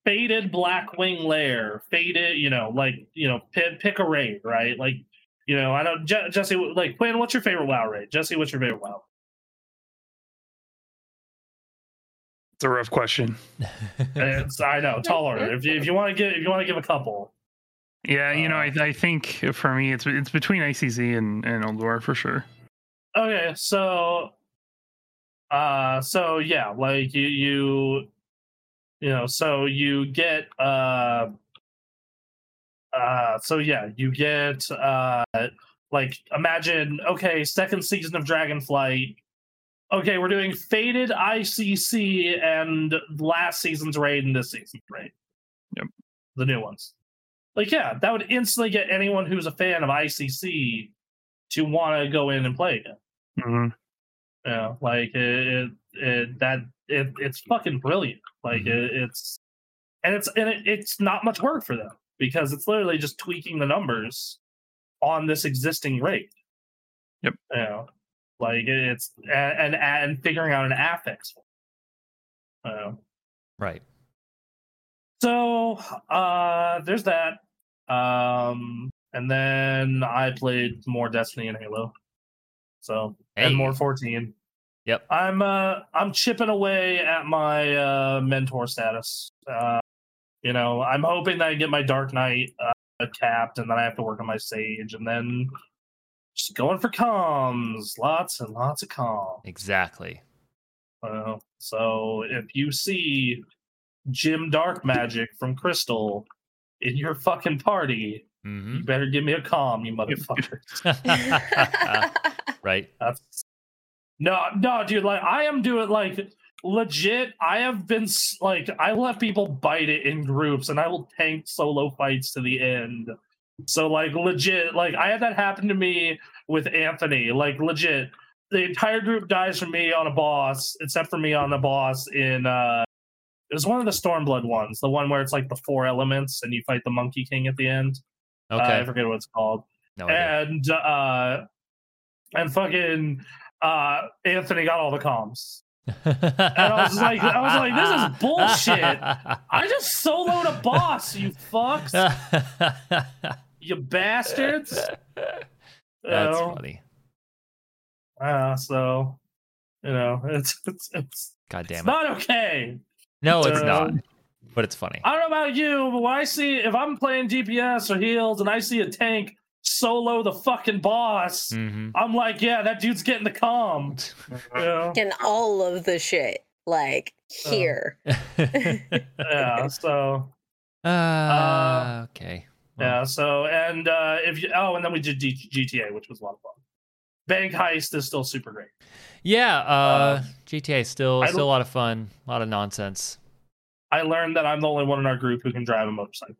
faded Blackwing lair, faded, you know, like you know, pick, pick a raid, right? Like, you know, I don't Je- Jesse like Quinn. What's your favorite WoW raid? Jesse, what's your favorite WoW?
It's a rough question.
It's, I know, tall order. If you, if you want to give if you want to give a couple,
Yeah, you know, I,
Uh,
I think for me, it's it's between ICC and and Old War for sure.
okay, so, uh, so yeah, like you you, you know, so you get uh, uh, so yeah, you get uh, like imagine okay, second season of Dragonflight. Okay, we're doing faded ICC and last season's raid and this season's raid.
Yep.
The new ones. Like, yeah, that would instantly get anyone who's a fan of ICC to want to go in and play again.
Mhm.
You know, like it, it, it that it, it's fucking brilliant. Like it, it's and it's and it, it's not much work for them because it's literally just tweaking the numbers on this existing rate.
Yep.
You know, like it's and and, and figuring out an affix. You know.
Right.
So uh there's that. Um and then I played more Destiny and Halo. So
Hey.
and more 14.
Yep.
I'm uh I'm chipping away at my uh mentor status. Uh you know, I'm hoping that I get my Dark Knight uh capped and then I have to work on my Sage and then just going for comms. Lots and lots of comms.
Exactly.
Well, so if you see Jim Dark Magic from Crystal in your fucking party,
hmm
you better give me a calm, you motherfucker.
right.
That's no, no, dude. Like I am doing like legit. I have been s- like I let people bite it in groups, and I will tank solo fights to the end. So like legit, like I had that happen to me with Anthony. Like legit, the entire group dies from me on a boss, except for me on the boss in. uh It was one of the Stormblood ones, the one where it's like the four elements, and you fight the Monkey King at the end. Uh,
Okay.
I forget what it's called
no idea.
and uh and fucking uh Anthony got all the comms. I was like- I was like, this is bullshit. I just soloed a boss, you fucks, you bastards. You
That's
know?
funny.
Uh, so you know, it's it's it's,
God
it's
damn it.
not okay.
No, it's
uh,
not. But it's funny.
I don't know about you, but when I see if I'm playing DPS or heals and I see a tank solo the fucking boss,
hmm
I'm like, yeah, that dude's getting the calm. You know?
and all of the shit like
Uh,
here.
yeah, so
uh, okay.
Yeah. So, and uh, if you, oh, and then we did G- GTA, which was a lot of fun. Bank heist is still super great.
Yeah, uh, GTA still
I
still a lot of fun, a lot of nonsense.
I learned that I'm the only one in our group who can drive a motorcycle.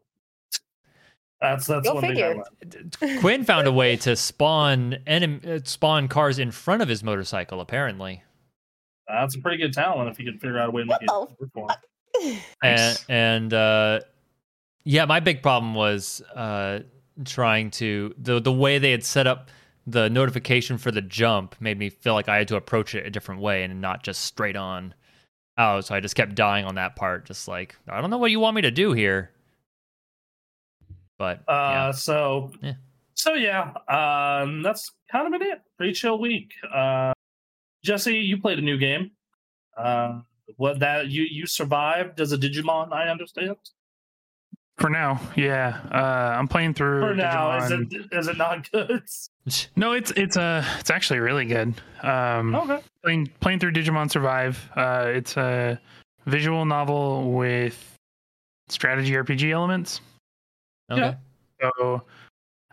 That's that's
Go
one
figure.
thing
D- d- Quinn found a way to spawn enem- uh, spawn cars in front of his motorcycle. Apparently,
I learned. That's a pretty good talent if you can figure out a way to make it
What the
work for 'em.
Nice.
and, and uh, yeah, my big problem was uh, trying to the the way they had set up the notification for the jump made me feel like I had to approach it a different way and not just straight on. Oh, so I just kept dying on that part. Just like I don't know what you want me to do here, but
Uh, so,
Yeah.
so yeah, um, that's kind of been it. Pretty chill week. Uh, Jesse, you played a new game. Uh, what that you you survived as a Digimon? I understand.
For now, yeah, uh, I'm playing through.
For now, is
Digimon.
it is it not good?
yeah.
No, it's it's uh, it's actually really good.
Hmm.
Um,
okay.
playing playing through Digimon Survive. Uh, it's a visual novel with strategy RPG elements.
Okay.
Yeah.
So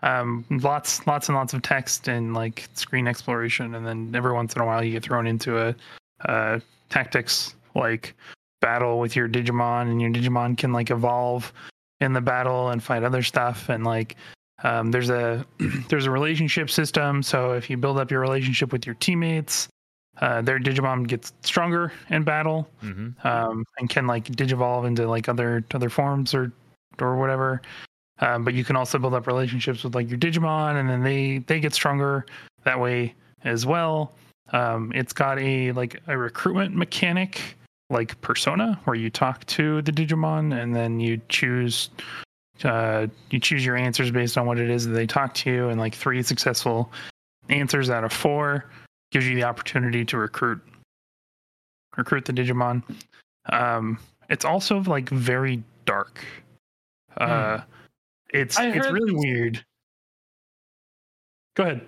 um, lots lots and lots of text and like screen exploration, and then every once in a while you get thrown into a uh, tactics like battle with your Digimon, and your Digimon can like evolve in the battle and fight other stuff, and like. Um, there's a there's a relationship system, so if you build up your relationship with your teammates, uh, their Digimon gets stronger in battle,
hmm
um, and can like digivolve into like other other forms or or whatever. Um, but you can also build up relationships with like your Digimon, and then they they get stronger that way as well. Um, it's got a like a recruitment mechanic like persona where you talk to the Digimon and then you choose uh, you choose your answers based on what it is that they talk to you and like three successful answers out of four gives you the opportunity to recruit recruit the Digimon. Um, it's also like very dark. Uh, It's
I
it's
heard-
really weird. Go ahead.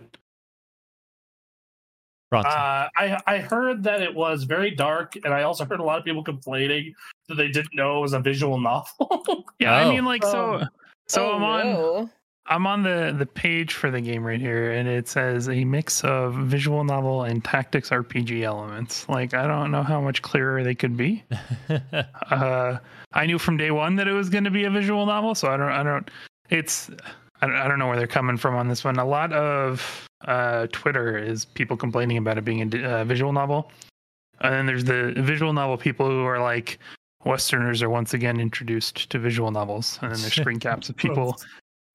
Bronson.
Uh, I I heard that it was very dark, and I also heard a lot of people complaining that they didn't know it was a visual novel.
Yeah,
Oh.
I mean like so so
Oh,
I'm on
no.
I'm on the the page for the game right here, and it says a mix of visual novel and tactics RPG elements. Like I don't know how much clearer they could be. Uh, I knew from day one that it was going to be a visual novel, so I don't I don't it's I don't, I don't know where they're coming from on this one. A lot of uh, Twitter is people complaining about it being a d- uh, visual novel, and then there's the visual novel people who are like. Westerners are once again introduced to visual novels, and then there's screen caps of people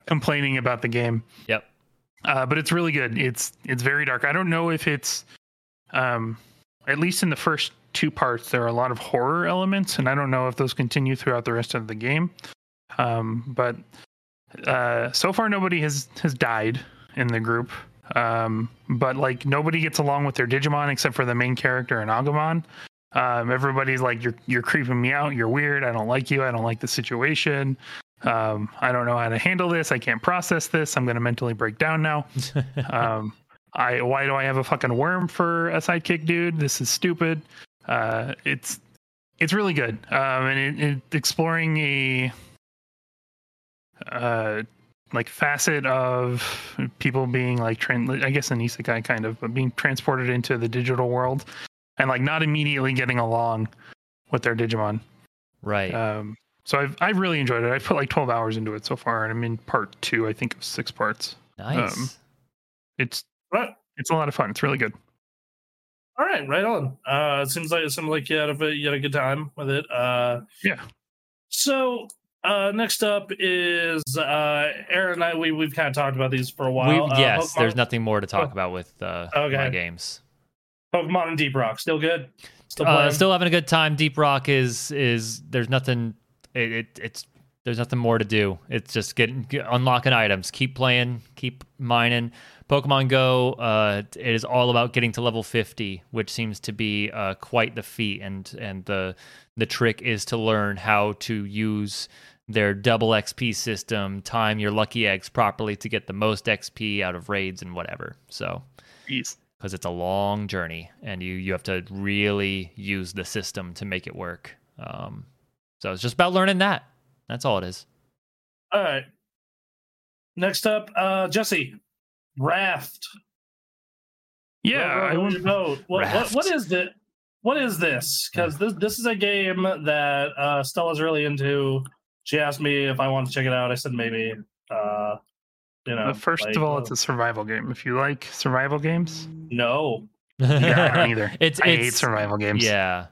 complaining about the game.
Yep.
Uh, but it's really good. It's it's very dark. I don't know if it's, um, at least in the first two parts, there are a lot of horror elements, and I don't know if those continue throughout the rest of the game. Um, but uh, so far, nobody has has died in the group. Um, but like nobody gets along with their Digimon except for the main character and Agumon. Um, everybody's like, you're you're creeping me out. You're weird. I don't like you. I don't like the situation um, I don't know how to handle this. I can't process this. I'm going to mentally break down now.
uh,
Um, I why do I have a fucking worm for a sidekick, dude? This is stupid. Uh, it's it's really good. Um, and it, it exploring a uh like facet of people being like tran I guess an isekai kind of, but being transported into the digital world and like not immediately getting along with their Digimon.
right.
uh,
Um, so I've I really enjoyed it. I've put like 12 hours into it so far, and I'm in part two, I think, of six parts.
nice.
um, It's
Right.
it's a lot of fun. It's really good.
All right, right on. Uh, it seems like it seemed like you had a you had a good time with it. Uh,
Yeah.
So uh, next up is uh, Aaron and I. We we've kind of talked about these for a while.
we,
Uh,
yes, there's
Pokemon-
nothing more to talk about with uh,
Okay.
my games.
Pokemon and Deep Rock still good. Still
Uh,
playing?
still having a good time. Deep Rock is is there's nothing. It, it it's there's nothing more to do. It's just getting get, unlocking items. Keep playing. Keep mining. Pokemon Go. Uh, it is all about getting to level 50, which seems to be uh, quite the feat. And and the the trick is to learn how to use their double XP system, time your lucky eggs properly to get the most XP out of raids and whatever. So
Jeez.
because it's a long journey and you you have to really use the system to make it work. Um, so it's just about learning that. That's all it is.
All right. Next up, uh, Jesse, Raft.
Yeah,
What-
I
what,
went-
what, what, what-
Raft.
what is the what is this?
Hmm.
Because this this is a game that uh, Stella's really into. She asked me if I wanted to check it out. I said maybe. Uh, you know,
uh, first
like,
of all,
uh,
it's a survival game. If you like survival games,
no.
yeah, I don't either.
It's
I hate
it's
survival games.
yeah.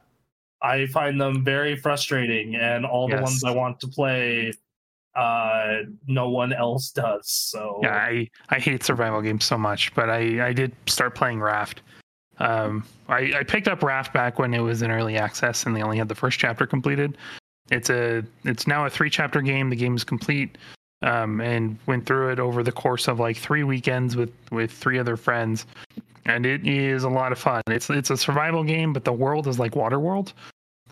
I find them very frustrating, and all the
Yes.
ones I want to play, uh, no one else does. So
Yeah, I, I hate survival games so much, but I, I did start playing Raft. Um, I, I picked up Raft back when it was in early access and they only had the first chapter completed. It's a it's now a three chapter game. The game is complete, um, and went through it over the course of like three weekends with with three other friends, and it is a lot of fun. It's it's a survival game, but the world is like Waterworld.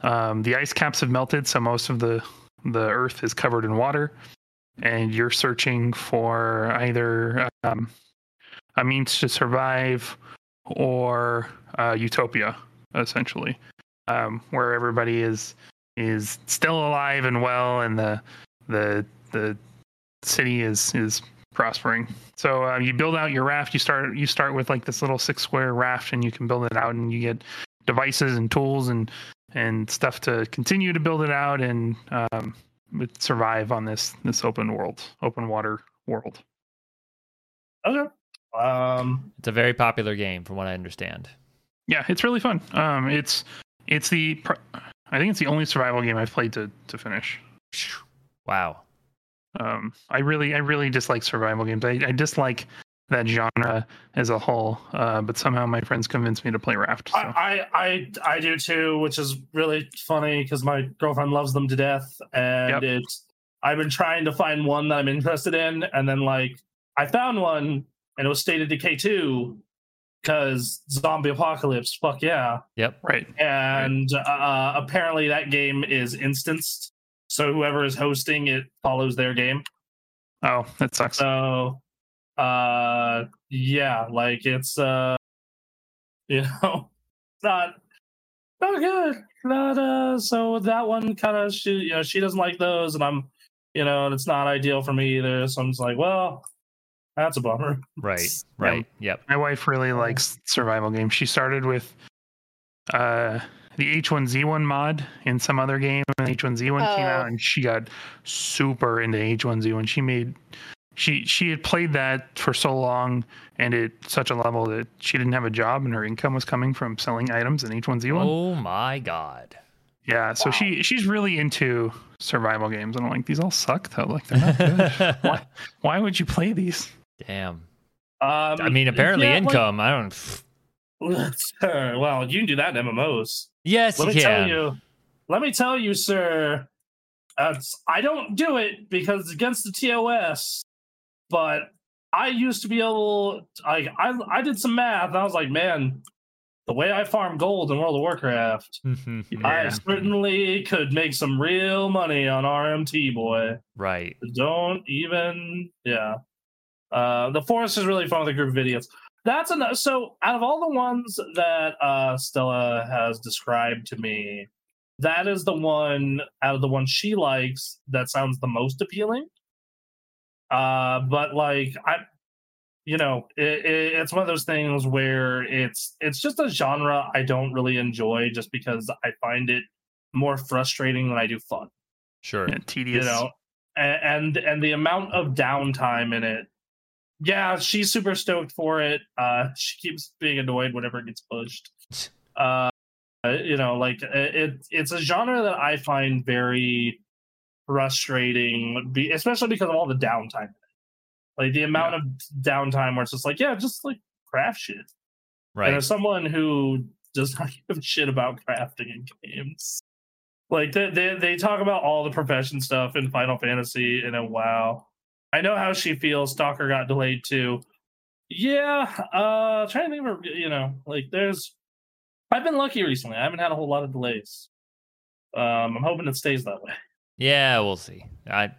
Um, the ice caps have melted, so most of the the earth is covered in water and you're searching for either um, a means to survive or uh, utopia, essentially, um, where everybody is is still alive and well, and the the the city is is prospering. So uh, you build out your raft. You start you start with like this little six square raft, and you can build it out, and you get devices and tools and and stuff to continue to build it out and um, would survive on this this open world, open water world.
okay. Um,
It's a very popular game from what I understand.
Yeah, it's really fun. Um, it's it's the pr- I think it's the only survival game I've played to to finish.
Wow.
Um, I really I really dislike survival games. I, I dislike that genre as a whole. Uh, but somehow my friends convinced me to play Raft. So.
I, I I I do too, which is really funny because my girlfriend loves them to death, and
Yep.
it's I've been trying to find one that I'm interested in, and then like I found one, and it was stated to K two because zombie apocalypse. Fuck yeah!
Yep.
Right.
And uh, apparently that game is instanced, so whoever is hosting it follows their game.
Oh, that sucks.
So, uh, yeah, like it's, uh, you know, not not good. Not uh. So that one kind of she, you know, she doesn't like those, and I'm, you know, and it's not ideal for me either. So I'm just like, well, that's a bummer.
Right. Right. Yep.
My wife really likes survival games. She started with uh, the H1Z1 mod in some other game, and H1Z1 came
Oh.
out, and she got super into H1Z1. She made she she had played that for so long and at such a level that she didn't have a job, and her income was coming from selling items in H1Z1.
Oh my god.
yeah, so
wow.
she she's really into survival games, and I'm like, these all suck though. Like they're not good. Why- Why would you play these?
Damn.
Um,
I mean, apparently
yeah, like-
income. I don't.
well, you can do that in MMOs.
Yes,
Let
you can.
me tell you. Let me tell you, sir. Uh, I don't do it because it's against the TOS. But I used to be able. I I, I did some math. And I was like, man, the way I farm gold in World of Warcraft, I
Yeah.
certainly could make some real money on RMT, boy.
right.
Don't even. Yeah. Uh, the forest is really fun with a group of idiots. That's enough. So, out of all the ones that uh, Stella has described to me, that is the one out of the ones she likes that sounds the most appealing. Uh, but like I, you know, it, it, it's one of those things where it's it's just a genre I don't really enjoy just because I find it more frustrating than I do fun
Sure.
Yeah,
you
tedious.
know a- and and the amount of downtime in it yeah she's super stoked for it uh she keeps being annoyed whenever it gets pushed uh you know like uh, it it's a genre that i find very frustrating be- especially because of all the downtime like the amount of downtime where it's just like yeah just like craft shit
Right.
and as someone who does not give a shit about crafting in games, like they, they they talk about all the profession stuff in Final Fantasy, and then wow, I know how she feels. Stalker got delayed too. Yeah, uh, trying to think of a- you know, like there's, I've been lucky recently. I haven't had a whole lot of delays. Um, I'm hoping it stays that way.
yeah, we'll see. I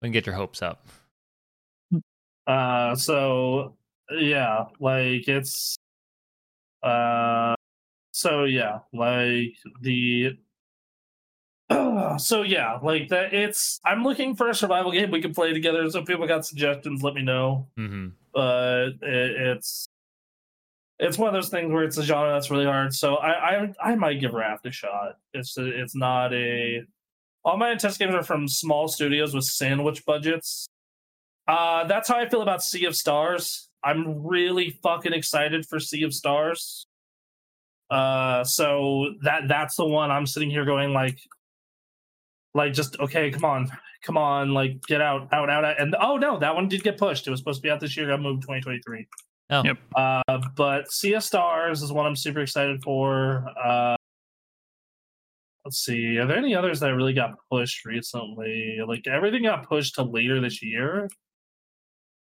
wouldn't get your hopes up.
Uh, so yeah, like it's uh, so yeah, like the so yeah, like that. It's I'm looking for a survival game we can play together. So if people got suggestions, let me know.
hmm
But it, it's it's one of those things where it's a genre that's really hard. So I I, I might give Raft a shot. It's it's not a all my test games are from small studios with sandwich budgets. Uh, that's how I feel about Sea of Stars. I'm really fucking excited for Sea of Stars. Uh, so that that's the one I'm sitting here going like, like just okay, come on, come on, like get out, out, out, out. and oh no, that one did get pushed. It was supposed to be out this year, got moved 2023.
Oh.
Yep.
Uh, but Sea of Stars is one I'm super excited for. Uh, let's see, are there any others that really got pushed recently? Like everything got pushed to later this year.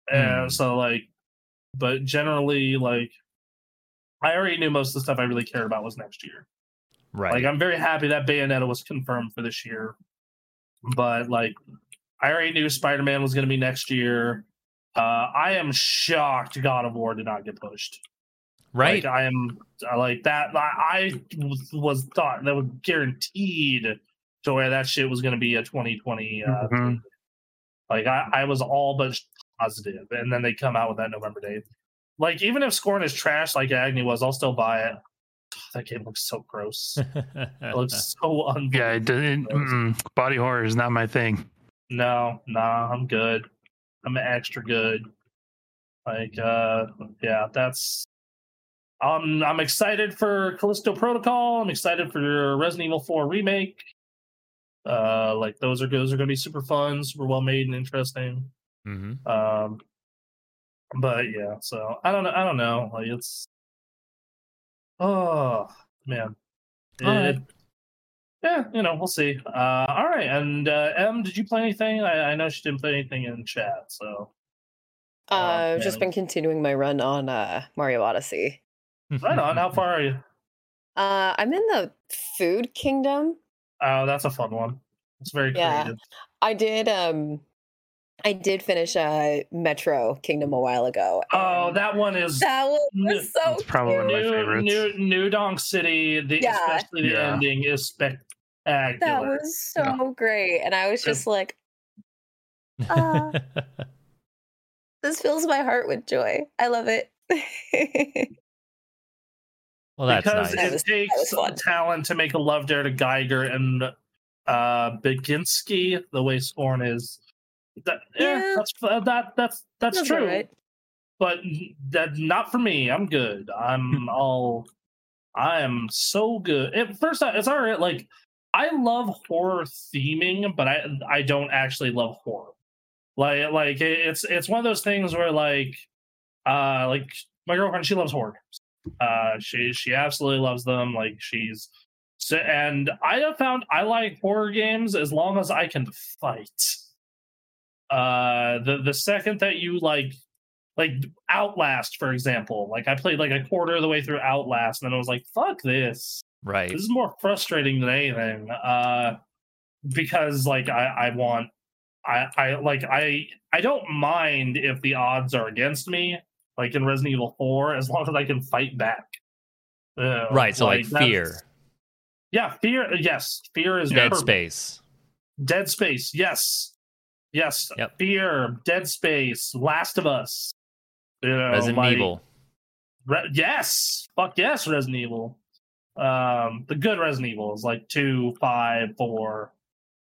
Hmm.
And so like, but generally like. I already knew most of the stuff I really cared about was next year.
Right.
Like I'm very happy that Bayonetta was confirmed for this year. But like I already knew Spider-Man was gonna be next year. Uh I am shocked God of War did not get pushed.
right.
Like, I am I like that. I, I was- was thought that was guaranteed to where that shit was gonna be a 2020 uh,
Mm-hmm.
Mhm.
like I, I was all but positive, and then they come out with that November date. Like even if Scorn is trash like Agni was, I'll still buy it. That game looks so gross. It looks so unbelievable.
Yeah, it doesn't. Mm, body horror is not my thing.
No, nah, I'm good. I'm extra good. Like, uh, yeah, that's. I'm I'm excited for Callisto Protocol. I'm excited for Resident Evil 4 remake. Uh, like
Mm-hmm.
those are those are gonna be super fun, super well made and interesting.
hmm
Um, But yeah, so I don't know. I don't know. Like it's oh man,
All right.
It- yeah, you know, we'll see. Uh, all right, and uh, M, did you play anything? I, I know she didn't play anything in chat, so
Uh, I've
Oh, man.
just been continuing my run on uh, Mario Odyssey.
right on. How far are you?
Uh, I'm in the food kingdom.
Oh, that's a fun one. It's very
Yeah.
creative.
I did. Um, I did finish uh, Metro Kingdom a while ago.
Oh,
and
that one is
that one was so.
It's probably one of
cute.
my
Oh, New,
favorites.
New New Donk City, the,
Yeah.
especially the
Yeah.
ending is
That
spectacular.
was so great, and I was just like, Uh, "This fills my heart with joy. I love it."
well, that's
because
nice.
That
it
was- that was
takes
fun.
talent to make a love dare to Geiger and uh Beginsky the way Scorn is. That, yeah,
Yeah.
that's uh, that that's that's,
That's all
true.
right.
But that not for me. I'm good. I'm all. I am so good. It, first, it's all right. Like I love horror theming, but I I don't actually love horror. Like like it- it's it's one of those things where like uh like my girlfriend she loves horror games. Uh, she she absolutely loves them. Like she's so, and I have found I like horror games as long as I can fight. Uh, the the second that you like like Outlast, for example, like I played like a quarter of the way through Outlast, and then I was like, "Fuck this!
right.
This is more frustrating than anything." Uh, because like I I want I I like I I don't mind if the odds are against me, like in Resident Evil Four, as long as I can fight back. Uh,
Right. So, like,
that's-
fear,
yeah, fear. Yes, fear is
Dead
perfect.
Space.
Dead Space. Yes, yes.
Yep.
Fear. Dead Space. Last of Us. You know,
Resident
like-
Evil.
Re- yes, fuck yes, Resident Evil. Um, the good Resident Evil is like two, five, four.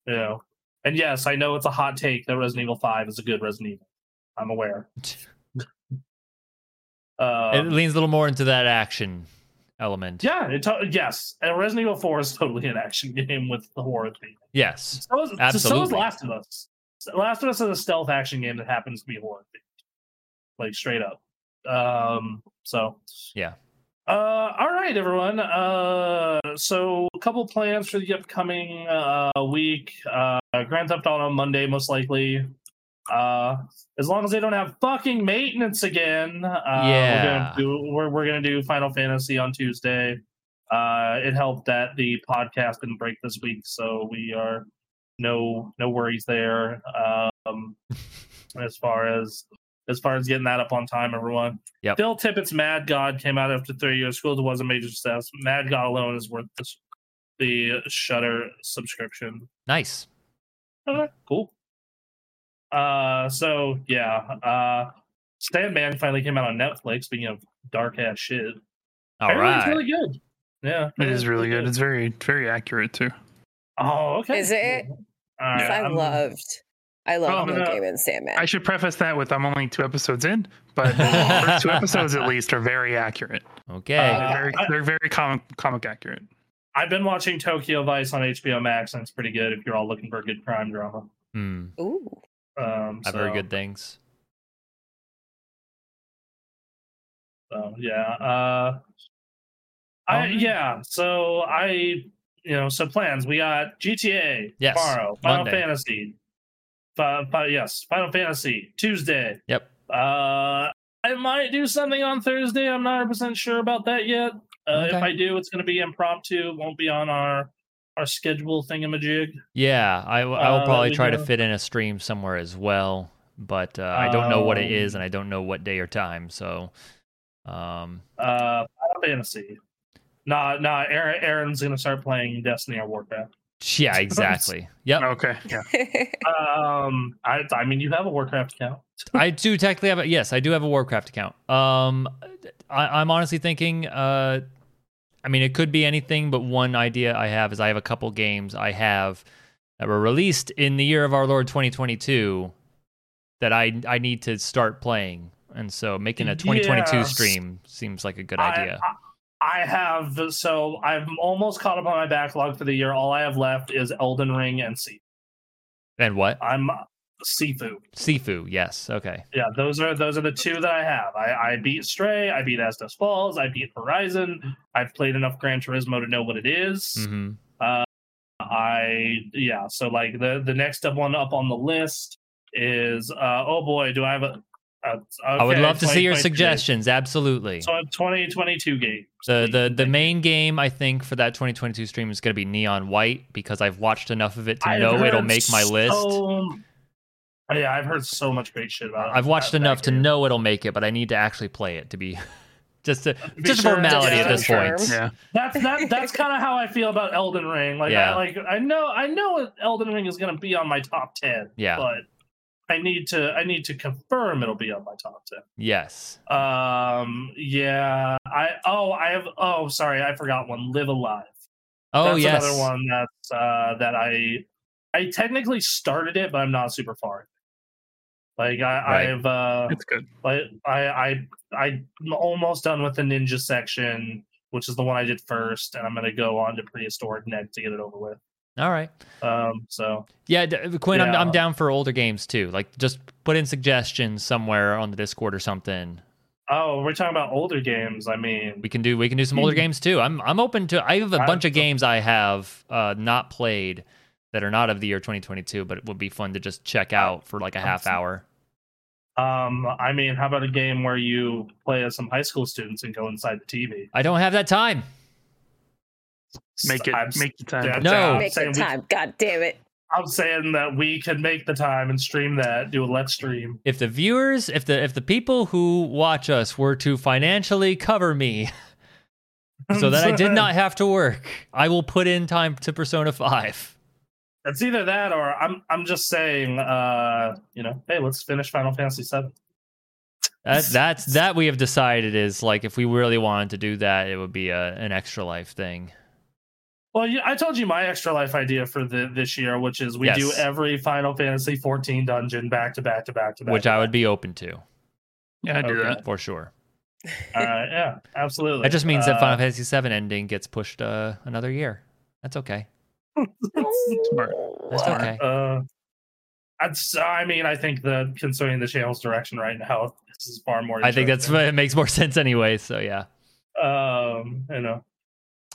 You know, and yes, I know it's a hot take that Resident Evil Five is a good Resident Evil. I'm aware.
it
Um,
leans a little more into that action element.
yeah, it to- yes, and Resident Evil Four is totally an action game with the horror theme.
Yes.
So is, so- so is
Absolutely.
Last of Us. Last of Us is a stealth action game that happens to be horror themed, like straight up. Um, so
Yeah.
Uh, all right, everyone. Uh, so a couple plans for the upcoming uh, week. Uh, Grand Theft Auto Monday, most likely. Uh, as long as they don't have fucking maintenance again. Uh,
Yeah.
We're gonna do we're, we're gonna do Final Fantasy on Tuesday. Uh, it helped that the podcast didn't break this week, so we are no no worries there. Um, as far as as far as getting that up on time, everyone.
Yep.
Bill Tippett's Mad God came out after three years. School was a major success. Mad God alone is worth this, the Shutter subscription.
Nice.
Okay, cool. Uh, so yeah, uh, Sandman finally came out on Netflix. Speaking of dark ass shit,
All
Apparently
right.
it's really good. Yeah,
It is
apparently
really good. It's very very accurate too.
Oh, okay.
Is it?
cool. All right,
I
I'm-
loved. I loved
Oh,
Neil
no.
Gaiman's Sandman.
I should preface that with I'm only two episodes in, but the first two episodes at least are very accurate.
okay.
Uh,
They're very,
I-
they're very comic comic accurate.
I've been watching Tokyo Vice on HBO Max, and it's pretty good if you're all looking for a good crime drama.
Hmm.
Ooh,
Um,
I've heard
so-
good things.
So yeah. Uh I
Alright.
yeah, so I you know, so plans. We got GTA
Yes,
tomorrow, Final
Monday.
Fantasy. Fi- fi- yes, Final Fantasy Tuesday.
Yep.
Uh I might do something on Thursday. I'm not 100% sure about that yet. Uh, If
Okay.
I do, it's going to be impromptu. It won't be on our our schedule thingamajig.
Yeah, I, w- I will
Uh,
probably
we
try to
go-
fit in a stream somewhere as well, but uh, I don't know what it is
Um,
and I don't know what day or time. So, um,
Uh, Final Fantasy. Nah, nah. Aaron, Aaron's gonna start playing Destiny or Warcraft.
yeah, exactly. Yep,
Okay, yeah.
Um, I, I mean, you have a Warcraft account.
I do technically have a yes, I do have a Warcraft account. Um, I, I'm honestly thinking, uh, I mean, it could be anything, but one idea I have is I have a couple games I have that were released in the year of our Lord 2022 that I I need to start playing, and so making a 2022
Yes.
stream seems like a good
I-
idea.
I, I have so I'm almost caught up on my backlog for the year. All I have left is Elden Ring and Sea.
and what?
I'm Sifu.
Sifu, yes. Okay.
Yeah, those are those are the two that I have. I, I beat Stray, I beat As Dust Falls, I beat Horizon. I've played enough Gran Turismo to know what it is.
Mm-hmm.
I yeah, so like the the next one up on the list is uh oh boy, do I have a uh,
I would
okay,
love to see your
2022.
suggestions. Absolutely.
So I have 2022 games.
The, the the main game I think for that 2022 stream is going to be Neon White because I've watched enough of it to
I've
know it'll
heard
make my list.
so- yeah, I've heard so much great shit about it.
I've watched
That- that
enough to
game.
know it'll make it, but I need to actually play it to be just to,
Be
just a
sure-
formality
yeah,
at this
sure.
point.
Yeah.
That's that. That's kind of how I feel about Elden Ring. Like,
Yeah.
I, like I know, I know Elden Ring is gonna be on my top ten,
Yeah.
but I need to, I need to confirm it'll be on my top ten.
Yes.
Um, yeah. I oh, I have. Oh, sorry, I forgot one. Live Alive.
Oh
that's
yes.
another one that's uh, that I, I technically started it, but I'm not super far. Like I,
Right.
I've uh,
It's good.
like I I I'm almost done with the ninja section, which is the one I did first, and I'm gonna go on to prehistoric next to get it over with.
All right.
Um, so
Yeah, d- Quinn, I'm,
Yeah.
I'm down for older games too. Like, just put in suggestions somewhere on the Discord or something.
oh, we're talking about older games. I mean,
We can do we can do some older
Mhm.
games too. I'm I'm open to. I have a
I-
bunch of games I have uh, not played that are not of the year 2022, but it would be fun to just check out for like a half hour.
um, I mean, how about a game where you play as some high school students and go inside the TV?
I don't have that time.
Make it
I'm,
make the time.
yeah,
No.
I'm
Make
saying
it
we-
time. God damn it.
I'm saying that we could make the time and stream that. Do a let's stream.
If the viewers, if the if the people who watch us were to financially cover me, so that I did not have to work, I will put in time to Persona Five.
It's either that or I'm. I'm just saying. Uh, you know, hey, let's finish Final Fantasy VII.
That, that's that we have decided is like if we really wanted to do that, it would be a, an extra life thing.
Well, you, I told you my extra life idea for the, this year, which is we
Yes.
do every Final Fantasy 14 dungeon back to back to back to back.
which I would be open to
Yeah, I do
Okay.
that.
for sure.
All right, Uh, yeah, absolutely.
That just means that
Uh,
Final Fantasy VII ending gets pushed uh, another year. That's okay.
Smart.
That's
Wow.
okay.
Uh, that's, I mean, I think the concerning the channel's direction right now, this is far more.
I think that's
interesting.
it makes more sense anyway. So yeah,
um, you know.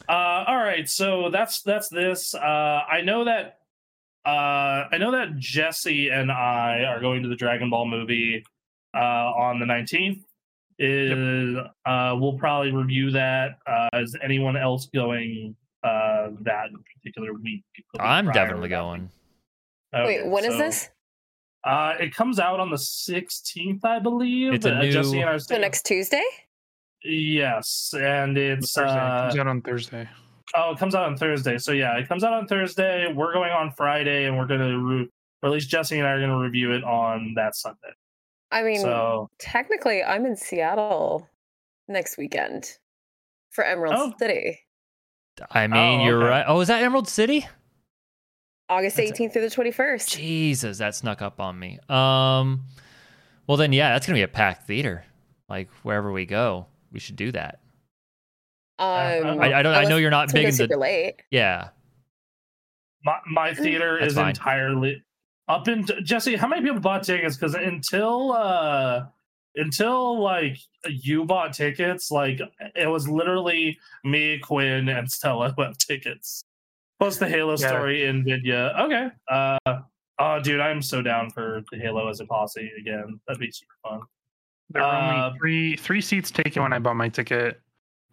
Uh, all right, so that's that's this. Uh, I know that. Uh, I know that Jesse and I are going to the Dragon Ball movie uh, on the nineteenth. Is uh, we'll probably review that. Uh, is anyone else going uh, that particular week? The week
I'm
prior
definitely
to that
going.
week?
Wait,
Okay,
when is
so,
this?
Uh, it comes out on the sixteenth, I believe.
It's a
Uh,
new-
Jesse and I are
So
staying-
next Tuesday?
Yes, and it's
Thursday.
uh,
Comes out on Thursday.
Oh, it comes out on Thursday. So yeah, it comes out on Thursday. We're going on Friday, and we're gonna, re- or at least Jesse and I are gonna review it on that Sunday.
I mean,
So
technically, I'm in Seattle next weekend for Emerald
Oh.
City,
I mean,
Oh,
you're
okay.
right. Oh, is that Emerald City?
August
That's-
18th through the 21st.
Jesus, that snuck up on me. Um, well then, yeah, that's gonna be a packed theater. Like wherever we go, we should do that.
Um,
I, I don't. I
unless
know you're not
it's
big
gonna go
in
super
the
late.
yeah.
my, my theater
That's
is
fine.
entirely up in Jesse. How many people bought tickets? Because until uh, until like you bought tickets, like it was literally me, Quinn, and Stella who have tickets. Plus the Halo
Yeah.
story in Vidya. Okay. Uh, oh, dude, I'm so down for the Halo as a posse again. That'd be super fun.
There were
Uh,
only three three seats taken when I bought my ticket,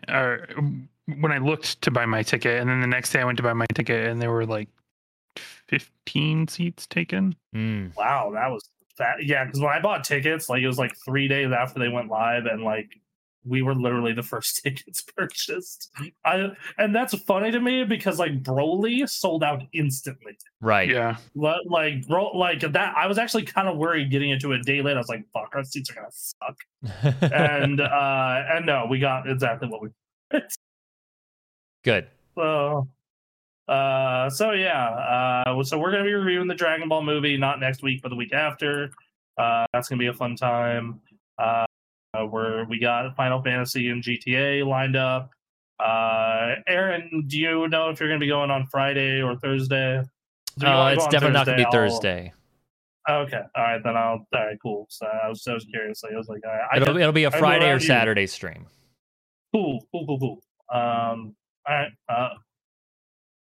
or um, when I looked to buy my ticket, and then the next day I went to buy my ticket, and there were like fifteen seats taken.
Mm.
Wow, that was that. Yeah, because when I bought tickets, like it was like three days after they went live, and like we were literally the first tickets purchased. I and that's funny to me because like Broly sold out instantly.
Right.
Yeah,
Li- Like bro, like that. I was actually kind of worried getting into it a day late. I was like, "Fuck, our seats are gonna suck." And uh and no, we got exactly what we.
Good.
So, uh, so yeah. Uh, so we're gonna be reviewing the Dragon Ball movie not next week, but the week after. Uh, that's gonna be a fun time. Uh, where we got Final Fantasy and GTA lined up. Uh, Aaron, do you know if you're gonna be going on Friday or Thursday? So if you
Uh,
wanna go
it's
on
definitely not gonna be
I'll-
Thursday.
Okay. All right. Then I'll. All right. Cool. So I was, I was curious. Like, I was like, all right, I
It'll,
got-
it'll be a
I know
Friday
how
or
you-
Saturday stream.
cool, cool, cool, cool. Um, all right. Uh,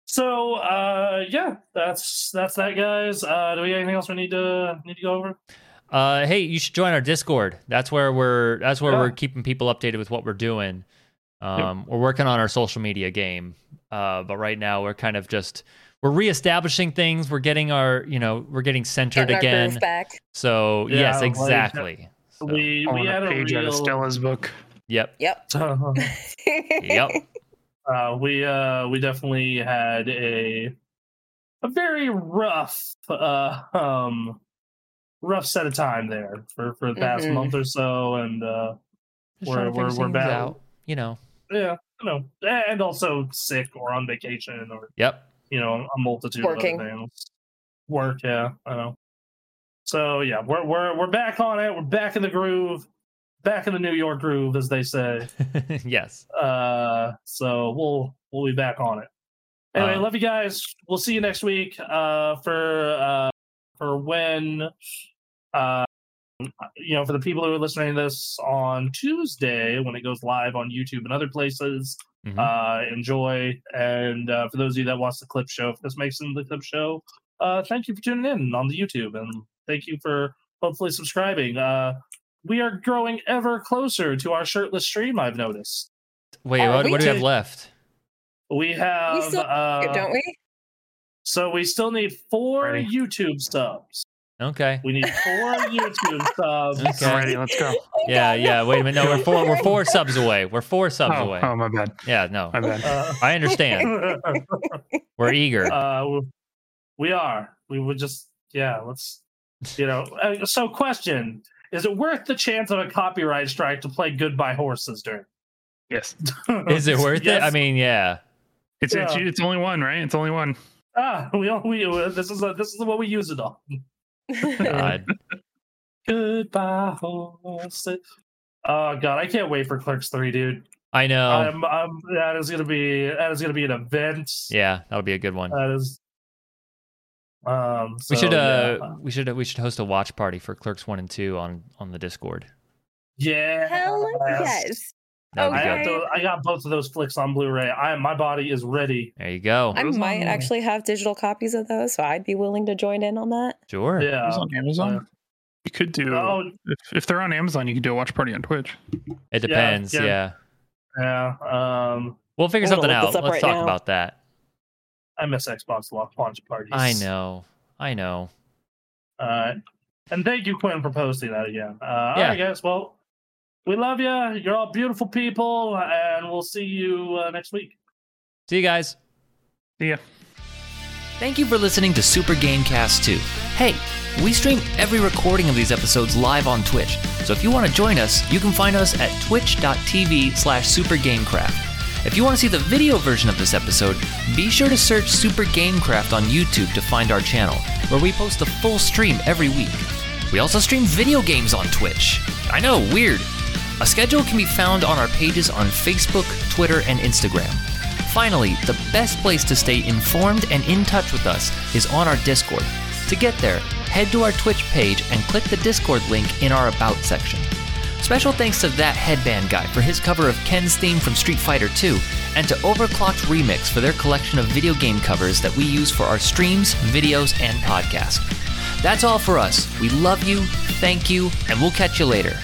so uh, yeah, that's that's that, guys. Uh, do we have anything else we need to need to go over?
Uh, hey, you should join our Discord. That's where we're that's where
Yeah.
we're keeping people updated with what we're doing. Um, We're working on our social media game, uh, but right now we're kind of just we're reestablishing things. We're getting our you know we're getting centered
Getting our
again.
groove back.
So
Yeah,
yes,
like,
exactly. So,
we we
on
had
a
a,
page out
real.
of Stella's book.
yep,
Yep.
yep.
uh, we uh, we definitely had a a very rough uh, um rough set of time there for for the past
Mm-hmm.
Mhm.
month or so, and uh,
Just
We're-
trying to figure
we're- we're
things
back.
out, You know.
yeah, you know, and also sick or on vacation or
Yep.
you know a multitude
Working.
of other things. Work, yeah, I know. So yeah, we're we're we're back on it. We're back in the groove, back in the New York groove, as they say.
yes.
Uh, so we'll we'll be back on it. Anyway,
Uh,
love you guys. We'll see you next week. Uh, for uh for when uh you know for the people who are listening to this on Tuesday when it goes live on YouTube and other places
Mhm.
uh, enjoy. And uh, for those of you that watch the clip show, if this makes it into the clip show, uh, thank you for tuning in on the YouTube, and thank you for hopefully subscribing. Uh, we are growing ever closer to our shirtless stream. I've noticed.
Wait,
uh,
what,
we
what do we have
did-
left?
We have
still-
uh,
Don't we?
so we still need four
Ready.
YouTube subs.
Okay.
We need four YouTube subs.
Okay.
Alrighty, let's go.
Oh,
Yeah,
God,
yeah. Wait a minute. No, we're four. We're four subs away. We're four subs
Oh,
away.
oh, my bad.
Yeah. No.
My bad.
Uh,
I understand. We're eager.
uh, we- we are. We would just, yeah, let's, you know. uh, So, question Is it worth the chance of a copyright strike to play Goodbye Horses during?
Yes.
Is it worth it? I mean, yeah.
It's, it's
Yeah.
it's only one, right? It's only one.
ah, we all, we, uh, this is a, this is what we use it on.
God.
Goodbye Horses. Oh, God, I can't wait for Clerks 3, dude.
I know.
I'm, I'm, that is going to be, that is going to be an event.
yeah, that'll be a good one.
That is, um,
we
so,
should uh
yeah.
we should we should host a watch party for Clerks 1 and 2 on on the Discord. Uh,
yeah.
Hell yes.
That would
I
be
got
good.
Okay.
those, I got both of those flicks on Blu-ray. I my body is ready.
There you go.
I
Those
might
on-
actually have digital copies of those, so I'd be willing to join in on that.
Sure.
Yeah.
It's on Amazon.
uh,
you could do
Oh
if, if they're on Amazon, you could do a watch party on Twitch.
It depends.
yeah.
Yeah.
yeah. Um,
We'll figure
I'm gonna
something
look
out.
this
Let's
up right
talk
now.
about that.
I miss Xbox lo- launch parties.
I know. I know.
Uh, and thank you, Quinn, for posting that again. Uh, All
Yeah.
right, guys. Well, we love you. You're all beautiful people, and we'll see you uh, next week.
See you guys.
Yeah.
Thank you for listening to Super Gamecast 2. Hey, we stream every recording of these episodes live on Twitch, so if you want to join us, you can find us at twitch.tv slash supergamecraft. If you want to see the video version of this episode, be sure to search Super Gamecraft on YouTube to find our channel, where we post a full stream every week. We also stream video games on Twitch. I know, weird. A schedule can be found on our pages on Facebook, Twitter, and Instagram. Finally, the best place to stay informed and in touch with us is on our Discord. To get there, head to our Twitch page and click the Discord link in our About section. Special thanks to that headband guy for his cover of Ken's theme from Street Fighter II, and to Overclocked Remix for their collection of video game covers that we use for our streams, videos, and podcast. That's all for us. We love you, thank you, and we'll catch you later.